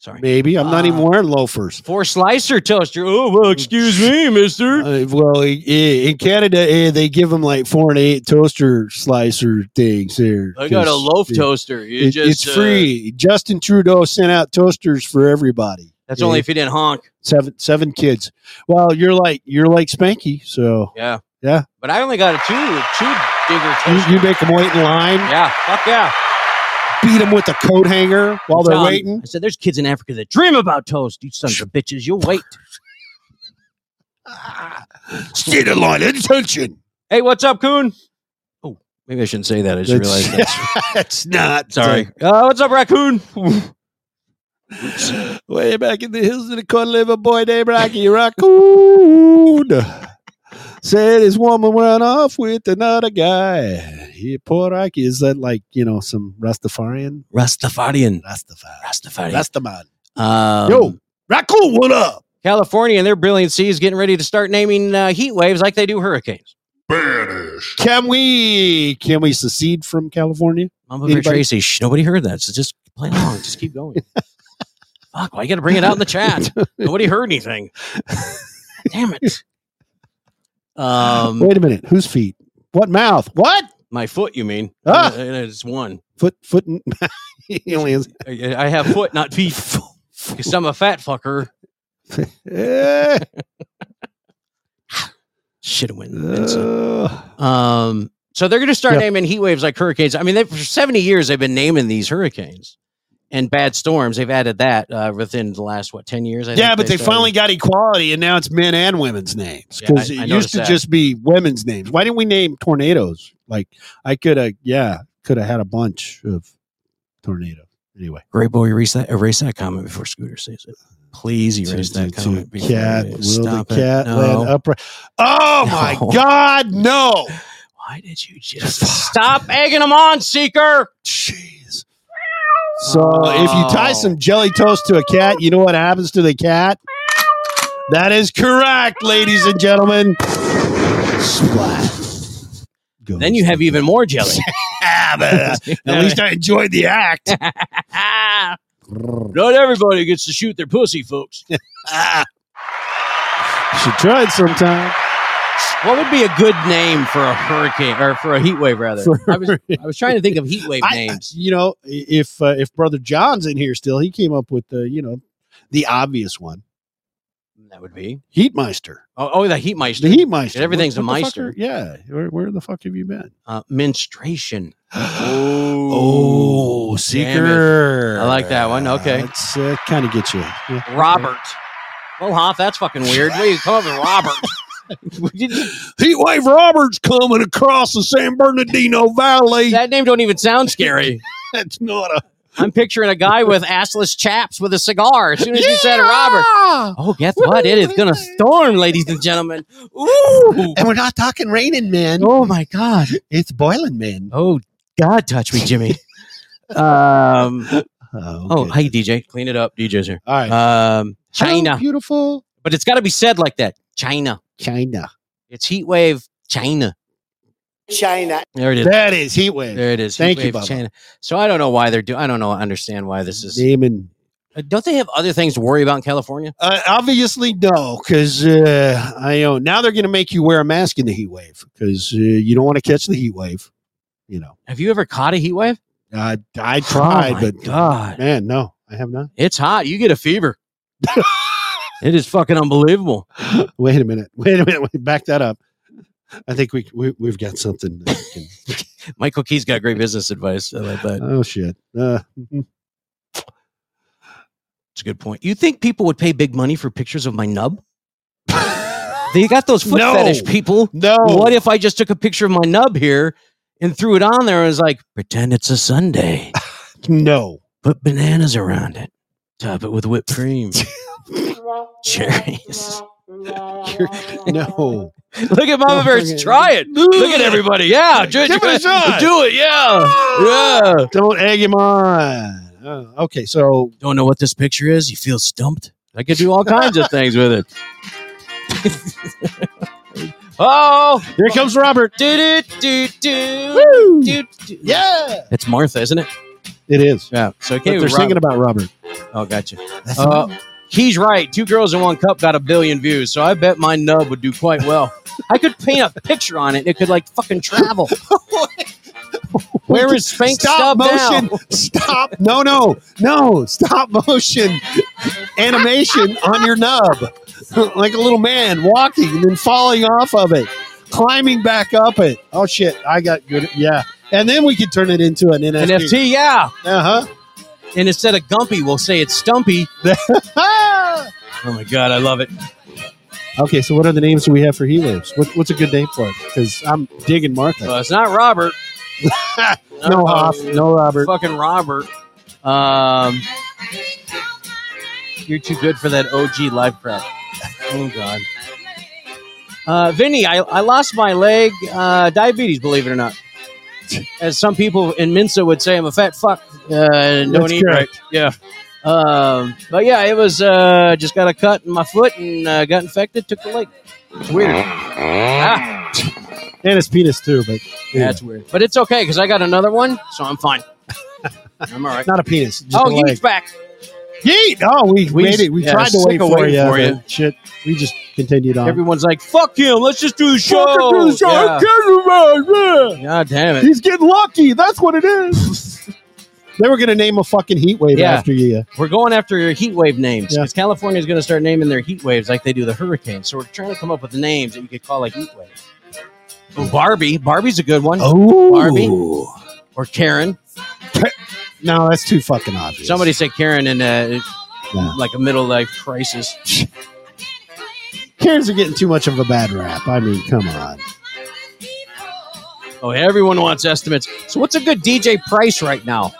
Speaker 9: Sorry.
Speaker 8: Maybe I'm not
Speaker 9: Uh,
Speaker 8: even wearing loafers.
Speaker 9: Four slicer toaster. Oh, well, excuse me, mister.
Speaker 8: Uh, well, i- i- in Canada, eh, they give them like four and eight toaster slicer things. There,
Speaker 9: I got a
Speaker 8: Just-
Speaker 9: loaf
Speaker 8: it-
Speaker 9: toaster. You
Speaker 8: it-
Speaker 9: just,
Speaker 8: it's
Speaker 9: uh,
Speaker 8: free. Justin Trudeau sent out toasters for everybody.
Speaker 9: That's
Speaker 8: Yeah.
Speaker 9: only if you didn't honk.
Speaker 8: seven seven kids. Well, you're like you're like Spanky, so
Speaker 9: Yeah.
Speaker 8: yeah,
Speaker 9: But I only got a two, two digger
Speaker 8: you,
Speaker 9: toaster.
Speaker 8: you make them wait in line,
Speaker 9: yeah. Fuck yeah.
Speaker 8: beat them with a coat hanger while they're
Speaker 9: Tell 'em.
Speaker 8: waiting.
Speaker 9: I said, there's kids in Africa that dream about toast. You sons of bitches. You'll wait.
Speaker 8: Ah, Stay in line, attention.
Speaker 9: Hey, what's up, Coon? Oh, maybe I shouldn't say that. I just
Speaker 8: That's- [LAUGHS]
Speaker 9: realized that's
Speaker 8: That's not
Speaker 9: Sorry. Uh, what's up, Raccoon?
Speaker 8: Way back in the hills of the corner live a boy named Rocky Raccoon. Said his woman went off with another guy. He, poor Rocky, is that like, you know, some Rastafarian?
Speaker 9: Rastafarian.
Speaker 8: Rastafarian.
Speaker 9: Rastafarian.
Speaker 8: Rastaman.
Speaker 9: Um,
Speaker 8: Yo, Raccoon, what up?
Speaker 9: California and their brilliant sea is getting ready to start naming uh, heat waves like they do hurricanes.
Speaker 8: Can we can we secede from California?
Speaker 9: Mama Bear
Speaker 8: Anybody?
Speaker 9: Tracy, shh, nobody heard that. So just play along. Just keep going. [LAUGHS] Fuck, why you got to bring it out in the [LAUGHS] chat? nobody heard anything. Damn it. Um,
Speaker 8: Wait a minute. Whose feet? What mouth? What
Speaker 9: my foot, you mean?
Speaker 8: Ah.
Speaker 9: Uh, it's one.
Speaker 8: foot? Foot? [LAUGHS] and- he only has-
Speaker 9: I, I have foot, not feet. [LAUGHS]
Speaker 8: [LAUGHS]
Speaker 9: Because I'm a fat fucker.
Speaker 8: Eh.
Speaker 9: Should have went.
Speaker 8: Uh,
Speaker 9: Um, so they're going to start
Speaker 8: Yeah.
Speaker 9: naming heat waves like hurricanes. I mean, they, for 70 years, they've been naming these hurricanes and bad storms. They've added that uh, within the last, what, 10 years? I
Speaker 8: yeah,
Speaker 9: think
Speaker 8: but they
Speaker 9: started.
Speaker 8: finally got equality, and now it's men and women's names
Speaker 9: Yeah, I-
Speaker 8: because
Speaker 9: I
Speaker 8: it
Speaker 9: noticed
Speaker 8: used to
Speaker 9: that.
Speaker 8: just be women's names. Why didn't we name tornadoes? Like I could have, yeah, could have had a bunch of tornadoes. Anyway,
Speaker 9: Great boy, erase that, erase that comment before Scooter says it. Please erase that comment. before
Speaker 8: cat,
Speaker 9: you-
Speaker 8: will the
Speaker 9: Stop it.
Speaker 8: cat
Speaker 9: No.
Speaker 8: land upright? Oh
Speaker 9: No.
Speaker 8: my God,
Speaker 9: [LAUGHS]
Speaker 8: no!
Speaker 9: Why did you just stop egging them on, Seeker?
Speaker 8: Jeez. So if you tie some jelly toast to a cat, you know what happens to the cat? That is correct, ladies and gentlemen. Splat.
Speaker 9: Then you have even
Speaker 8: [LAUGHS]
Speaker 9: more jelly. [LAUGHS]
Speaker 8: Ah, but, uh, at least I enjoyed the act.
Speaker 9: Not everybody gets to shoot their
Speaker 8: [LAUGHS]
Speaker 9: pussy, folks.
Speaker 8: Should try it sometime.
Speaker 9: What would be a good name for a hurricane or for a heat wave rather? I was I was trying to think of heat wave
Speaker 8: [LAUGHS] I-
Speaker 9: names.
Speaker 8: You know, i- if uh, if Brother John's in here still, he came up with the you know the obvious one,
Speaker 9: That would be
Speaker 8: Heatmeister.
Speaker 9: oh, oh the heat meister,
Speaker 8: The Heatmeister.
Speaker 9: Everything's a
Speaker 8: What- what the fuck
Speaker 9: meister.
Speaker 8: are- yeah. Where, where the fuck have you been?
Speaker 9: uh, menstruation.
Speaker 8: Oh, seeker.
Speaker 9: I like that one. Okay,
Speaker 8: That's uh, kind of
Speaker 9: [LAUGHS]
Speaker 8: gets you. Yeah.
Speaker 9: Robert. Well, Hoff, that's fucking weird. What do you come up with Robert?
Speaker 8: Heatwave Roberts coming across the San Bernardino Valley.
Speaker 9: [LAUGHS] that name don't even [LAUGHS] sound scary.
Speaker 8: That's not a.
Speaker 9: I'm picturing a guy with assless chaps with a cigar. As soon as you said Robert, oh, guess what? It is gonna storm, ladies and gentlemen. Ooh.
Speaker 8: And we're not talking raining, man.
Speaker 9: Oh my God.
Speaker 8: It's boiling, man.
Speaker 9: Oh God, touch me, Jimmy. [LAUGHS] um, Oh, hey, DJ, clean it up. DJ's here.
Speaker 8: All right.
Speaker 9: Um,
Speaker 8: How
Speaker 9: China.
Speaker 8: beautiful.
Speaker 9: But it's got to be said like that. China.
Speaker 8: China.
Speaker 9: It's heat wave China.
Speaker 3: China.
Speaker 9: There it is.
Speaker 8: That is heat wave.
Speaker 9: There it is.
Speaker 8: Thank
Speaker 9: heat
Speaker 8: you,
Speaker 9: wave
Speaker 8: Bubba.
Speaker 9: China. So I don't know why they're doing. I don't know. I understand why this is.
Speaker 8: Damon.
Speaker 9: Uh, Don't they have other things to worry about in California?
Speaker 8: Uh, obviously, no, because uh, I know now they're going to make you wear a mask in the heat wave because uh, you don't want to catch the heat wave. You know,
Speaker 9: Have you ever caught a heat wave?
Speaker 8: I I tried,
Speaker 9: Oh my
Speaker 8: but
Speaker 9: God.
Speaker 8: man, no, I have not. [LAUGHS]
Speaker 9: It's hot. You get a fever. it is fucking unbelievable.
Speaker 8: Wait a minute. Wait a minute. Wait, back that up. I think we, we we've got something. that we
Speaker 9: [LAUGHS]
Speaker 8: can-
Speaker 9: Michael Key's got great business advice. I like that.
Speaker 8: oh shit. Uh, [LAUGHS]
Speaker 9: It's a good point. You think people would pay big money for pictures of my nub? they got those foot
Speaker 8: No.
Speaker 9: fetish people.
Speaker 8: No.
Speaker 9: What if I just took a picture of my nub here and threw it on there and was like, pretend it's a Sunday.
Speaker 8: no.
Speaker 9: Put bananas around it. Top it with whipped cream. Cherries.
Speaker 8: no.
Speaker 9: Look at Mama Bear's. Try it. Look at everybody. Yeah. ju-
Speaker 8: Give it a shot.
Speaker 9: Do it. [LAUGHS] Yeah. Yeah.
Speaker 8: Don't egg him on. Uh, okay, so
Speaker 9: Don't know what this picture is. You feel stumped. I could do all kinds of things with it. [LAUGHS] oh,
Speaker 8: here comes Robert.
Speaker 9: Do, do, do, do,
Speaker 8: Woo!
Speaker 9: do, do.
Speaker 8: Yeah,
Speaker 9: It's Martha, isn't it?
Speaker 8: it is.
Speaker 9: Yeah. So it
Speaker 8: But
Speaker 9: can't
Speaker 8: they're
Speaker 9: be
Speaker 8: singing about Robert.
Speaker 9: Robert. Oh, gotcha. Uh, he's right. Two girls in one cup got a billion views, so I bet my nub would do quite well. I could paint a picture on it. and It could like fucking travel. [LAUGHS] Where is Spank
Speaker 8: Stop
Speaker 9: Stub
Speaker 8: motion.
Speaker 9: now?
Speaker 8: Stop. No, no, no. Stop motion animation on your nub, [LAUGHS] like a little man walking and then falling off of it, climbing back up it. Oh shit! I got good. Yeah, and then we could turn it into an NFT.
Speaker 9: NFT, yeah.
Speaker 8: Uh
Speaker 9: And instead of Gumpy, we'll say it's Stumpy.
Speaker 8: huh.
Speaker 9: Oh my god, I love it.
Speaker 8: Ah! okay, so what are the names we have for heat waves? What, what's a good name for it? Because I'm digging Martha.
Speaker 9: Well, it's not Robert.
Speaker 8: no Hoff, no Robert.
Speaker 9: Fucking Robert. Um, you're too good for that OG live crowd. Oh God. Uh, Vinny, I, I lost my leg, uh, diabetes, believe it or not. As some people in Minsa would say, I'm a fat fuck. Uh, and don't
Speaker 8: That's
Speaker 9: eat right.
Speaker 8: correct.
Speaker 9: Yeah. Um, but yeah, it was uh, just got a cut in my foot and uh, got infected. Took the leg. It's weird. Ah,
Speaker 8: And his penis too, but anyway.
Speaker 9: That's weird. But it's okay because I got another one, so
Speaker 8: [LAUGHS]
Speaker 9: I'm fine. I'm all right.
Speaker 8: not a penis. Just
Speaker 9: Oh,
Speaker 8: a leg.
Speaker 9: huge back.
Speaker 8: Yeet! Oh, we,
Speaker 9: We-
Speaker 8: made it. We
Speaker 9: yeah,
Speaker 8: tried to
Speaker 9: sick
Speaker 8: wait
Speaker 9: of
Speaker 8: for,
Speaker 9: waiting
Speaker 8: you,
Speaker 9: for
Speaker 8: but
Speaker 9: you.
Speaker 8: Shit, we just continued on.
Speaker 9: Everyone's like, "Fuck him! Let's just do the show." Yeah. God damn it!
Speaker 8: He's getting lucky. That's what it is. [LAUGHS] they were going to name a fucking heat wave
Speaker 9: Yeah.
Speaker 8: after you.
Speaker 9: We're going after your heat wave names
Speaker 8: Yeah.
Speaker 9: because California's going to start naming their heat waves like they do the hurricanes. So we're trying to come up with names that you could call like heat waves. Oh, Barbie, Barbie's a good one.
Speaker 8: Oh,
Speaker 9: Barbie or Karen.
Speaker 8: No, that's too fucking obvious.
Speaker 9: Somebody said Karen in a,
Speaker 8: Yeah.
Speaker 9: like a middle life crisis.
Speaker 8: Karens are getting too much of a bad rap. I mean, come on.
Speaker 9: Oh, everyone wants estimates. So what's a good DJ price right now?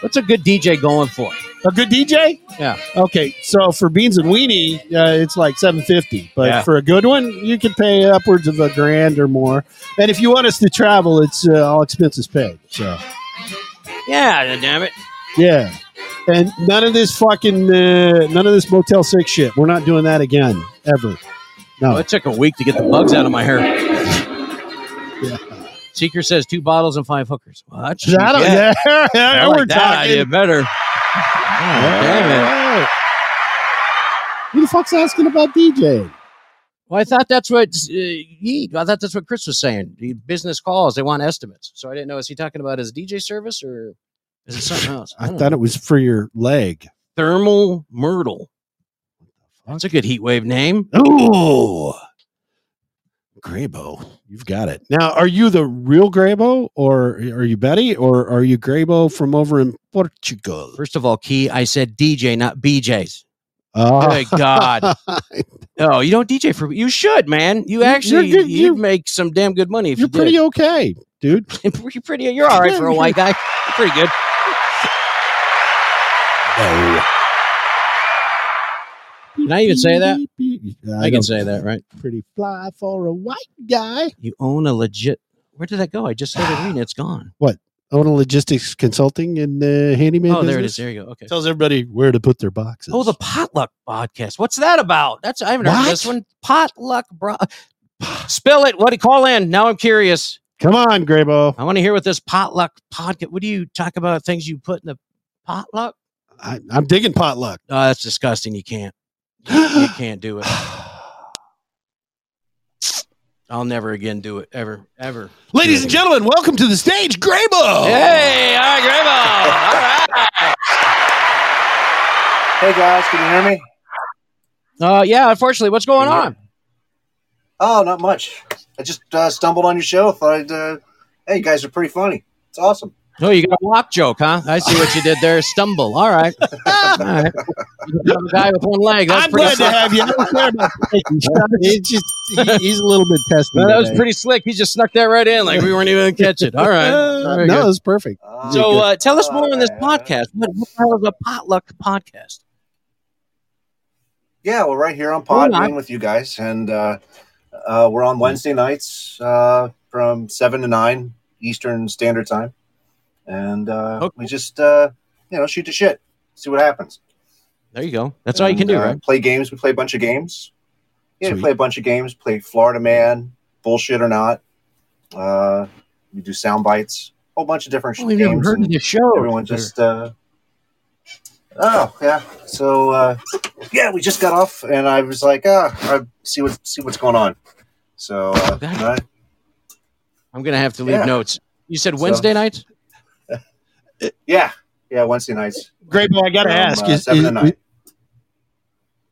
Speaker 9: What's a good DJ going for?
Speaker 8: A good DJ?
Speaker 9: Yeah.
Speaker 8: Okay, so for beans and weenie, uh, it's like seven fifty. But
Speaker 9: Yeah.
Speaker 8: for a good one, you can pay upwards of a grand or more. And if you want us to travel, it's uh, all expenses paid. So.
Speaker 9: Yeah, damn it.
Speaker 8: Yeah. And none of this fucking, uh, none of this Motel 6 shit. We're not doing that again, ever.
Speaker 9: Oh,
Speaker 8: [LAUGHS] No.
Speaker 9: it took a week to get the bugs out of my hair. Seeker says two bottles and five hookers. Well, that's cheap,
Speaker 8: That-
Speaker 9: yeah.
Speaker 8: [LAUGHS] yeah, yeah,
Speaker 9: I like
Speaker 8: we're
Speaker 9: that idea
Speaker 8: talking.
Speaker 9: better. Damn it.
Speaker 8: Hey. Who the fuck's asking about DJ?
Speaker 9: Well, I thought that's what uh, he, I thought that's what Chris was saying. The business calls, they want estimates. So I didn't know is he talking about his DJ service or is it something else?
Speaker 8: I thought it was for your leg.
Speaker 9: Thermal Myrtle. That's a good heat wave name.
Speaker 8: Ooh. Graybo. You've got it. Now, are you the real Graybo or are you Betty or are you Graybo from over in Portugal?
Speaker 9: First of all, Key, I said DJ, not BJ's.
Speaker 8: Oh,
Speaker 9: Good
Speaker 8: [LAUGHS]
Speaker 9: God. Oh, you don't DJ for you should, man. You actually
Speaker 8: good-
Speaker 9: you'd
Speaker 8: you're-
Speaker 9: make some damn good money if
Speaker 8: You're
Speaker 9: you did.
Speaker 8: pretty okay, dude.
Speaker 9: you're pretty. You're all right for a white guy. You're [LAUGHS] pretty good.
Speaker 8: No.
Speaker 9: Can I even say that? I, can
Speaker 8: don't-
Speaker 9: say that, right?
Speaker 8: Pretty fly for a white guy.
Speaker 9: [SIGHS] You own a legit. Where did that go? I just started reading. It's gone.
Speaker 8: What? Ona Logistics Consulting and uh, Handyman.
Speaker 9: Oh, there it
Speaker 8: business.
Speaker 9: is. There you go. Okay.
Speaker 8: Tells everybody where to put their boxes.
Speaker 9: Oh, the potluck podcast. What's that about? That's I haven't heard of this one. Potluck, bro. uh, Spill it. What do you call in? Now I'm curious.
Speaker 8: Come on, Graybo.
Speaker 9: I want to hear what this potluck podcast. What do you talk about? Things you put in the potluck?
Speaker 8: I, I'm digging potluck.
Speaker 9: Oh, that's disgusting. You can't.
Speaker 8: [SIGHS]
Speaker 9: You, you [SIGHS] can't do it. I'll never again do it. Ever. Ever.
Speaker 8: Ladies and gentlemen, welcome to the stage, Graybo.
Speaker 9: Hey, all right, Graybo. All right.
Speaker 21: Hey guys, can you hear me?
Speaker 9: Uh, yeah, unfortunately. What's going on?
Speaker 21: Oh, not much. I just uh, stumbled on your show. Thought I'd, uh, hey, you guys are pretty funny. It's awesome.
Speaker 9: Oh, you got a walk joke, huh? I see what you did there. Stumble. All right. All right. You got a guy with one leg. That's
Speaker 8: I'm glad to
Speaker 9: pretty slick.
Speaker 8: have you. I don't care about It's just he- he's a little bit testy.
Speaker 9: No, that was
Speaker 8: today.
Speaker 9: pretty slick. He just snuck that right in like we weren't even gonna catch it. All right.
Speaker 8: Uh,
Speaker 9: Very
Speaker 8: no,
Speaker 9: good.
Speaker 8: it's perfect.
Speaker 9: So uh, tell us more on this podcast. What, what the hell is a potluck podcast? Oh,
Speaker 21: Yeah, we're right here on
Speaker 9: We're not.
Speaker 21: Podbean with you guys, and uh, uh, we're on Wednesday nights uh, from seven to nine Eastern Standard Time, and uh, we just uh, you know shoot the shit, see what happens.
Speaker 9: There you go. That's all you can do,
Speaker 21: uh,
Speaker 9: right?
Speaker 21: Play games. We play a bunch of games. Yeah, we
Speaker 9: Sweet.
Speaker 21: play a bunch of games. Play Florida Man, bullshit or not. Uh, we do sound bites. Whole bunch of different sh-
Speaker 9: We've never
Speaker 21: games.
Speaker 9: heard
Speaker 21: and
Speaker 9: of the show.
Speaker 21: Everyone just. Uh, oh yeah. So uh, yeah, we just got off, and I was like, ah, I see what see what's going on. So
Speaker 9: Oh,
Speaker 21: uh, I-
Speaker 9: I'm gonna have to leave
Speaker 21: Yeah.
Speaker 9: notes. You said
Speaker 21: So-
Speaker 9: Wednesday nights.
Speaker 21: yeah, yeah, Wednesday nights.
Speaker 8: Great, boy. I gotta
Speaker 21: From,
Speaker 8: ask.
Speaker 21: uh,
Speaker 8: is-
Speaker 21: seven
Speaker 8: is-
Speaker 21: to nine.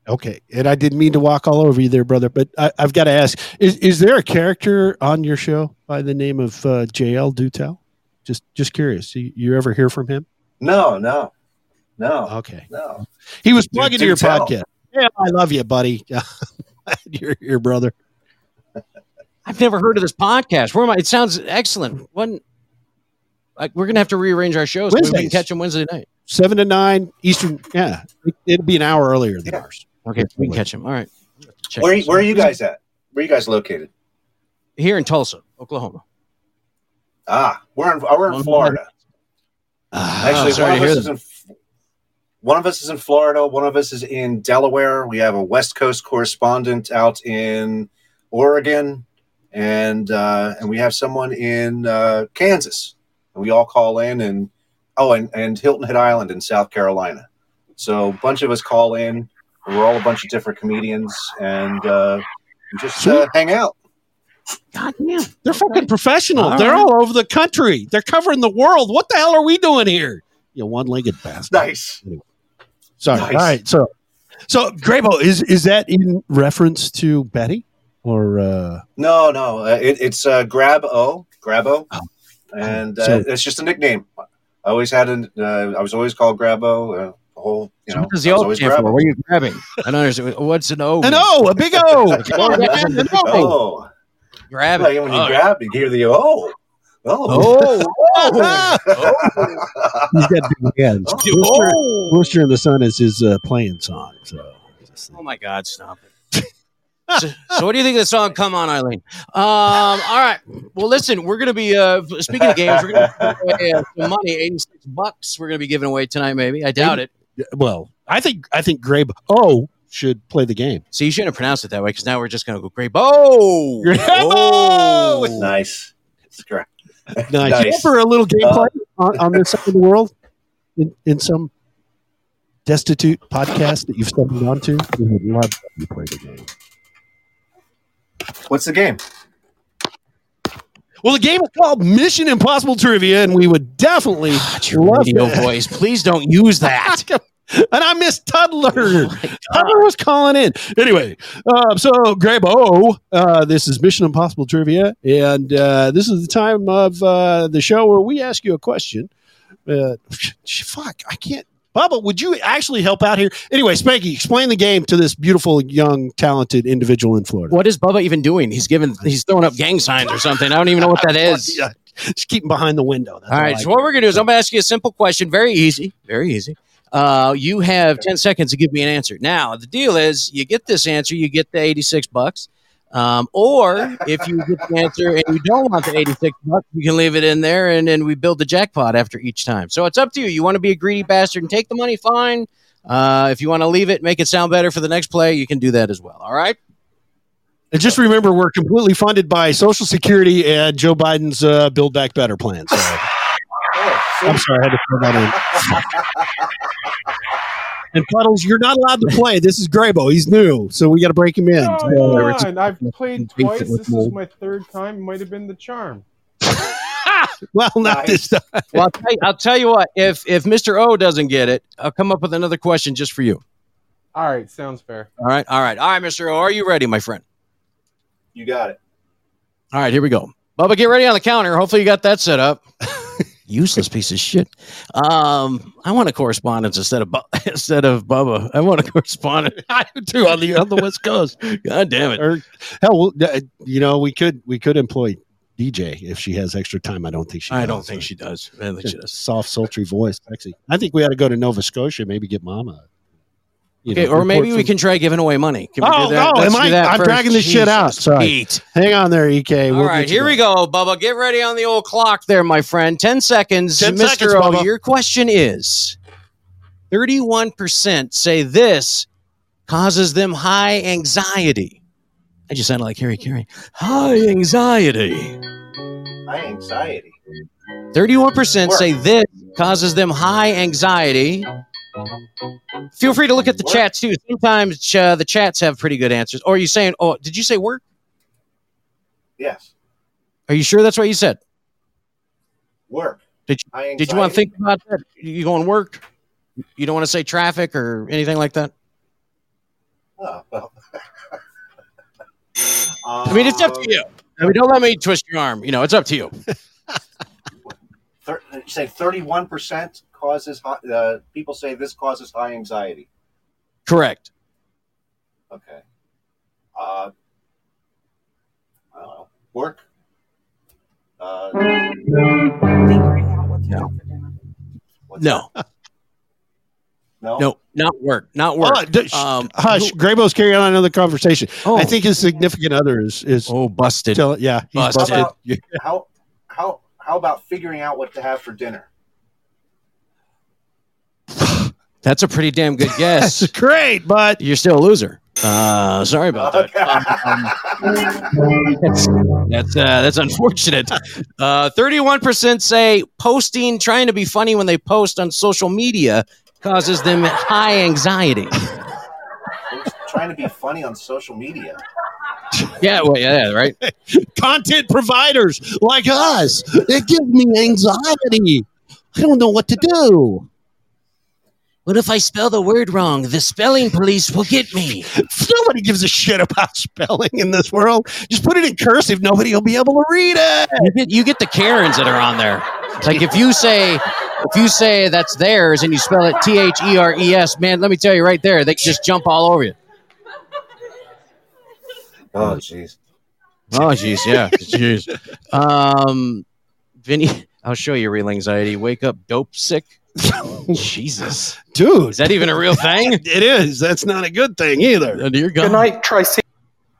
Speaker 8: Okay, and I didn't mean to walk all over you there, brother. But I, I've got to ask: is is there a character on your show by the name of uh, JL Dutel? Just just curious. You, you ever hear from him?
Speaker 21: No, no, no.
Speaker 8: Okay,
Speaker 21: no.
Speaker 8: He was
Speaker 21: Dude,
Speaker 8: plugging
Speaker 21: do
Speaker 8: your
Speaker 21: tell.
Speaker 8: podcast. Yeah, I love you, buddy. [LAUGHS] Glad you're here, brother.
Speaker 9: I've never heard of this podcast. Where am I? It sounds excellent. One, like we're gonna have to rearrange our shows. so we can
Speaker 8: Wednesdays.
Speaker 9: catch them Wednesday night.
Speaker 8: Seven to nine Eastern. Yeah, it, it'd be an hour earlier than ours.
Speaker 9: Okay, we can catch him. All right. Check
Speaker 21: Where,
Speaker 9: this
Speaker 21: where are
Speaker 9: out.
Speaker 21: you guys at? Where are you guys located?
Speaker 9: Here in Tulsa, Oklahoma.
Speaker 21: Ah, we're in, we're in Florida.
Speaker 8: Ah,
Speaker 9: I'm
Speaker 21: Actually,
Speaker 9: sorry
Speaker 21: one
Speaker 9: to
Speaker 21: of,
Speaker 9: hear
Speaker 21: us is in, one of us is in Florida. One of us is in Delaware. We have a West Coast correspondent out in Oregon, and uh, and we have someone in uh, Kansas. And we all call in, and oh, and, and Hilton Head Island in South Carolina. So a bunch of us call in. We're all a bunch of different comedians, and uh, we just uh, hang out.
Speaker 9: God damn.
Speaker 8: They're fucking professional.
Speaker 21: All
Speaker 8: They're
Speaker 21: right.
Speaker 8: all over the country. They're covering the world. What the hell are we doing here? You one-legged bastard.
Speaker 21: Nice.
Speaker 8: Anyway. Sorry.
Speaker 21: Nice.
Speaker 8: All right. So, so Graybo is is that in reference to Betty or uh,
Speaker 21: No, no, uh, it, it's uh, Grab O, Grabo, and uh,
Speaker 8: Oh. So-
Speaker 21: it's just a nickname. I always had an. Uh, I was always called Grabo. Uh, the whole, you know,
Speaker 9: What does
Speaker 21: I
Speaker 9: the
Speaker 21: was
Speaker 9: O
Speaker 21: always
Speaker 9: stand for?
Speaker 21: Grabbo.
Speaker 9: What are you grabbing? I don't understand. What's an O?
Speaker 8: an O, a big O?
Speaker 21: [LAUGHS]
Speaker 8: Come on, man, an O.
Speaker 21: Oh,
Speaker 9: Grab
Speaker 21: like
Speaker 9: it.
Speaker 21: when you
Speaker 9: Oh.
Speaker 21: grab, you hear the oh,
Speaker 8: Oh.
Speaker 21: oh,
Speaker 8: He's got big hands. Rooster, Rooster in the Sun is his uh, playing song. So
Speaker 9: Oh my God! Stop it. so, so what do you think of the song "Come On, Eileen"? Um, all right. Well, listen, we're gonna be uh, speaking of games. We're gonna be giving away, uh, some money, eighty-six bucks. We're gonna be giving away tonight. Maybe I doubt it.
Speaker 8: [LAUGHS] well, I think I think Graybo O should play the game.
Speaker 9: So you shouldn't have pronounced it that way because now we're just gonna go Graybo. Oh,
Speaker 21: nice. It's gra-
Speaker 8: Nice.
Speaker 21: Nice.
Speaker 8: Remember a little gameplay on, on this side of the world in, in some destitute podcast that you've stumbled onto? We would love to have you play the game.
Speaker 21: What's the game?
Speaker 8: Well, the game is called Mission Impossible Trivia, and we would definitely love
Speaker 9: radio
Speaker 8: to-
Speaker 9: voice. Please don't use that.
Speaker 8: [LAUGHS]
Speaker 9: Oh
Speaker 8: and I miss Tudler. Tudler was calling in. Anyway, uh, so Grabo, uh, this is Mission Impossible Trivia, and uh, this is the time of uh, the show where we ask you a question. Uh, [LAUGHS] fuck, I can't. Bubba, would you actually help out here? Anyway, Spanky, explain the game to this beautiful, young, talented individual in Florida.
Speaker 9: What is Bubba even doing? He's giving. He's throwing up gang signs or something. I don't even know what that is.
Speaker 8: Yeah, Just keep him behind the window. That's
Speaker 9: All right.
Speaker 8: I
Speaker 9: So what we're gonna do is I'm gonna ask you a simple question. Very easy. Very easy. Uh, you have ten seconds to give me an answer. Now the deal is, you get this answer, you get the eighty-six bucks. Um, or if you get the answer and you don't want the 86 bucks, you can leave it in there and then we build the jackpot after each time. So it's up to you. You want to be a greedy bastard and take the money, fine. Uh, if you want to leave it, make it sound better for the next play, you can do that as well. All right.
Speaker 8: And just remember, we're completely funded by Social Security and Joe Biden's uh, Build Back Better plan. So. I'm sorry, I had to throw that in. and Puddles, you're not allowed to play. This is Graybo. He's new, so we got to break him in.
Speaker 2: No,
Speaker 8: So,
Speaker 2: come
Speaker 8: uh, it's-
Speaker 2: on. I've played
Speaker 8: Replace
Speaker 2: twice.
Speaker 8: it with
Speaker 2: This
Speaker 8: mold.
Speaker 2: is my third time. Might have been the charm.
Speaker 8: well, not this time.
Speaker 9: Well, I'll tell, you, I'll tell you what. If if Mr. O doesn't get it, I'll come up with another question just for you.
Speaker 2: All right, sounds fair.
Speaker 9: All right, all right, all right, Mr. O. Are you ready, my friend?
Speaker 21: You got it.
Speaker 9: All right, here we go. Bubba, get ready on the counter. Hopefully, you got that set up. [LAUGHS] Useless piece of shit. Um, I want a correspondence instead of Bu- [LAUGHS] instead of Bubba. I want a correspondent. [LAUGHS] I do too on the on the West Coast. God damn it!
Speaker 8: Or, hell, we'll, uh, you know, we could we could employ DJ if she has extra time. I don't think she.
Speaker 9: I
Speaker 8: does.
Speaker 9: don't think she does. I don't think she
Speaker 8: Just
Speaker 9: does.
Speaker 8: Soft, sultry voice, sexy. I think we ought to go to Nova Scotia. Maybe get Mama. you
Speaker 9: Okay,
Speaker 8: know,
Speaker 9: or maybe
Speaker 8: report
Speaker 9: we
Speaker 8: from-
Speaker 9: can try giving away money. Can we
Speaker 8: oh
Speaker 9: do that?
Speaker 8: no,
Speaker 9: Let's
Speaker 8: am
Speaker 9: do
Speaker 8: I?
Speaker 9: that
Speaker 8: I'm
Speaker 9: first.
Speaker 8: dragging this shit
Speaker 9: Jesus
Speaker 8: out. Sorry.
Speaker 9: Pete.
Speaker 8: Hang on there, E Ek.
Speaker 9: All right, here we go, Bubba. Get ready on the old clock there, my friend. 10 seconds.
Speaker 8: 10
Speaker 9: Mr.
Speaker 8: seconds,
Speaker 9: O,
Speaker 8: Bubba.
Speaker 9: your question is 31% say this causes them high anxiety. I just sounded like Harry Carey. High anxiety.
Speaker 21: My anxiety.
Speaker 9: 31% say this causes them high anxiety. Feel free to look at the chats too. Sometimes uh, the chats have pretty good answers. Or are you saying, oh, did you say work?
Speaker 21: Yes.
Speaker 9: Are you sure that's what you said?
Speaker 21: Work.
Speaker 9: Did
Speaker 21: High
Speaker 9: you, did you want to
Speaker 21: anxiety.
Speaker 9: think about that? You going work? You don't want to say traffic or anything like that?
Speaker 21: Oh, well.
Speaker 9: I mean, it's up to you. I mean, don't let me twist your arm. You know, it's up to you.
Speaker 21: Thir- you say 31% causes high, uh, people say this causes high anxiety.
Speaker 9: Correct.
Speaker 21: Okay. Uh, I don't know. Work. Uh,
Speaker 9: No.
Speaker 21: No.
Speaker 9: No. [LAUGHS] No, not work. Not work.
Speaker 8: Oh, d- sh-
Speaker 9: um,
Speaker 8: Hush,
Speaker 9: who-
Speaker 8: Graybo's carrying on another conversation. I think his significant other is, is
Speaker 9: oh busted.
Speaker 8: yeah, he's
Speaker 9: Busted.
Speaker 8: busted.
Speaker 21: How about,
Speaker 8: Yeah.
Speaker 21: how, how, how about figuring out what to have for dinner?
Speaker 9: That's a pretty damn good [LAUGHS] guess. That's
Speaker 8: [LAUGHS] great, but
Speaker 9: you're still a loser. Uh, sorry about that. Um, That's that's, uh, that's unfortunate. Uh, Thirty-one percent say posting, trying to be funny when they post on social media, causes them high anxiety.
Speaker 21: Trying to be funny on social media.
Speaker 9: Yeah, well, yeah, right.
Speaker 8: Content providers like us, it gives me anxiety. I don't know what to do.
Speaker 9: What if I spell the word wrong? The spelling police will get me.
Speaker 8: Nobody gives a shit about [LAUGHS] spelling in this world. Just put it in cursive. Nobody will be able to read it.
Speaker 9: You get you get the Karens that are on there. Like if you say if you say that's theirs and you spell it T H E R E S, man, let me tell you right there, they just jump all over you.
Speaker 21: Oh, jeez.
Speaker 9: Oh,
Speaker 8: [LAUGHS]
Speaker 9: jeez, yeah, jeez. Um, Vinny, [LAUGHS] I'll show you real anxiety. Wake up, dope sick. Jesus,
Speaker 8: dude,
Speaker 9: is that even a
Speaker 8: [LAUGHS]
Speaker 9: real thing? Oh,
Speaker 8: it is. That's not a good thing either.
Speaker 9: You're gone.
Speaker 8: night, Tracy.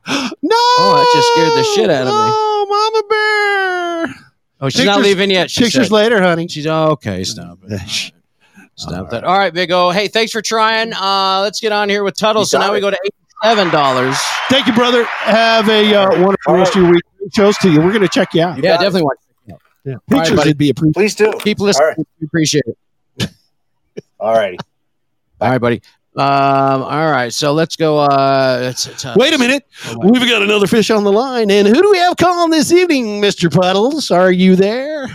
Speaker 8: no.
Speaker 9: Oh, that just scared the shit out of me.
Speaker 8: Oh, Mama Bear.
Speaker 9: Oh, she's not leaving yet. She
Speaker 8: pictures
Speaker 9: said.
Speaker 8: later, honey.
Speaker 9: She's oh, okay. Stop it. Stop that. All right, Big O. Hey, thanks for trying. Uh, let's get on here with Tuttle. So now we go to eighty-seven dollars.
Speaker 8: Thank you, brother. Have a uh, wonderful rest of your week. Shows to you. We're going to check you out.
Speaker 9: Yeah, definitely want.
Speaker 8: Yeah.
Speaker 9: All right,
Speaker 8: Pictures
Speaker 9: buddy.
Speaker 8: would be appreciated.
Speaker 21: Please do.
Speaker 9: Keep listening. We appreciate it.
Speaker 8: [LAUGHS]
Speaker 21: All righty.
Speaker 9: All right, buddy. Um, all right, so let's go. Uh, it's, it's, uh,
Speaker 8: Wait a minute. We've got another fish on the line. And who do we have calling this evening, Mr. Puddles? Are you there?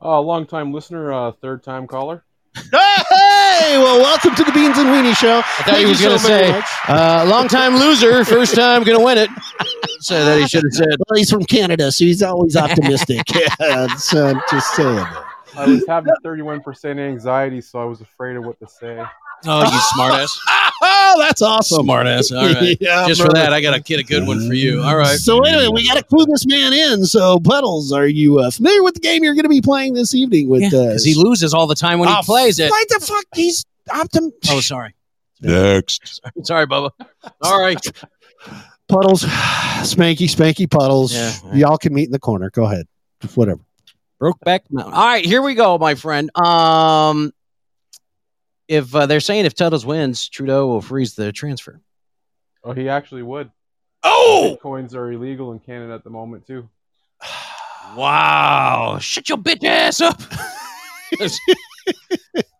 Speaker 2: Uh, long time listener, uh, third time caller.
Speaker 8: Hey, well, welcome to the Beans and Weenie Show.
Speaker 9: I thought he was going to say, uh, "Long time loser, first time going to win it." So that he should have said.
Speaker 8: Well, he's from Canada, so he's always
Speaker 9: [LAUGHS]
Speaker 8: optimistic. yeah, so I'm just saying.
Speaker 2: I was having 31% anxiety, so I was afraid of what to say.
Speaker 9: Oh, you
Speaker 8: [LAUGHS]
Speaker 9: smartass!
Speaker 8: [LAUGHS] Oh, that's awesome.
Speaker 9: Smartass. All right.
Speaker 8: [LAUGHS] Yeah,
Speaker 9: Just for
Speaker 8: brother.
Speaker 9: that, I got to get a good one for you. All right.
Speaker 8: So wait a minute, we got to clue this man in. So Puddles, are you uh, familiar with the game you're going to be playing this evening? With uh,
Speaker 9: because he loses all the time when he
Speaker 8: Oh,
Speaker 9: plays it.
Speaker 8: Why the fuck? He's optim.
Speaker 9: Oh, sorry. [LAUGHS]
Speaker 7: Next.
Speaker 8: [LAUGHS]
Speaker 9: Sorry, Bubba. All right.
Speaker 8: [SIGHS] Puddles, Spanky, Spanky Puddles.
Speaker 9: Yeah,
Speaker 8: Y'all can meet in the corner. Go ahead. Whatever.
Speaker 9: Brokeback Mountain. All right, here we go, my friend. Um, if uh, they're saying if Tuttles wins, Trudeau will freeze the transfer.
Speaker 2: Oh, he actually would. Oh, bitcoins are illegal in Canada at the moment too.
Speaker 9: Wow! Oh, Shut your bitch ass up.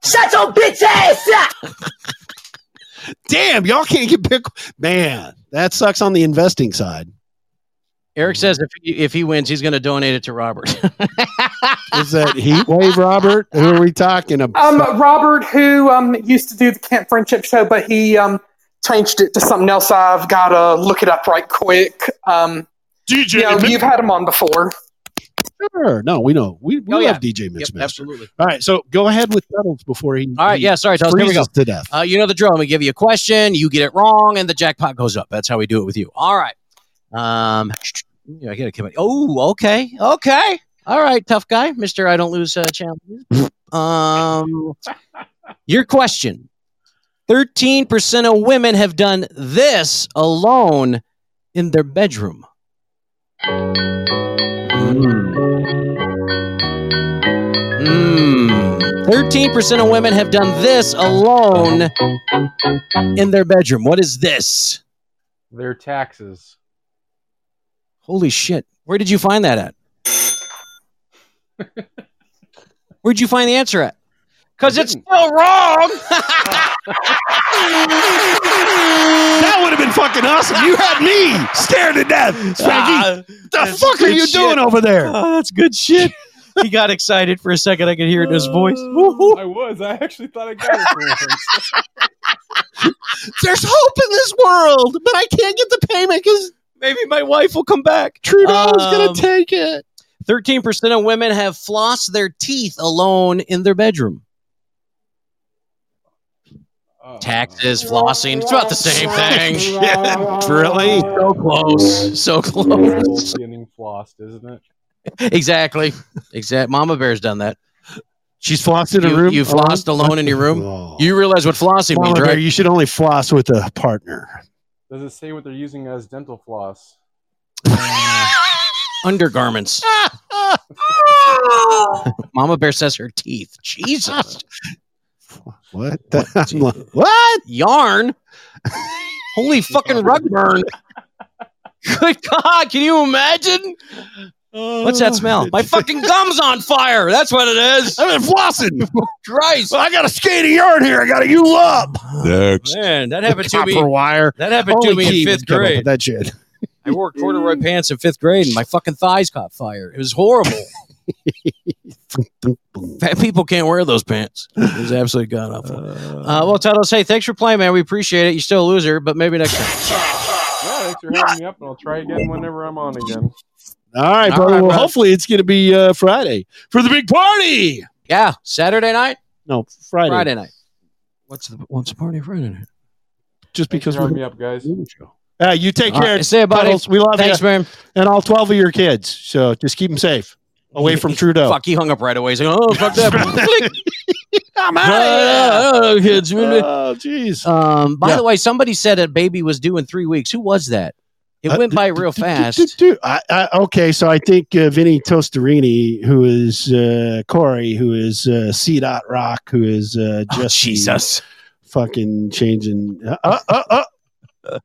Speaker 16: Shut your bitch ass up!
Speaker 8: Damn, y'all can't get Bitcoin. Man, that sucks on the investing side.
Speaker 9: Eric says if he, if he wins, he's going to donate it to Robert. [LAUGHS]
Speaker 8: Is that heat [LAUGHS] wave, Robert? Who are we talking about?
Speaker 4: Um, Robert, who um, used to do the Camp Friendship Show, but he um, changed it to something else. I've got to look it up right quick. Um,
Speaker 7: DJ,
Speaker 4: you know, you've had him on before.
Speaker 8: Sure. No, we know. We, we
Speaker 9: Oh, yeah.
Speaker 8: love DJ Mixmaster.
Speaker 9: absolutely.
Speaker 8: All right, so go ahead with Tuttles before he.
Speaker 9: All right, yeah, sorry, Tuttles, here we go.
Speaker 8: freezes to death.
Speaker 9: Uh, you know the drill. We give you a question, you get it wrong, and the jackpot goes up. That's how we do it with you. All right. Um, yeah, I get a commit. Oh, okay, okay, all right, tough guy, Mister. I don't lose uh, challenges. Um, your question: Thirteen percent of women have done this alone in their bedroom. Hmm. Thirteen percent of women have done this alone in their bedroom. What is this?
Speaker 2: Their taxes.
Speaker 9: Holy shit. Where did you find that [LAUGHS] at? Where'd you find the answer at? Because it's still wrong.
Speaker 8: That would have been fucking awesome. You had me stared to death.
Speaker 9: Ah,
Speaker 8: Spanky, the fuck are you doing over there?
Speaker 9: Oh, that's good shit. he got excited for a second. I could hear it in his voice.
Speaker 2: I was. I actually thought I got it. for
Speaker 8: [LAUGHS]
Speaker 2: once.
Speaker 8: There's hope in this world, but I can't get the payment because
Speaker 9: maybe my wife will come back.
Speaker 8: Trudeau's
Speaker 9: Um,
Speaker 8: gonna take it.
Speaker 9: Thirteen percent of women have flossed their teeth alone in their bedroom. Oh. Taxes, flossing, it's about the same thing. [LAUGHS]
Speaker 8: Really?
Speaker 9: So close. So close.
Speaker 2: Getting flossed, isn't it?
Speaker 9: exactly. Exact. Mama Bear's done that.
Speaker 8: She's flossed in a
Speaker 9: you,
Speaker 8: room.
Speaker 9: You flossed alone in your room.
Speaker 8: Oh.
Speaker 9: You realize what flossing
Speaker 8: Mama
Speaker 9: means,
Speaker 8: Bear,
Speaker 9: right?
Speaker 8: You should only floss with a partner.
Speaker 9: [LAUGHS]
Speaker 2: Does it say what they're using as dental floss?
Speaker 9: [LAUGHS] Undergarments. Mama Bear says her teeth. Jesus.
Speaker 8: What? [LAUGHS] I'm like, what?
Speaker 9: Yarn. Holy fucking rug burn. Good God, can you imagine? What's that smell? My fucking gum's on fire. That's what it is.
Speaker 8: I've been
Speaker 9: [LAUGHS]
Speaker 8: flossing.
Speaker 9: Christ.
Speaker 8: I got a skating yard here. I got to you up.
Speaker 9: Uh,
Speaker 7: Next.
Speaker 9: Man, that happened to
Speaker 8: Copper
Speaker 9: me.
Speaker 8: wire.
Speaker 9: That happened to
Speaker 8: Only
Speaker 9: me
Speaker 8: Keith
Speaker 9: in
Speaker 8: would
Speaker 9: fifth
Speaker 8: come up
Speaker 9: grade.
Speaker 8: with That shit.
Speaker 9: I wore corduroy pants in fifth grade and my fucking thighs caught fire. It was horrible. Fat people can't wear those pants. It was absolutely god awful. Uh, well, Tuttles, hey, thanks for playing, man. We appreciate it. You're still a loser, but maybe next time.
Speaker 2: Yeah, thanks for having me up, and I'll try again whenever I'm on again.
Speaker 8: All right,
Speaker 9: All
Speaker 8: brother.
Speaker 9: right,
Speaker 8: well,
Speaker 9: brother.
Speaker 8: hopefully it's going to be uh, Friday for the big party.
Speaker 9: Yeah, Saturday night,
Speaker 8: No, Friday.
Speaker 9: Friday night. What's the what's the party Friday night?
Speaker 8: Just because
Speaker 2: Because for
Speaker 8: we're
Speaker 2: having me up, guys.
Speaker 8: Uh, you take
Speaker 9: All
Speaker 8: care.
Speaker 9: right, see ya, buddy.
Speaker 8: Cuddles. We love
Speaker 9: Thanks,
Speaker 8: you.
Speaker 9: man.
Speaker 8: And all 12 of your kids. So just keep them safe. Away from Trudeau.
Speaker 9: Fuck, he hung up right away. He's like, oh
Speaker 8: [LAUGHS]
Speaker 9: fuck that.
Speaker 8: I'm
Speaker 9: [LAUGHS] oh, kids.
Speaker 8: Oh, jeez.
Speaker 9: Um, by
Speaker 8: Yeah.
Speaker 9: the way, somebody said a baby was due in three weeks. Who was that? It
Speaker 8: Uh,
Speaker 9: went
Speaker 8: d-
Speaker 9: by
Speaker 8: d-
Speaker 9: real
Speaker 8: d- d-
Speaker 9: fast.
Speaker 8: d- d- [LAUGHS] I, I, okay, so I think uh, Vinny Tostarini, who is uh, Corey, who is uh, C. Dot Rock, who is uh,
Speaker 9: Oh,
Speaker 8: just
Speaker 9: Jesus.
Speaker 8: fucking changing. Uh, uh, uh, uh.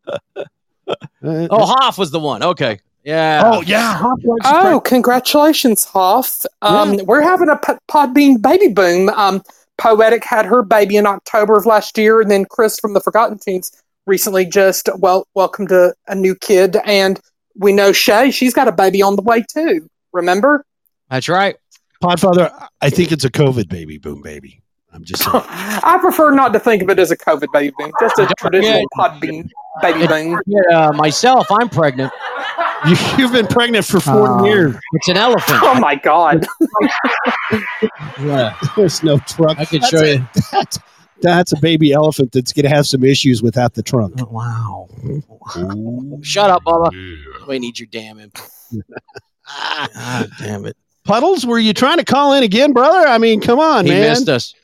Speaker 8: [LAUGHS] Uh,
Speaker 9: Oh, Hoff was the one. Okay. Yeah.
Speaker 8: oh, yeah. Hop Rocks is
Speaker 4: Oh, congratulations, Hoff. Um, We're having a P- Podbean baby boom. Um, Poetic had her baby in October of last year, and then Chris from the Forgotten Teens recently just, well, welcomed a, a new kid. And we know Shay, she's got a baby on the way too. Remember?
Speaker 9: That's right.
Speaker 8: Podfather, I think it's a COVID baby boom baby. I'm just saying.
Speaker 4: I prefer not to think of it as a COVID baby boom, just a traditional Podbean baby boom.
Speaker 9: Yeah, myself, I'm pregnant.
Speaker 8: [LAUGHS] you, you've been pregnant for 40
Speaker 9: Um,
Speaker 8: years.
Speaker 9: It's an elephant.
Speaker 4: Oh my God.
Speaker 9: Yeah.
Speaker 8: [LAUGHS] There's no trunk.
Speaker 9: I could
Speaker 8: That's
Speaker 9: show
Speaker 8: a-
Speaker 9: you.
Speaker 8: That, that's a baby elephant that's going to have some issues without the trunk.
Speaker 9: Wow.
Speaker 8: Oh.
Speaker 9: Shut up, Bubba. We need your
Speaker 8: [LAUGHS]
Speaker 9: damn input. God damn it.
Speaker 8: Puddles, were you trying to call in again, brother? I mean, come on,
Speaker 9: he
Speaker 8: man.
Speaker 9: missed us.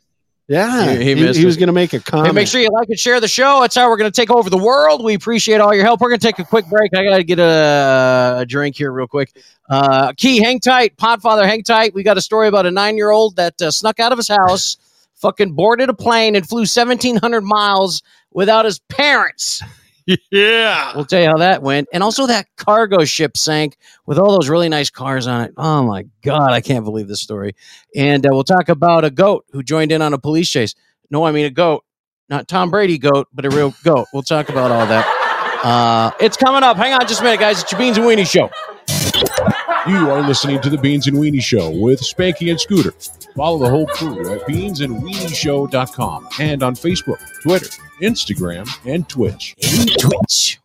Speaker 8: Yeah,
Speaker 9: He-
Speaker 8: he,
Speaker 9: he missed
Speaker 8: he was
Speaker 9: it.
Speaker 8: going to make a comment.
Speaker 9: Hey, make
Speaker 8: [LAUGHS]
Speaker 9: sure you like and share the show. That's how we're going to take over the world. We appreciate all your help. We're going to take a quick break. I got to get a, a drink here real quick. Uh, Key, hang tight. Podfather, hang tight. We got a story about a nine-year-old that uh, snuck out of his house, fucking boarded a plane, and flew 1,700 miles without his parents. [LAUGHS] Yeah. We'll tell you how that went. And also that cargo ship sank with all those really nice cars on it. Oh my God, I can't believe this story. And uh, we'll talk about a goat who joined in on a police chase. No, I mean a goat, not Tom Brady goat, but a real goat. We'll talk about all that. Uh, it's coming up. Hang on just a minute, guys. It's your Beans and Weenie show.
Speaker 7: You are listening to the Beans and Weenie Show with Spanky and Scooter. Follow the whole crew at beansandweenieshow.com and on Facebook, Twitter, Instagram, and Twitch.
Speaker 9: Twitch.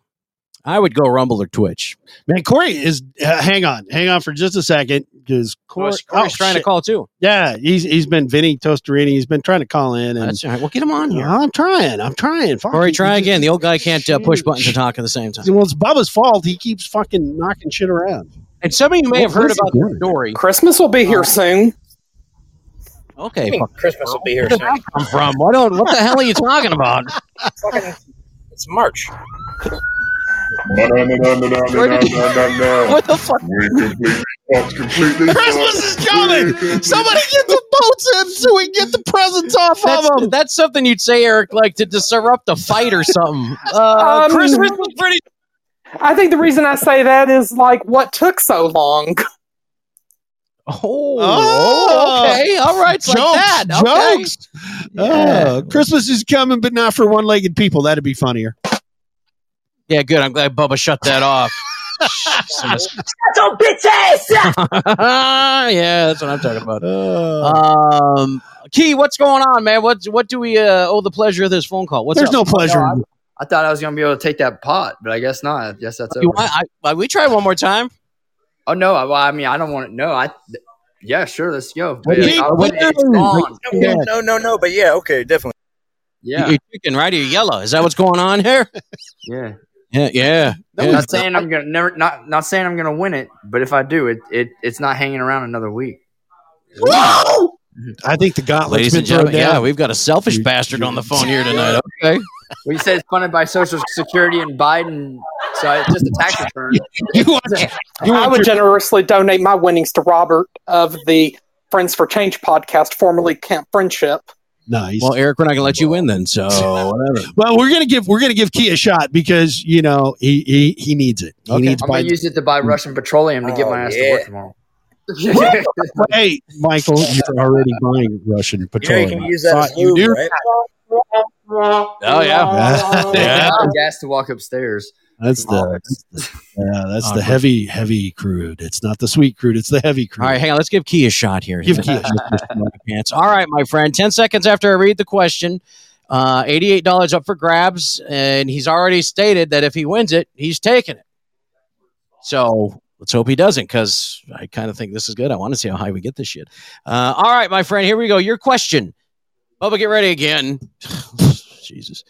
Speaker 9: I would go Rumble or Twitch.
Speaker 8: Man, Corey is. Uh, hang on, hang on for just a second, because Corey,
Speaker 9: Oh, Corey's trying to call, too.
Speaker 8: Yeah, he's he's been Vinny Tosterini. He's been trying to call in, and
Speaker 9: That's all right. Well, get him on here.
Speaker 8: I'm trying. I'm trying. Fuck,
Speaker 9: Corey,
Speaker 8: he-
Speaker 9: try
Speaker 8: he just-
Speaker 9: again. The old guy can't uh, push buttons and talk at the same time.
Speaker 8: Well, it's Bubba's fault. He keeps fucking knocking shit around.
Speaker 9: And some of you may have heard about the story.
Speaker 4: Christmas will be here soon.
Speaker 9: Okay. fuck.
Speaker 1: Christmas will be here
Speaker 9: Where did
Speaker 1: soon.
Speaker 9: that come from? What, don't, what the hell are you
Speaker 8: [LAUGHS]
Speaker 9: talking about?
Speaker 1: It's March.
Speaker 15: No, no, no, no, no, no, no, no, no, no.
Speaker 1: What the fuck?
Speaker 15: We completely fucked, completely
Speaker 8: Christmas
Speaker 15: fucked.
Speaker 8: is coming. Somebody get the boats in so we get the presents off
Speaker 9: That's,
Speaker 8: of them.
Speaker 9: that's something you'd say, Eric, like to disrupt a fight or something. Uh,
Speaker 4: Um,
Speaker 9: Christmas was pretty.
Speaker 4: I think the reason I say that is like what took so long.
Speaker 9: Oh, Oh, okay. All right. It's like
Speaker 8: jokes,
Speaker 9: that. Okay.
Speaker 8: jokes. Oh, Christmas is coming, but not for one-legged people. That'd be funnier.
Speaker 9: Yeah, good. I'm glad Bubba shut that off. [LAUGHS]
Speaker 16: Shut your bitch ass up!
Speaker 9: yeah, that's what I'm talking about. um, Key, what's going on, man? What what do we uh, owe the pleasure of this phone call? What's up?
Speaker 1: I, I thought I was gonna be able to take that pot, but I guess not. I guess that's
Speaker 9: You
Speaker 1: over.
Speaker 9: want- I- I- we try one more time.
Speaker 1: Oh no! I, well, I mean, I don't want to. No, I. Yeah, sure. Let's go.
Speaker 9: What
Speaker 1: Yeah,
Speaker 9: do you-
Speaker 1: I'll-
Speaker 9: what
Speaker 1: it's
Speaker 9: do you-
Speaker 1: gone.
Speaker 9: Yeah.
Speaker 1: no, no, no. But yeah, okay, definitely. Yeah,
Speaker 9: You're chicken, right? Or you're yellow. Is that what's going on here?
Speaker 1: yeah.
Speaker 9: Yeah, yeah. yeah.
Speaker 1: Not saying I'm gonna never. Not not saying I'm gonna win it, but if I do, it it it's not hanging around another week.
Speaker 8: Whoa! I think the gauntlet's
Speaker 9: Ladies
Speaker 8: been
Speaker 9: and
Speaker 8: thrown
Speaker 9: gentlemen, yeah,
Speaker 8: down.
Speaker 9: we've got a selfish bastard on the phone here tonight. Okay.
Speaker 1: We said it's funded by Social Security and Biden, so it's just a
Speaker 9: [LAUGHS]
Speaker 1: tax return.
Speaker 4: I would generously donate my winnings to Robert of the Friends for Change podcast, formerly Camp Friendship.
Speaker 8: Nice.
Speaker 9: Well, Eric, we're not going to let you win then. So uh, whatever.
Speaker 8: Well, we're gonna give we're gonna give Key a shot because you know he he, he needs it. He needs
Speaker 1: I'm gonna
Speaker 8: Biden.
Speaker 1: use it to
Speaker 5: Hmm.
Speaker 1: buy Russian petroleum to get
Speaker 5: Oh,
Speaker 1: my ass to work tomorrow. [LAUGHS]
Speaker 8: hey, Michael, you're already buying Russian petroleum. Thought you knew.
Speaker 1: Oh
Speaker 8: yeah.
Speaker 9: [LAUGHS]
Speaker 8: Yeah.
Speaker 1: Gas to walk upstairs.
Speaker 8: That's the yeah, that's the heavy heavy crude. It's not the sweet crude. It's the heavy crude.
Speaker 9: All right, hang on. Let's give Key a shot here.
Speaker 8: Give Key a
Speaker 9: chance. All right, my friend. Ten seconds after I read the question, uh, eighty-eight dollars up for grabs, and he's already stated that if he wins it, he's taking it. So let's hope he doesn't, because I kind of think this is good. I want to see how high we get this shit. Uh, all right, my friend. Here we go. Your question, Bubba. Get ready again. [SIGHS] Jesus.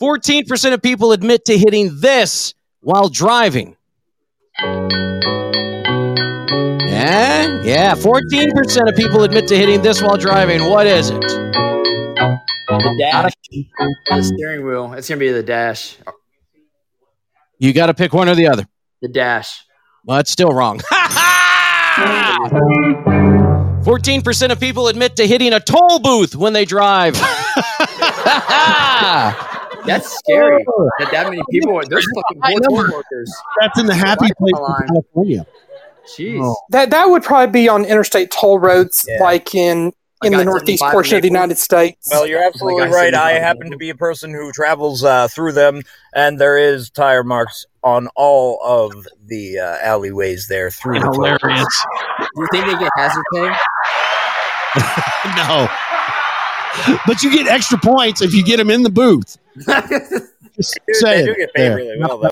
Speaker 9: Fourteen percent of people admit to hitting this while driving. Yeah, yeah. Fourteen percent of people admit to hitting this while driving. What is it?
Speaker 1: The dash. The steering wheel. It's gonna be the dash.
Speaker 9: You got to pick one or the other.
Speaker 1: The dash.
Speaker 9: Well, it's still wrong. [LAUGHS] Fourteen percent of people admit to hitting a toll booth when
Speaker 1: [LAUGHS]
Speaker 9: they drive.
Speaker 1: That's scary. That that many people. are- There's fucking
Speaker 8: I know.
Speaker 1: board workers.
Speaker 8: That's in the happy place
Speaker 1: line.
Speaker 8: in California.
Speaker 1: Jeez.
Speaker 4: That that would probably be on interstate toll roads,
Speaker 22: Yeah.
Speaker 4: like in in the
Speaker 22: got
Speaker 4: northeast
Speaker 22: 75
Speaker 4: portion of the
Speaker 22: Naples.
Speaker 4: United States.
Speaker 22: Well, you're absolutely
Speaker 4: Like I
Speaker 22: right.
Speaker 4: said,
Speaker 22: I happen to be a person who travels uh, through them, and there is tire marks on all of the uh, alleyways there through. the
Speaker 9: Hilarious.
Speaker 1: Do you think they get hazard pay?
Speaker 8: [LAUGHS] no, but you get extra points if you get them in
Speaker 22: [LAUGHS]
Speaker 8: the booth. Just
Speaker 22: Dude, they
Speaker 8: saying.
Speaker 22: do get paid
Speaker 8: Yeah.
Speaker 22: really well, though.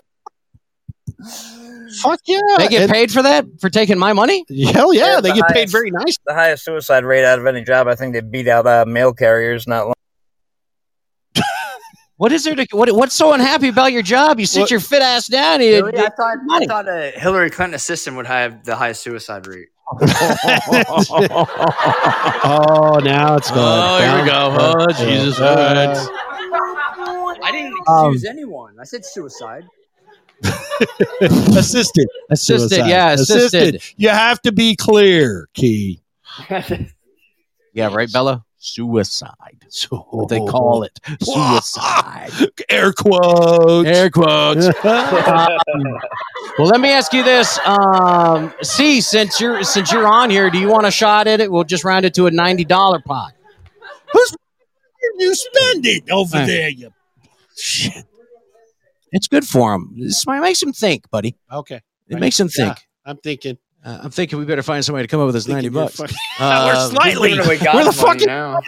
Speaker 8: Fuck yeah!
Speaker 9: They get
Speaker 8: And-
Speaker 9: paid for that for taking my money.
Speaker 8: Hell yeah, they
Speaker 22: the
Speaker 8: get paid
Speaker 22: highest-
Speaker 8: very nice.
Speaker 22: [LAUGHS] The highest suicide rate out of any job, I think they beat out uh, mail carriers not long.
Speaker 9: What is there to what? What's so unhappy about your job? You sit
Speaker 1: What-
Speaker 9: your fit ass down. You,
Speaker 1: Really? I thought I thought uh, Hillary Clinton's assistant would have the highest suicide rate.
Speaker 8: [LAUGHS] oh, now it's
Speaker 9: Oh,
Speaker 8: gone.
Speaker 9: here we go. Oh, Jesus. All right.
Speaker 1: I didn't
Speaker 8: Um,
Speaker 1: accuse anyone. I said suicide.
Speaker 8: [LAUGHS] assisted.
Speaker 9: [LAUGHS] Assisted,
Speaker 8: Suicide.
Speaker 9: yeah, assisted.
Speaker 8: You have to be clear, Key.
Speaker 9: Yeah, right, Bella? Suicide. So what they call [LAUGHS] it. Suicide.
Speaker 8: [LAUGHS] Air quotes. [LAUGHS]
Speaker 9: [LAUGHS] Air quotes. Um, [LAUGHS] well, let me ask you this. Um, C, since you're since you're on here, do you want a shot at it? We'll just round it to a ninety dollar pot.
Speaker 8: Who's you spending over there? You shit.
Speaker 9: It's good for him. This might- makes him think, buddy.
Speaker 8: Okay.
Speaker 9: It makes him think.
Speaker 8: Yeah, I'm thinking.
Speaker 9: Uh, I'm thinking we better find somebody to come up with this ninety bucks. Um,
Speaker 8: We're
Speaker 9: [LAUGHS]
Speaker 8: slightly-
Speaker 1: Giving away God's
Speaker 8: we're the
Speaker 1: money
Speaker 8: fucking-
Speaker 1: now.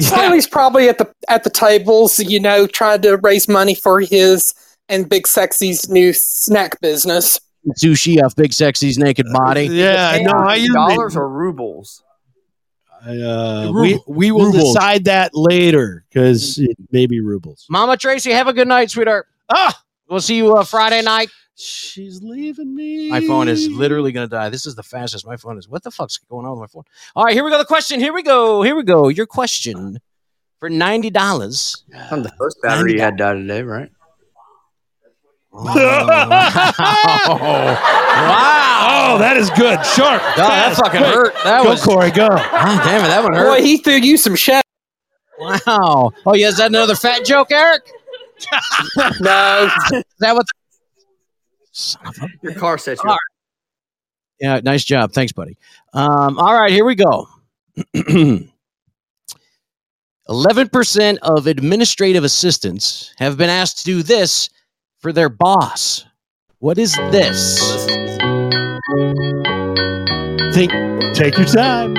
Speaker 4: Sally's probably at the at the tables, you know, trying to raise money for his and Big Sexy's new snack business.
Speaker 9: [LAUGHS] sushi off Big Sexy's naked body.
Speaker 8: Yeah, no, I
Speaker 1: dollars or rubles.
Speaker 8: Uh,
Speaker 9: Ruble.
Speaker 8: we we will
Speaker 9: Rubles.
Speaker 8: decide that later because it may be rubles.
Speaker 9: Mama Tracy, have a good night, sweetheart.
Speaker 8: Ah,
Speaker 9: we'll see you uh, Friday night.
Speaker 8: She's leaving me.
Speaker 9: My phone is literally going to die. This is the fastest my phone is. What the fuck's going on with my phone? All right, here we go. The question. Here we go. Here we go. Your question for ninety dollars.
Speaker 1: On the first battery you had died today, right?
Speaker 9: Oh.
Speaker 1: [LAUGHS]
Speaker 9: wow.
Speaker 8: Oh, that is good. Sharp.
Speaker 9: Duh, that
Speaker 8: fast,
Speaker 9: fucking
Speaker 8: quick.
Speaker 9: hurt. That
Speaker 8: go,
Speaker 9: was-
Speaker 8: Corey. Go.
Speaker 9: God damn it, that one hurt.
Speaker 4: Boy, he threw you some shit.
Speaker 9: Wow. Oh, yeah, is that another fat joke, Eric?
Speaker 4: no.
Speaker 9: Is that what?
Speaker 1: [LAUGHS] Your car set you.
Speaker 9: All
Speaker 1: up.
Speaker 9: Yeah, nice job. Thanks, buddy. Um, all right, here we go. [CLEARS THROAT] 11% of administrative assistants have been asked to do this for their boss. What is this?
Speaker 8: Think. Take your time.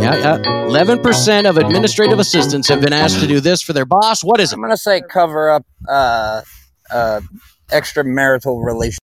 Speaker 9: Yeah, yeah. 11% of administrative assistants have been asked to do this for their boss. What is it?
Speaker 22: I'm gonna say cover up uh, uh, extramarital relations.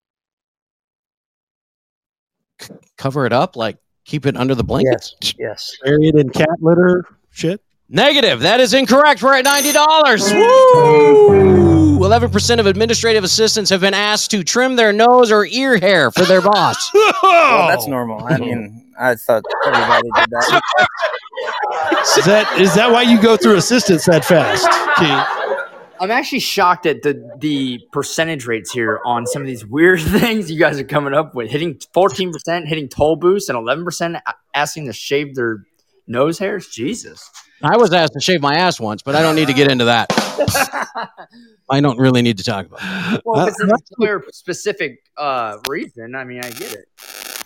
Speaker 9: Cover it up? Like keep it under the blankets?
Speaker 22: Yes.
Speaker 8: Buried in cat litter. Shit.
Speaker 9: Negative. That is incorrect. We're at ninety dollars. Woo! Eleven percent of administrative assistants have been asked to trim their nose or ear hair for their boss.
Speaker 22: Well, that's normal. I mean, I thought everybody did
Speaker 9: [LAUGHS]
Speaker 22: that.
Speaker 8: Is that is that why you go through assistance that fast? Key?
Speaker 1: I'm actually shocked at the the percentage rates here on some of these weird [LAUGHS] things you guys are coming up with. Hitting 14%, hitting toll booths, and 11% a- asking to shave their nose hairs. Jesus.
Speaker 9: I was asked to shave my ass once, but I don't need to get into that. I don't really need to talk about. That.
Speaker 1: Well, if
Speaker 9: Uh,
Speaker 1: it's an employer specific uh, reason, I mean, I get it.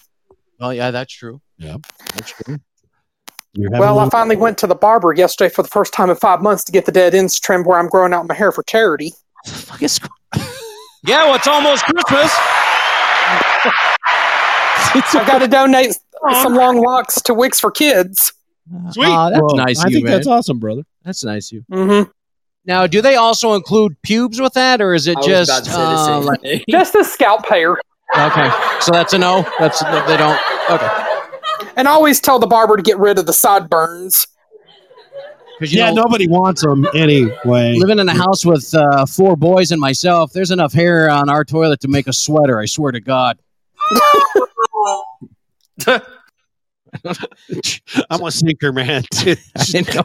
Speaker 9: well, yeah, that's true.
Speaker 8: Yeah,
Speaker 9: that's true.
Speaker 4: [LAUGHS] Well, I finally went to the barber yesterday for the first time in five months to get the dead ends trimmed where I'm growing out my hair for charity.
Speaker 9: Fuck is- yeah, well, it's almost Christmas.
Speaker 4: I've got to donate some long locks to Wix for Kids.
Speaker 8: Sweet.
Speaker 9: Aw, Uh, that's nice
Speaker 8: I
Speaker 9: of you,
Speaker 8: think
Speaker 9: man.
Speaker 8: that's awesome, brother.
Speaker 9: That's nice of you.
Speaker 4: Mm-hmm.
Speaker 9: Now, do they also include pubes with that, or is it
Speaker 4: I was
Speaker 9: just
Speaker 4: about to say the
Speaker 9: uh,
Speaker 4: same
Speaker 9: like-
Speaker 4: Just the scalp hair.
Speaker 9: Okay, so that's a no. That's they don't. Okay,
Speaker 4: And I always tell the barber to get rid of the sideburns.
Speaker 9: because you
Speaker 8: Yeah,
Speaker 9: know,
Speaker 8: nobody wants them anyway.
Speaker 9: living in a house with uh, four boys and myself, there's enough hair on our toilet to make a sweater. I swear to God.
Speaker 8: [LAUGHS] I'm gonna sink her,
Speaker 9: [LAUGHS]
Speaker 8: man.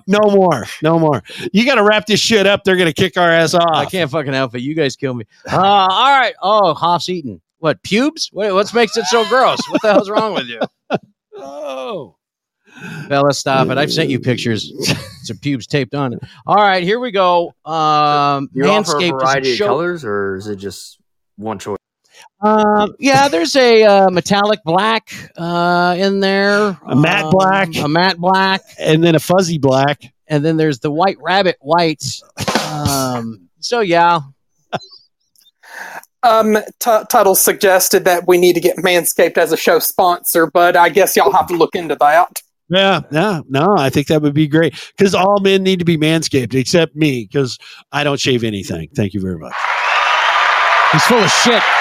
Speaker 8: no more, no more. You got to wrap this shit up. They're gonna kick our ass off.
Speaker 9: I can't fucking help it. You guys kill me. Uh, all right. Oh, Hoff's eating. What pubes? What what makes it so gross? What the hell's wrong [LAUGHS] with you?
Speaker 1: [LAUGHS]
Speaker 8: Oh,
Speaker 9: Bella, stop it. Uh, I've sent you pictures. Some pubes taped on it. All right, here we go. Um,
Speaker 1: You offer a
Speaker 9: Manscaped
Speaker 1: variety
Speaker 9: doesn't
Speaker 1: of
Speaker 9: show-
Speaker 1: colors, or is it just one choice?
Speaker 9: Um, yeah, there's a uh, metallic black uh, in there,
Speaker 8: A matte
Speaker 9: Um,
Speaker 8: black.
Speaker 9: a matte black,
Speaker 8: [LAUGHS] and then a fuzzy black.
Speaker 9: and then there's the white rabbit white. Um, so yeah,
Speaker 4: Um, T- Tuttle suggested that we need to get Manscaped as a show sponsor, but I guess y'all have to look into that.
Speaker 8: Yeah, yeah, no, I think that would be great because all men need to be manscaped except me because I don't shave anything. Thank you very much.
Speaker 9: he's full of shit.
Speaker 8: [LAUGHS]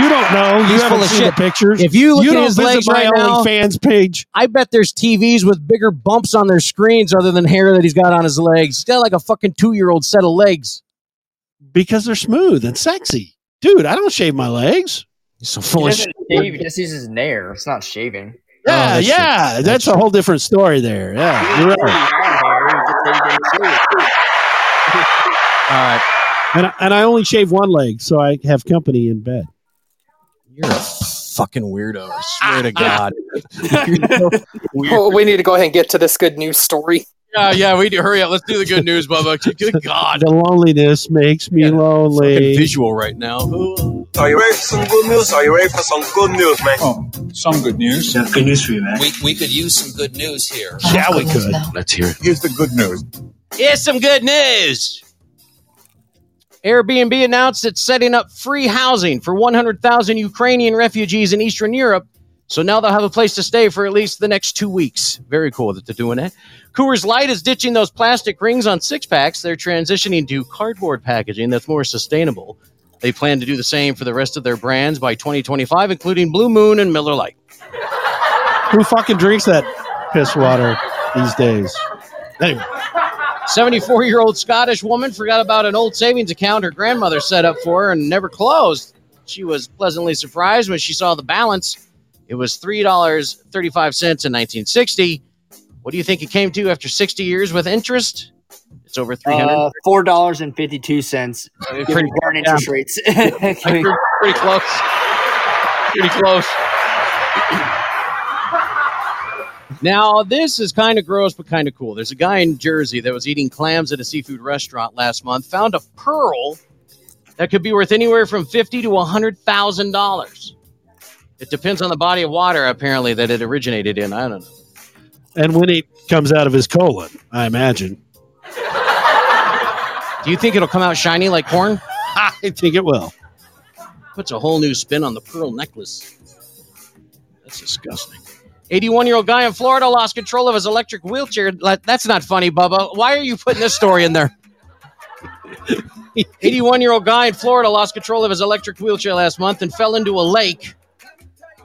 Speaker 8: You don't know. You
Speaker 9: He's
Speaker 8: haven't
Speaker 9: full of
Speaker 8: seen
Speaker 9: shit.
Speaker 8: the pictures.
Speaker 9: If you look
Speaker 8: you
Speaker 9: at
Speaker 8: don't
Speaker 9: his
Speaker 8: visit
Speaker 9: legs
Speaker 8: my
Speaker 9: right now-
Speaker 8: fans page.
Speaker 9: I bet there's TVs with bigger bumps on their screens other than hair that he's got on his legs. He's got like a fucking two year old set of legs.
Speaker 8: because they're smooth and sexy. Dude, I don't shave my legs. So
Speaker 1: He
Speaker 8: full of
Speaker 1: doesn't
Speaker 8: shit.
Speaker 1: shave. He just uses an air. It's not shaving.
Speaker 9: Oh,
Speaker 8: Yeah, yeah, that's, a whole different story there. Yeah, you're right.
Speaker 9: All right.
Speaker 8: And I, and I only shave one leg, so I have company in bed.
Speaker 9: You're a fucking weirdo. I [LAUGHS] swear to God.
Speaker 4: Well, [LAUGHS] we need to go ahead and get to this good news story.
Speaker 9: Yeah, yeah, we do. Hurry up. Let's do the good news, Bubba. Good God.
Speaker 8: The loneliness makes me lonely.
Speaker 9: Visual right now.
Speaker 5: Are you ready for some good news? Are you ready for some good news, man? Oh, some good news. That's good news for you, man.
Speaker 6: We, we could use some good news here.
Speaker 5: Yeah, we could. Let's hear it. Here's the good news.
Speaker 9: Here's some good news. Airbnb announced it's setting up free housing for 100,000 Ukrainian refugees in Eastern Europe. So now they'll have a place to stay for at least the next two weeks. Very cool that they're doing that. Coors Light is ditching those plastic rings on six packs. They're transitioning to cardboard packaging that's more sustainable. They plan to do the same for the rest of their brands by 2025, including Blue Moon and Miller Lite.
Speaker 8: Who fucking drinks that piss water these days? Anyway.
Speaker 9: 74 year old Scottish woman forgot about an old savings account her grandmother set up for her and never closed. She was pleasantly surprised when she saw the balance. It was $3.35 in 1960. What do you think it came to after 60 years with interest? It's over 300.
Speaker 1: Uh, Four dollars and fifty two cents. Pretty current interest rates. [LAUGHS]
Speaker 9: pretty, pretty close. Pretty close. Now, this is kind of gross, but kind of cool. There's a guy in Jersey that was eating clams at a seafood restaurant last month, found a pearl that could be worth anywhere from fifty to hundred thousand dollars. It depends on the body of water, apparently, that it originated in. I don't know.
Speaker 8: And when it comes out of his colon, I
Speaker 9: [LAUGHS]
Speaker 8: imagine.
Speaker 9: Do you think it'll come out shiny like corn?
Speaker 8: I think it will.
Speaker 9: Puts a whole new spin on the pearl necklace. That's disgusting. 81 year old guy in Florida lost control of his electric wheelchair. Like, That's not funny, Bubba. Why are you putting this story in there? 81 year old guy in Florida lost control of his electric wheelchair last month and fell into a lake.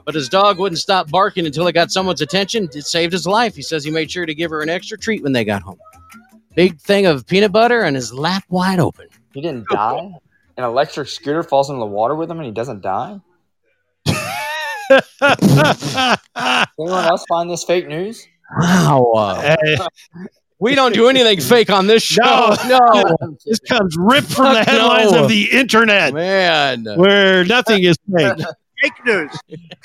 Speaker 9: But his dog wouldn't stop barking until it got someone's attention. It saved his life. He says he made sure to give her an extra treat when they got home. Big thing of peanut butter and his lap wide open.
Speaker 1: He didn't [LAUGHS] die. An electric scooter falls into the water with him, and he doesn't die.
Speaker 8: [LAUGHS]
Speaker 1: Anyone else find this fake news?
Speaker 9: Wow. we don't do anything fake on this show. No.
Speaker 8: This comes ripped from the
Speaker 9: Fuck
Speaker 8: headlines
Speaker 9: no.
Speaker 8: of the internet,
Speaker 9: Man.
Speaker 8: where nothing is fake.
Speaker 9: [LAUGHS] Fake news.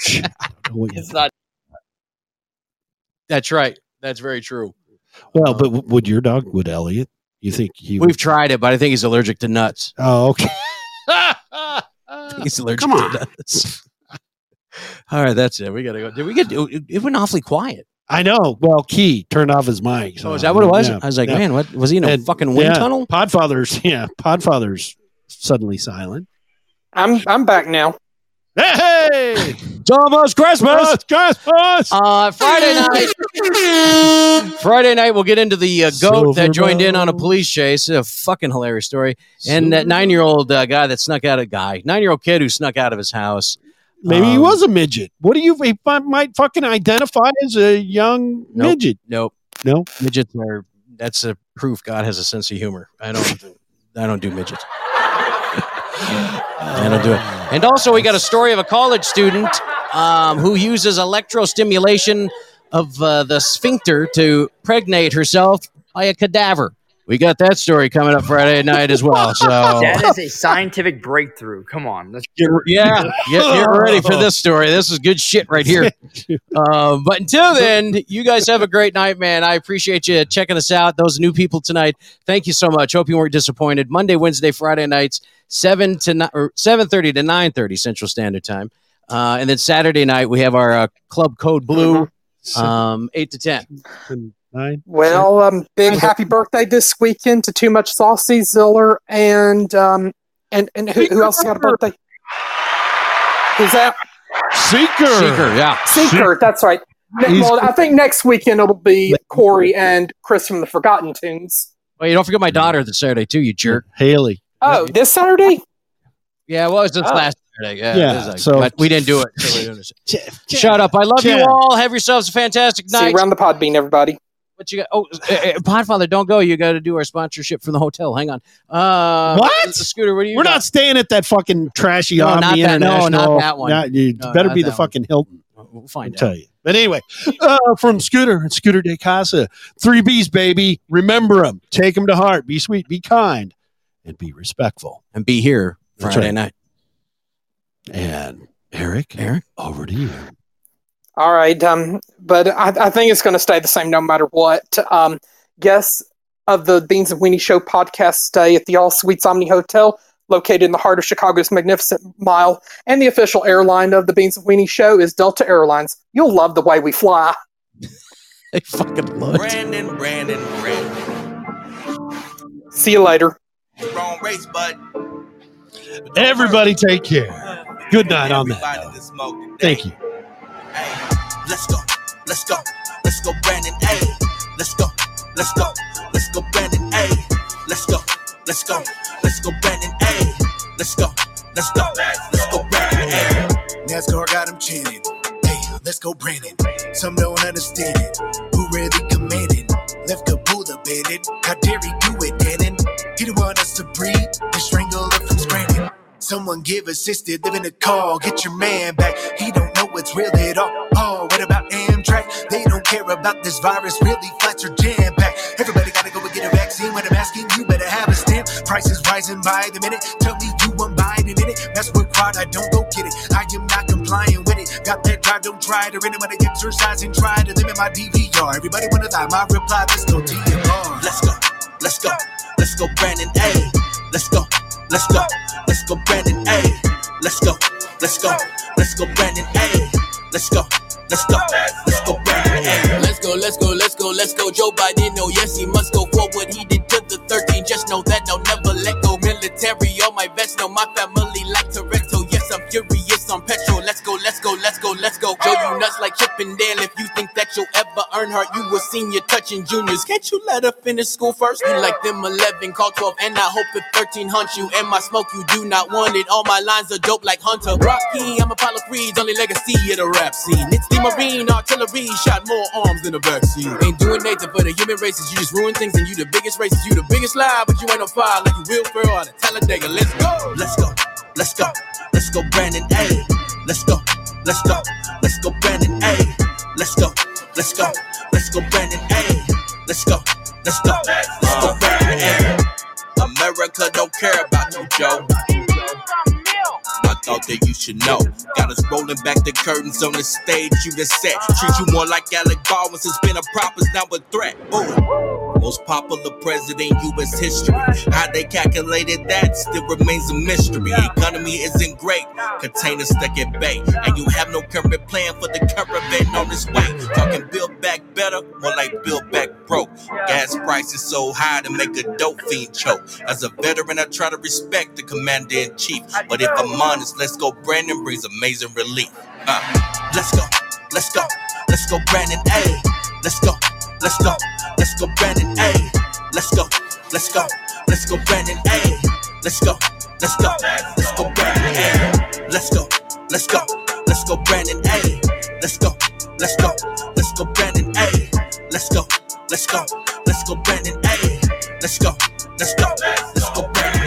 Speaker 1: it's not.
Speaker 9: That's right. That's very true.
Speaker 8: Well, but w- would your dog, would Elliot? You think he would?
Speaker 9: We've tried it, but I think he's allergic to
Speaker 8: [LAUGHS]
Speaker 9: nuts.
Speaker 8: Oh,
Speaker 9: [LAUGHS]
Speaker 8: okay.
Speaker 9: I think he's allergic to nuts. [LAUGHS] All right, that's it. We gotta go. Did we get? It it went awfully quiet.
Speaker 8: I know. Well, Key turned off his mic.
Speaker 9: Oh, is that what it was? I was like, man, what- was he in a fucking wind tunnel?
Speaker 8: Podfathers, [LAUGHS] yeah. Podfathers suddenly silent.
Speaker 4: I'm I'm back now.
Speaker 9: [LAUGHS]
Speaker 8: Hey,
Speaker 9: Thomas Christmas.
Speaker 8: Christmas.
Speaker 9: Uh, Friday night. Friday night, we'll get into the uh, goat that joined in on a police chase. A fucking hilarious story. And that nine-year-old uh, guy that snuck out a guy, nine-year-old kid who snuck out of his house.
Speaker 8: Maybe he
Speaker 9: Um,
Speaker 8: was a midget. What do you? He fi- might fucking identify as a young
Speaker 9: Nope.
Speaker 8: midget.
Speaker 9: Nope.
Speaker 8: No
Speaker 9: midgets are. That's a proof God has a sense of humor. I don't. I don't do midgets. I don't do it. And also, we got a story of a college student um, who uses electrostimulation of uh, the sphincter to pregnate herself by a cadaver. We got that story coming up Friday night as well.
Speaker 1: [LAUGHS]
Speaker 9: So
Speaker 1: That is a scientific breakthrough. Come on, let's
Speaker 9: get yeah, get, get ready for this story. This is good shit right here.
Speaker 8: [LAUGHS]
Speaker 9: Uh, but until then, you guys have a great night, man. I appreciate you checking us out. Those new people tonight, thank you so much. Hope you weren't disappointed. Monday, Wednesday, Friday nights, seven to ni- or seven thirty to nine thirty Central Standard Time, uh, and then Saturday night we have our uh, Club Code Blue,
Speaker 8: Mm-hmm.
Speaker 9: um, eight to ten.
Speaker 4: Well, um, big happy birthday this weekend to Too Much Saucy Ziller and um and and who, who else got a birthday? Who's that?
Speaker 8: Seeker.
Speaker 9: Seeker, yeah.
Speaker 4: Seeker. That's right. Ne-
Speaker 9: He's-
Speaker 4: Well, I think next weekend it'll be Corey and Chris from the Forgotten Tunes.
Speaker 9: Well, you don't forget my daughter this Saturday too, you jerk.
Speaker 8: Haley.
Speaker 4: Oh, this Saturday?
Speaker 9: Yeah, well, it's this
Speaker 4: Oh.
Speaker 9: last Saturday. Yeah, it
Speaker 8: Yeah,
Speaker 9: is like-
Speaker 8: so-
Speaker 9: but we didn't do it. so we don't- Shut up! I love you all. Have yourselves a fantastic
Speaker 4: See
Speaker 9: night.
Speaker 4: you around the pod bean, everybody.
Speaker 9: What you got? Oh, eh, eh, Podfather, don't go. You got to do our sponsorship from the hotel. Hang on. Uh,
Speaker 8: What?
Speaker 9: Scooter, what do you?
Speaker 8: We're
Speaker 9: got?
Speaker 8: not staying at that fucking trashy
Speaker 9: No,
Speaker 8: Omni
Speaker 9: not that- no,
Speaker 8: International.
Speaker 9: not that one.
Speaker 8: Not- you
Speaker 9: No,
Speaker 8: better
Speaker 9: not
Speaker 8: be the
Speaker 9: that one.
Speaker 8: fucking Hilton.
Speaker 9: We'll find
Speaker 8: I'll
Speaker 9: out.
Speaker 8: tell you. But anyway, uh, from Scooter and Scooter de Casa, three B's, baby. Remember them. Take them to heart. Be sweet. Be kind. And be respectful.
Speaker 9: And be here
Speaker 8: That's
Speaker 9: Friday
Speaker 8: right.
Speaker 9: night. [LAUGHS]
Speaker 8: And Eric,
Speaker 9: Eric,
Speaker 8: over to you.
Speaker 4: All right, um, but I, I think it's going to stay the same no matter what. Um, guests of the Beans and Weenie Show podcast stay at the All Suites Omni Hotel, located in the heart of Chicago's Magnificent Mile, and the official airline of the Beans and Weenie Show is Delta Airlines. You'll love the way we fly.
Speaker 9: I fucking love
Speaker 11: Brandon, Brandon, Brandon.
Speaker 4: See you later.
Speaker 11: Wrong race, bud.
Speaker 8: Everybody, take care. Good night on that.
Speaker 11: Everybody that smoked it.
Speaker 8: Thank you.
Speaker 11: Let's go, let's go, let's go, Brandon. A. Let's go, let's go, let's go, Brandon. A. Let's go, let's go, let's go, Brandon. A. Let's go, let's go, let's go, Brandon. A.
Speaker 12: NASCAR got him chanting. Hey, let's go, Brandon. Some don't understand it. Who really commanded? Left Kabul abandoned. How dare he do it, Gannon? He didn't want us to breathe and strangle him from stranded. Someone give assisted, live in a call, get your man back. He don't know what's real at all. Oh, what about Amtrak? They don't care about this virus, really flats are jam packed. Everybody gotta go and get a vaccine when I'm asking you, better have a stamp. Prices rising by the minute. Tell me you want Biden in it. That's with crowd, I don't go get it. I am not complying with it. Got that drive, don't try to rent it when I exercise and try to limit my DVR. Everybody wanna die, my reply, let's go DVR.
Speaker 11: Let's go, let's go, let's go, Brandon. A. Let's go, let's go, let's go, Brandon. A. Let's go, let's go, let's go, Brandon. A. Let's go, let's go, let's go, Brandon. A.
Speaker 6: Let's go, let's go, let's go, let's go. Joe Biden, no, yes, he must go for what he did to the 13. Just know that I'll never let go. Military, all my vets know my family like Toretto. Yes, I'm furious on petrol. Let's go, let's go, let's go, let's go. Joe, you nuts like Chippendale. If you think that you'll ever earn her, you were senior touching juniors. Can't you let her finish school first? You like them 11, call 12, and I hope the 13 hunt you. And my smoke, you do not want it. All my lines are dope like Hunter. Rocky, I'm Apollo 3's only legacy of the rap scene. It's the Marine artillery, shot more arms than a vaccine. Ain't doing nothing for the human races. You just ruin things, and you the biggest racist. You the biggest lie, but you ain't on fire like you will for all the Talladega. Let's go.
Speaker 11: Let's go, let's go, let's go, Brandon. A. Let's go, let's go, let's go, Brandon. A. Let's go, let's go, let's go, Brandon. A. Let's go, let's go, let's go, Brandon. A. Uh, America don't care about you, Joe. I thought that you should know. Got us rolling back the curtains on the stage you done set. Treat you more like Alec Baldwin since been a prop is now a threat. Ooh. Most popular president in U.S. history. How they calculated that still remains a mystery. Economy isn't great, containers stuck at bay, and you have no current plan for the caravan on this way. Talking build back better, more like build back broke. Gas prices so high to make a dope fiend choke. As a veteran, I try to respect the commander in chief. But if I'm honest, let's go. Brandon brings amazing relief. Uh, let's go, let's go, let's go, Brandon. A, let's go, let's go, let's go, Brandon. A, let's go, let's go, let's go, Brandon. A, let's go, let's go, let's go, Brandon. A, let's go, let's go, let's go, Brandon. A, let's go, let's go, let's go, Brandon. A, let's go, let's go, let's go, Brandon. A, let's go, let's go, let's go, Brandon.